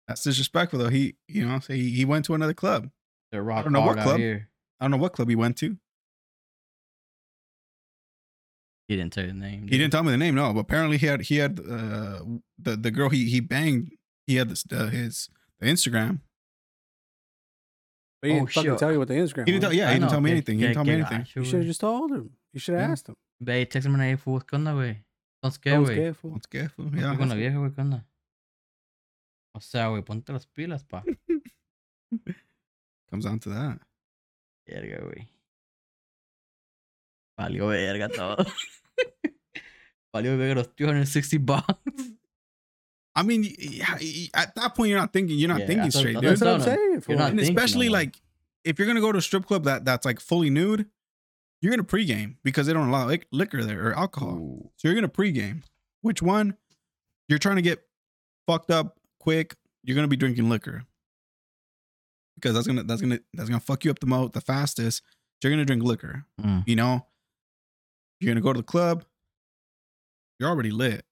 [SPEAKER 5] That's disrespectful though. He, you know, so he he went to another club.
[SPEAKER 3] They're rock
[SPEAKER 5] don't know
[SPEAKER 3] hard
[SPEAKER 5] what
[SPEAKER 3] out
[SPEAKER 5] club.
[SPEAKER 3] here.
[SPEAKER 5] I don't know what club he went to.
[SPEAKER 3] He didn't tell you the name.
[SPEAKER 5] He didn't tell me the name. No, but apparently he had he had uh, the the girl he he banged. He had this uh, his the Instagram.
[SPEAKER 4] But he
[SPEAKER 3] Oh,
[SPEAKER 4] didn't fucking
[SPEAKER 3] shit.
[SPEAKER 4] tell you what the Instagram.
[SPEAKER 5] He didn't tell.
[SPEAKER 4] was.
[SPEAKER 5] Yeah, he didn't tell me anything. He didn't tell me anything.
[SPEAKER 4] You should have just told him. You should have
[SPEAKER 5] Yeah.
[SPEAKER 4] asked him.
[SPEAKER 3] Ve, text me ahí, fool. ¿Qué onda, güey? Entonces, ¿qué,
[SPEAKER 4] I was
[SPEAKER 3] güey?
[SPEAKER 4] careful.
[SPEAKER 5] Let's get fool.
[SPEAKER 3] ¿Qué
[SPEAKER 5] Yeah.
[SPEAKER 3] con la vieja, güey? ¿Qué onda? O sea, güey, ponte las pilas, pa.
[SPEAKER 5] Comes down to that.
[SPEAKER 3] Verga, güey. Valió verga todo. Valió verga los 360 bucks.
[SPEAKER 5] I mean, y- y- y- at that point, you're not thinking. You're not
[SPEAKER 3] Yeah,
[SPEAKER 5] thinking
[SPEAKER 3] that's what-
[SPEAKER 5] straight,
[SPEAKER 3] that's
[SPEAKER 5] dude.
[SPEAKER 4] That's what
[SPEAKER 3] no,
[SPEAKER 4] I'm
[SPEAKER 3] no,
[SPEAKER 4] saying. For
[SPEAKER 3] you're not
[SPEAKER 5] and
[SPEAKER 3] thinking
[SPEAKER 5] especially
[SPEAKER 3] no more.
[SPEAKER 5] like if you're gonna go to a strip club that that's like fully nude, you're gonna pregame because they don't allow lic- liquor there or alcohol. So you're gonna pregame. Which one? You're trying to get fucked up quick. You're gonna be drinking liquor because that's gonna that's gonna that's gonna fuck you up the most the fastest. You're gonna drink liquor.
[SPEAKER 3] Mm.
[SPEAKER 5] You know, you're gonna go to the club. You're already lit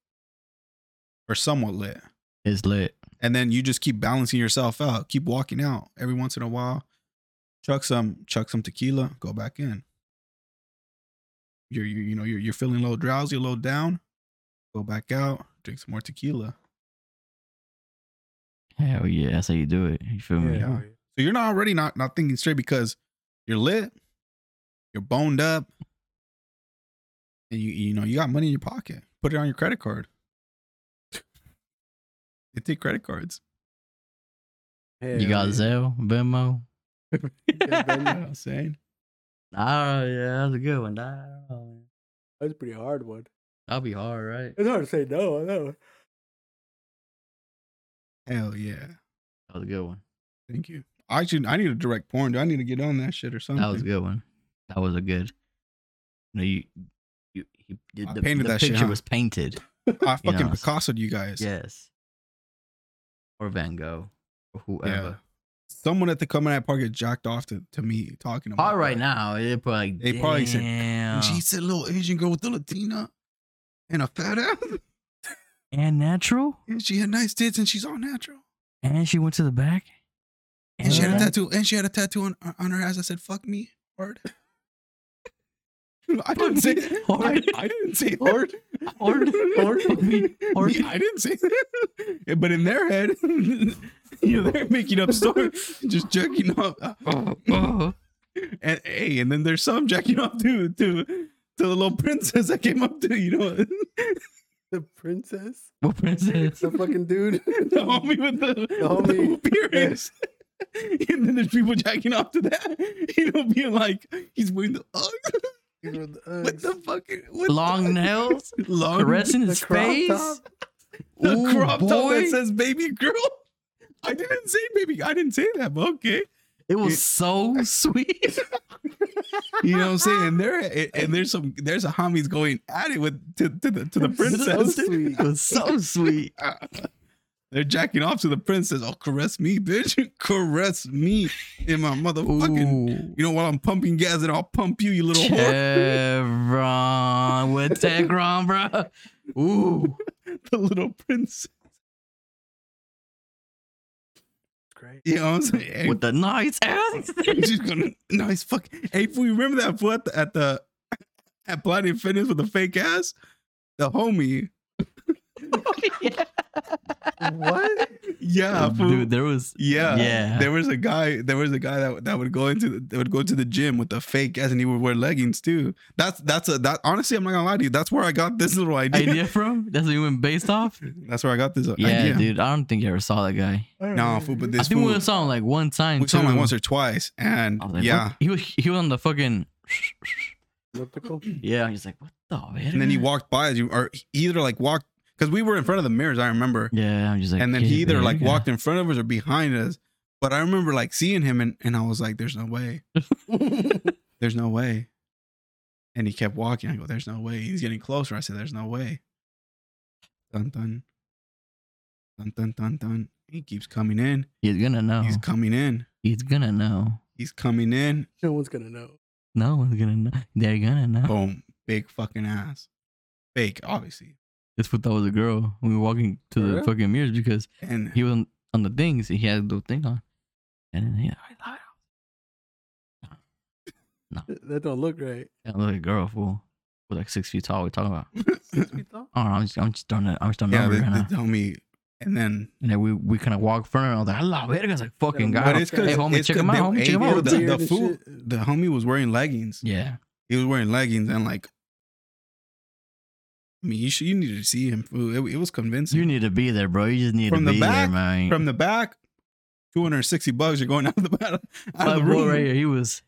[SPEAKER 5] or somewhat lit
[SPEAKER 3] It's lit.
[SPEAKER 5] and then you just keep balancing yourself out keep walking out every once in a while chuck some chuck some tequila go back in you're you, you know you're, you're feeling a little drowsy a little down go back out drink some more tequila
[SPEAKER 3] Hell yeah, that's how you do it. You feel me?
[SPEAKER 4] Yeah.
[SPEAKER 5] so you're not already not not thinking straight because you're lit you're boned up and you you know you got money in your pocket put it on your credit card they take credit cards
[SPEAKER 3] You got
[SPEAKER 4] Hell
[SPEAKER 3] Zelle, Venmo.
[SPEAKER 4] yeah.
[SPEAKER 5] you know what i'm saying
[SPEAKER 3] Ah, yeah, that's a good one. Nah,
[SPEAKER 4] That's a pretty hard one.
[SPEAKER 3] That'll be hard, right?
[SPEAKER 4] It's hard to say no. I know.
[SPEAKER 5] hell yeah
[SPEAKER 3] That was a good one.
[SPEAKER 5] Thank you. I should. I need to direct porn. Do I need to get on that shit or something?
[SPEAKER 3] That was a good one. That was a good. You know, you, you he did
[SPEAKER 5] I
[SPEAKER 3] the,
[SPEAKER 5] painted
[SPEAKER 3] the
[SPEAKER 5] that shit,
[SPEAKER 3] picture
[SPEAKER 5] huh?
[SPEAKER 3] was painted.
[SPEAKER 5] I
[SPEAKER 3] You know,
[SPEAKER 5] fucking
[SPEAKER 3] it's-
[SPEAKER 5] Picasso you guys.
[SPEAKER 3] Yes. Or Van Gogh, or whoever.
[SPEAKER 5] Someone at the Covenant Park get jacked off to, to me talking about.
[SPEAKER 3] Probably right
[SPEAKER 5] that.
[SPEAKER 3] now, they probably like,
[SPEAKER 5] They probably said,
[SPEAKER 3] damn.
[SPEAKER 5] And she said, "Little Asian girl with a Latina and a fat ass,
[SPEAKER 3] and natural,
[SPEAKER 5] and she had nice tits, and she's all natural,
[SPEAKER 3] and she went to the back,
[SPEAKER 5] and she had a
[SPEAKER 3] and-
[SPEAKER 5] tattoo, and she had a tattoo on on her ass that said fuck me hard." I didn't say that.
[SPEAKER 3] Hard.
[SPEAKER 5] I, I didn't say hard.
[SPEAKER 3] Hard, hard, fuck me, hard.
[SPEAKER 5] I didn't say that. But in their head, you know, they're making up stories, just jerking off. And hey, and then there's some jacking off to to to the little princess that came up to you know
[SPEAKER 4] The princess?
[SPEAKER 3] What princess?
[SPEAKER 4] The fucking dude?
[SPEAKER 5] the homie with the, the
[SPEAKER 4] homie.
[SPEAKER 5] with the hoop earrings. And then there's people jacking off to that, you know, being like, he's wearing the Uggs.
[SPEAKER 4] He's with the
[SPEAKER 5] What
[SPEAKER 4] Uggs.
[SPEAKER 5] the fuck? What the-
[SPEAKER 3] Long nails,
[SPEAKER 5] long
[SPEAKER 3] caressing
[SPEAKER 4] The
[SPEAKER 3] his
[SPEAKER 4] crop
[SPEAKER 3] face.
[SPEAKER 4] top?
[SPEAKER 5] the
[SPEAKER 3] Ooh,
[SPEAKER 5] crop top
[SPEAKER 3] boy.
[SPEAKER 5] that says baby girl. I didn't say baby. I didn't say that, but okay.
[SPEAKER 3] It was so sweet.
[SPEAKER 5] You know what I'm saying? There and- and there's some there's a homies going at it with to, to the to the
[SPEAKER 4] So
[SPEAKER 5] princess.
[SPEAKER 4] sweet.
[SPEAKER 3] It was so sweet.
[SPEAKER 5] They're jacking off to the princess. Oh, caress me, bitch. Caress me in my motherfucking.
[SPEAKER 3] Ooh.
[SPEAKER 5] You know, while I'm pumping gas, and I'll pump you, you little whore.
[SPEAKER 3] Chevron with Tegron, bro.
[SPEAKER 5] Ooh, the little prince.
[SPEAKER 4] Great.
[SPEAKER 5] You know what I'm saying? Hey,
[SPEAKER 3] With the nice ass.
[SPEAKER 5] She's gonna nice fuck. Hey, if we remember that fool at the at, the, at Planet Fitness with the fake ass, the homie.
[SPEAKER 4] What?
[SPEAKER 5] Yeah, fool.
[SPEAKER 3] Dude, there was
[SPEAKER 5] yeah,
[SPEAKER 3] Yeah.
[SPEAKER 5] There was a guy. There was a guy that, that would go into the, that would go to the gym with the fake ass, and he would wear leggings too. That's that's a that. Honestly, I'm not gonna lie to you. That's where I got this little idea.
[SPEAKER 3] idea from. That's what you went based off.
[SPEAKER 5] That's where I got this
[SPEAKER 3] Yeah,
[SPEAKER 5] idea.
[SPEAKER 3] dude. I don't think you ever saw that guy.
[SPEAKER 5] Nah, fool, but
[SPEAKER 3] I
[SPEAKER 5] this
[SPEAKER 3] think we
[SPEAKER 5] fool,
[SPEAKER 3] only saw him like one time.
[SPEAKER 5] we saw him
[SPEAKER 3] too.
[SPEAKER 5] like once or twice, and
[SPEAKER 3] I was like,
[SPEAKER 5] yeah.
[SPEAKER 3] what? He was he was on the fucking
[SPEAKER 4] Elliptical?
[SPEAKER 3] yeah. He's like, what the?
[SPEAKER 5] And then he walked by as you, or he either like walked because we were in front of the mirrors. I remember.
[SPEAKER 3] Yeah, I'm just like.
[SPEAKER 5] and then he
[SPEAKER 3] "Kid,
[SPEAKER 5] either
[SPEAKER 3] man,
[SPEAKER 5] like
[SPEAKER 3] you gotta-
[SPEAKER 5] walked in front of us or behind us. But I remember like seeing him and, and I was like, there's no way. there's no way. And he kept walking. I go, there's no way. He's getting closer. I said, there's no way. Dun dun. Dun dun dun dun. He keeps coming in.
[SPEAKER 3] He's gonna know.
[SPEAKER 5] He's coming in.
[SPEAKER 3] He's gonna know.
[SPEAKER 5] He's coming in.
[SPEAKER 4] No one's gonna know.
[SPEAKER 3] No one's gonna know. They're gonna know.
[SPEAKER 5] Boom. Big fucking ass. Fake, obviously.
[SPEAKER 3] This fool thought was a girl. We were walking to
[SPEAKER 4] For
[SPEAKER 3] the
[SPEAKER 4] real?
[SPEAKER 3] fucking mirrors because
[SPEAKER 5] And
[SPEAKER 3] he was on, on the things. He had the thing on, and then he like,
[SPEAKER 4] That that don't look right.
[SPEAKER 3] that little girl fool was like six feet tall. We talking about?
[SPEAKER 4] That's
[SPEAKER 3] Oh, I'm just, I'm just throwing it. I'm just throwing it
[SPEAKER 5] yeah,
[SPEAKER 3] over
[SPEAKER 5] they,
[SPEAKER 3] right
[SPEAKER 5] they
[SPEAKER 3] now.
[SPEAKER 5] tell me. And then
[SPEAKER 3] And then we we kind of walk from her. And I was like, "Allah, verga's like fucking
[SPEAKER 4] Yeah,
[SPEAKER 3] god."
[SPEAKER 5] but it's 'cause-
[SPEAKER 3] Hey, homie,
[SPEAKER 5] it's
[SPEAKER 3] check
[SPEAKER 5] 'cause
[SPEAKER 3] him out,
[SPEAKER 5] they-
[SPEAKER 3] homie,
[SPEAKER 5] hey,
[SPEAKER 3] check him
[SPEAKER 5] bro,
[SPEAKER 3] out.
[SPEAKER 5] The, the
[SPEAKER 4] Beard and
[SPEAKER 5] fool,
[SPEAKER 4] shit.
[SPEAKER 5] the homie was wearing leggings.
[SPEAKER 3] yeah,
[SPEAKER 5] he was wearing leggings and like I mean you should you needed to see him. It, it was convincing.
[SPEAKER 3] you need to be there, bro. You just need
[SPEAKER 5] From
[SPEAKER 3] to
[SPEAKER 5] the
[SPEAKER 3] be there,
[SPEAKER 5] back,
[SPEAKER 3] man.
[SPEAKER 5] From the back, 260 bucks, you're going out of the out of
[SPEAKER 3] My
[SPEAKER 5] the
[SPEAKER 3] boy
[SPEAKER 5] room.
[SPEAKER 3] right here, he was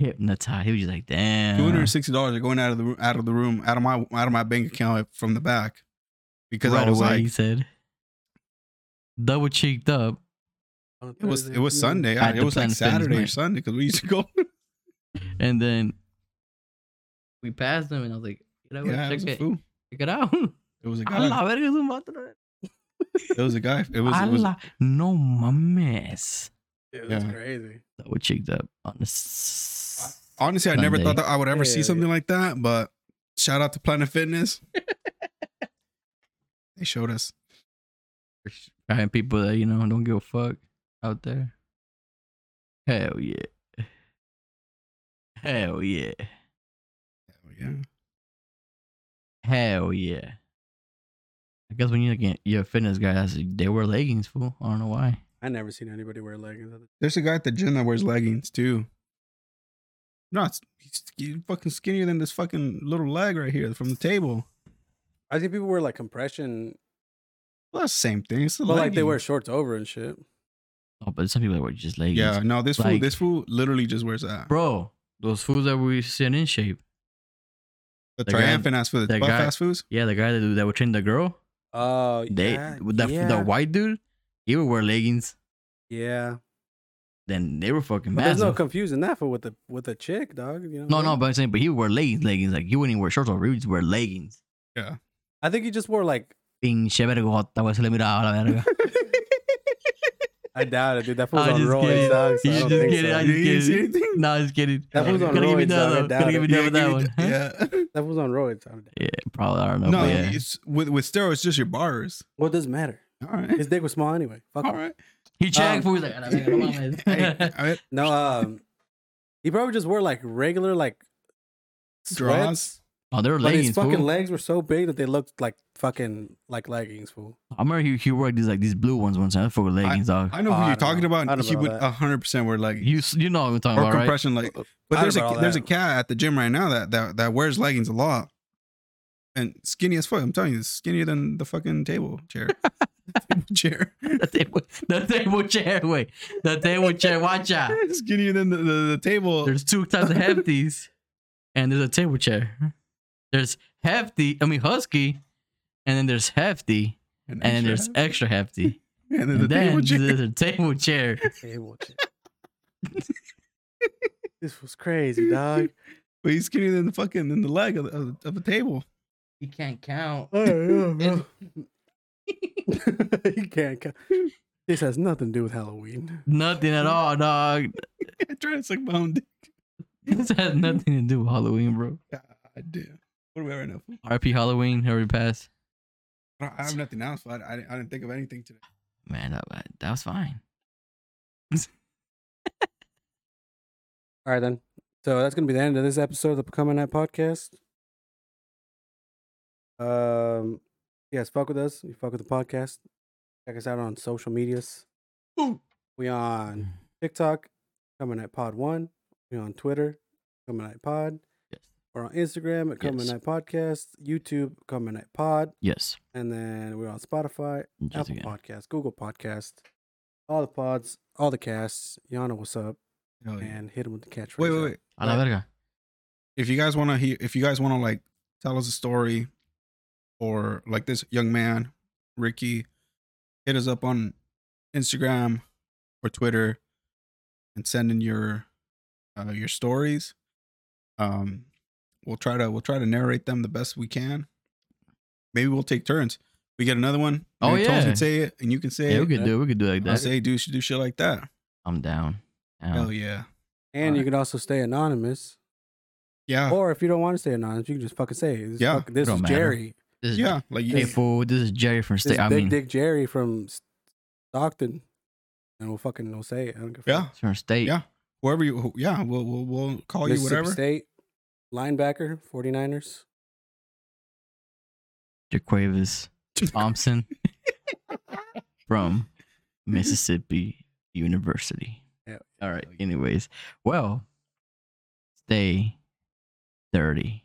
[SPEAKER 3] hypnotized. He was just like, damn.
[SPEAKER 5] Two hundred and sixty dollars are going out of the roo- out of the room, out of my out of my bank account from the back, because
[SPEAKER 3] right
[SPEAKER 5] I was
[SPEAKER 3] away,
[SPEAKER 5] like,
[SPEAKER 3] he said. Double cheeked up.
[SPEAKER 5] it was it was Sunday.
[SPEAKER 3] I had
[SPEAKER 5] it
[SPEAKER 3] to
[SPEAKER 5] was
[SPEAKER 3] plan
[SPEAKER 5] like
[SPEAKER 3] to finish
[SPEAKER 5] Saturday
[SPEAKER 3] mine.
[SPEAKER 5] or Sunday because we used to go.
[SPEAKER 3] And then we passed him, and I was like, you know what?
[SPEAKER 5] yeah, it
[SPEAKER 3] check,
[SPEAKER 5] was a
[SPEAKER 3] it,
[SPEAKER 5] fool.
[SPEAKER 3] check it out.
[SPEAKER 5] It was a
[SPEAKER 3] A la
[SPEAKER 5] guy.
[SPEAKER 3] verga es un vato, ¿no?
[SPEAKER 5] It was a guy. It was.
[SPEAKER 3] A
[SPEAKER 5] It was
[SPEAKER 3] la- No mames.
[SPEAKER 4] It was
[SPEAKER 5] Yeah.
[SPEAKER 4] crazy.
[SPEAKER 3] Double cheeked up on the. s-
[SPEAKER 5] honestly, I never
[SPEAKER 3] Sunday.
[SPEAKER 5] thought that I would ever see
[SPEAKER 4] Yeah.
[SPEAKER 5] something like that. But shout out to Planet Fitness. they showed us.
[SPEAKER 3] I had people that you know don't give a fuck out there. Hell yeah. Hell yeah.
[SPEAKER 5] Hell Oh, yeah.
[SPEAKER 3] Hell yeah. I guess when you're looking at your fitness guy, that's, they wear leggings, fool. I don't know why.
[SPEAKER 4] I never seen anybody wear leggings.
[SPEAKER 5] There's a guy at the gym that wears leggings too. No, it's, he's, he's fucking skinnier than this fucking little leg right here from the table.
[SPEAKER 4] I think people wear like compression,
[SPEAKER 5] Well, that's the same thing. It's the
[SPEAKER 4] but like they
[SPEAKER 5] legging.
[SPEAKER 4] wear shorts over and shit.
[SPEAKER 3] Oh, but some people that wear just leggings.
[SPEAKER 5] Yeah, no, this fool,
[SPEAKER 3] Like-
[SPEAKER 5] this fool literally just wears that.
[SPEAKER 3] Bro, those fools that we sent in shape.
[SPEAKER 5] the
[SPEAKER 3] the guy-
[SPEAKER 5] triumphant ass food, the
[SPEAKER 3] that
[SPEAKER 5] buff
[SPEAKER 3] guy-
[SPEAKER 5] ass foods.
[SPEAKER 3] Yeah, the guy that, that would train the girl.
[SPEAKER 4] Oh,
[SPEAKER 3] They
[SPEAKER 4] yeah,
[SPEAKER 3] with the,
[SPEAKER 4] yeah,
[SPEAKER 3] the white dude, he would wear leggings.
[SPEAKER 4] yeah.
[SPEAKER 3] Then they were fucking
[SPEAKER 4] But there's no
[SPEAKER 3] massive.
[SPEAKER 4] confusing that for with the with a chick, dog. You know?
[SPEAKER 3] No, no, but I'm saying, but he would wear leggings, leggings. Like he wouldn't even wear shorts over. He would just wear leggings.
[SPEAKER 4] I think he just wore like
[SPEAKER 3] Pinche vergota, güey, se le miraba a la verga. Ah,
[SPEAKER 4] I doubt it, dude. That was
[SPEAKER 3] I
[SPEAKER 4] on
[SPEAKER 3] just get
[SPEAKER 4] Roy
[SPEAKER 3] it.
[SPEAKER 4] dog. So
[SPEAKER 3] You
[SPEAKER 4] I
[SPEAKER 3] just get
[SPEAKER 4] don't think
[SPEAKER 3] it. I
[SPEAKER 4] so.
[SPEAKER 5] You
[SPEAKER 3] just
[SPEAKER 5] didn't
[SPEAKER 3] get
[SPEAKER 5] see
[SPEAKER 3] it.
[SPEAKER 5] anything?
[SPEAKER 3] No, I just kidding.
[SPEAKER 4] That was on
[SPEAKER 3] Could've
[SPEAKER 4] Roy
[SPEAKER 3] given that
[SPEAKER 4] dog. I
[SPEAKER 3] one.
[SPEAKER 4] doubt
[SPEAKER 3] Could've
[SPEAKER 4] it.
[SPEAKER 3] given that
[SPEAKER 5] Yeah,
[SPEAKER 3] one, that
[SPEAKER 5] you-
[SPEAKER 3] one. Huh?
[SPEAKER 5] Yeah.
[SPEAKER 4] That was on Roy. So I don't-
[SPEAKER 3] Yeah, probably. I don't know.
[SPEAKER 5] No,
[SPEAKER 3] but yeah.
[SPEAKER 5] it's, with with steroids, it's just your bars.
[SPEAKER 4] Well, it doesn't matter.
[SPEAKER 5] All right.
[SPEAKER 4] His dick was small anyway. Fuck.
[SPEAKER 5] All
[SPEAKER 4] him.
[SPEAKER 5] right.
[SPEAKER 3] He checked.
[SPEAKER 4] Um,
[SPEAKER 3] fool, he's like, "A la verga, no mames."
[SPEAKER 5] Hey, all right.
[SPEAKER 4] No, um, he probably just wore like regular like
[SPEAKER 5] Draws.
[SPEAKER 4] sweats,
[SPEAKER 3] Oh, they were
[SPEAKER 4] but his
[SPEAKER 3] leggings.
[SPEAKER 4] fucking
[SPEAKER 3] fool.
[SPEAKER 4] legs were so big that they looked like fucking like leggings, fool.
[SPEAKER 3] I remember he, he wore these like these blue ones once. I fuck with leggings, dog.
[SPEAKER 5] I know
[SPEAKER 4] Oh,
[SPEAKER 5] who
[SPEAKER 4] I
[SPEAKER 5] you're
[SPEAKER 4] don't
[SPEAKER 5] talking
[SPEAKER 4] know. I
[SPEAKER 5] about.
[SPEAKER 4] don't
[SPEAKER 5] He
[SPEAKER 4] know
[SPEAKER 5] would
[SPEAKER 4] that.
[SPEAKER 5] 100% wear leggings.
[SPEAKER 3] you s- you know what I'm talking
[SPEAKER 5] or
[SPEAKER 3] about, right?
[SPEAKER 5] compression like
[SPEAKER 4] I
[SPEAKER 5] but there's
[SPEAKER 4] remember
[SPEAKER 5] a
[SPEAKER 4] all
[SPEAKER 5] there's a
[SPEAKER 4] that.
[SPEAKER 5] cat at the gym right now that that that wears leggings a lot and skinny as fuck i'm telling you it's skinnier than the fucking table chair chair
[SPEAKER 3] The table, the table chair. Wait, the table chair. Watch out.
[SPEAKER 5] skinnier than the, the, the table
[SPEAKER 3] There's two types of hefties, and there's a table chair. There's hefty. I mean husky, and then there's hefty, and then there's
[SPEAKER 5] extra-
[SPEAKER 3] extra hefty,
[SPEAKER 5] and then
[SPEAKER 3] and
[SPEAKER 5] the
[SPEAKER 3] then
[SPEAKER 5] table chair
[SPEAKER 3] there's a table chair.
[SPEAKER 4] Table chick. this was crazy, dog.
[SPEAKER 5] but he's skinnier than the fucking than the leg of, the, of, the- of a table
[SPEAKER 3] He can't count.
[SPEAKER 4] you can't. Count. This has nothing to do with Halloween.
[SPEAKER 3] Nothing at all, dog.
[SPEAKER 5] i try to suck my own dick
[SPEAKER 3] This has nothing to do with Halloween, bro.
[SPEAKER 5] god damn what are we at right now
[SPEAKER 3] RP Halloween already passed.
[SPEAKER 5] I don't- I have nothing else. but I, I didn't- I didn't think of anything today.
[SPEAKER 3] Man, that, that- that was fine.
[SPEAKER 4] All right, then. So that's gonna be the end of this episode of the Becoming Night podcast. Um, yes, fuck with us. You fuck with the podcast. Check us out on social medias. We on TikTok, Coming Night Pod One. We on Twitter, Coming Night Pod.
[SPEAKER 3] Yes.
[SPEAKER 4] We're on Instagram at Coming
[SPEAKER 3] Yes.
[SPEAKER 4] Night Podcast, YouTube Coming Night Pod,
[SPEAKER 3] Yes.
[SPEAKER 4] and then we're on Spotify,
[SPEAKER 3] Yes,
[SPEAKER 4] Apple
[SPEAKER 3] again.
[SPEAKER 4] Podcast, Google Podcast, all the pods, all the casts. Yana, what's up?
[SPEAKER 5] Hell yeah.
[SPEAKER 4] And hit him with the catchphrase.
[SPEAKER 5] Wait, wait,
[SPEAKER 4] huh?
[SPEAKER 5] wait.
[SPEAKER 3] A la verga.
[SPEAKER 5] if you guys want to hear if you guys want to like tell us a story or like this young man ricky hit us up on instagram or twitter and send in your uh, your stories um we'll try to we'll try to narrate them the best we can maybe we'll take turns we get another one
[SPEAKER 3] Oh,
[SPEAKER 5] maybe Tones
[SPEAKER 3] yeah.
[SPEAKER 5] can say it and you can say
[SPEAKER 3] Yeah, we
[SPEAKER 5] it
[SPEAKER 3] could do it. We could do it like
[SPEAKER 5] i'll
[SPEAKER 3] that.
[SPEAKER 5] say do should do shit like that
[SPEAKER 3] I'm down. Down.
[SPEAKER 5] hell yeah
[SPEAKER 4] And you
[SPEAKER 5] Alright.
[SPEAKER 4] can also stay anonymous.
[SPEAKER 5] yeah
[SPEAKER 4] Or if you don't want to stay anonymous, you can just fucking say it. This,
[SPEAKER 5] Yeah.
[SPEAKER 4] fuck- this
[SPEAKER 3] Don't
[SPEAKER 4] is
[SPEAKER 3] matter.
[SPEAKER 4] Jerry.
[SPEAKER 3] This is,
[SPEAKER 5] yeah like
[SPEAKER 3] Hey,
[SPEAKER 5] you,
[SPEAKER 3] fool. This is Jerry from
[SPEAKER 4] This
[SPEAKER 3] State.
[SPEAKER 4] is
[SPEAKER 3] I
[SPEAKER 4] Big
[SPEAKER 3] mean,
[SPEAKER 4] Dick Jerry from Stockton. And we'll fucking we'll say it. I don't give a
[SPEAKER 5] yeah
[SPEAKER 4] fuck.
[SPEAKER 3] from State.
[SPEAKER 5] Yeah. whoever you who- yeah we'll we'll, we'll call you
[SPEAKER 4] Mississippi
[SPEAKER 5] whatever
[SPEAKER 4] State, linebacker, 49ers.
[SPEAKER 3] Jaquavis Thompson from Mississippi University.
[SPEAKER 4] Yeah.
[SPEAKER 3] All right. Anyways, well, stay dirty.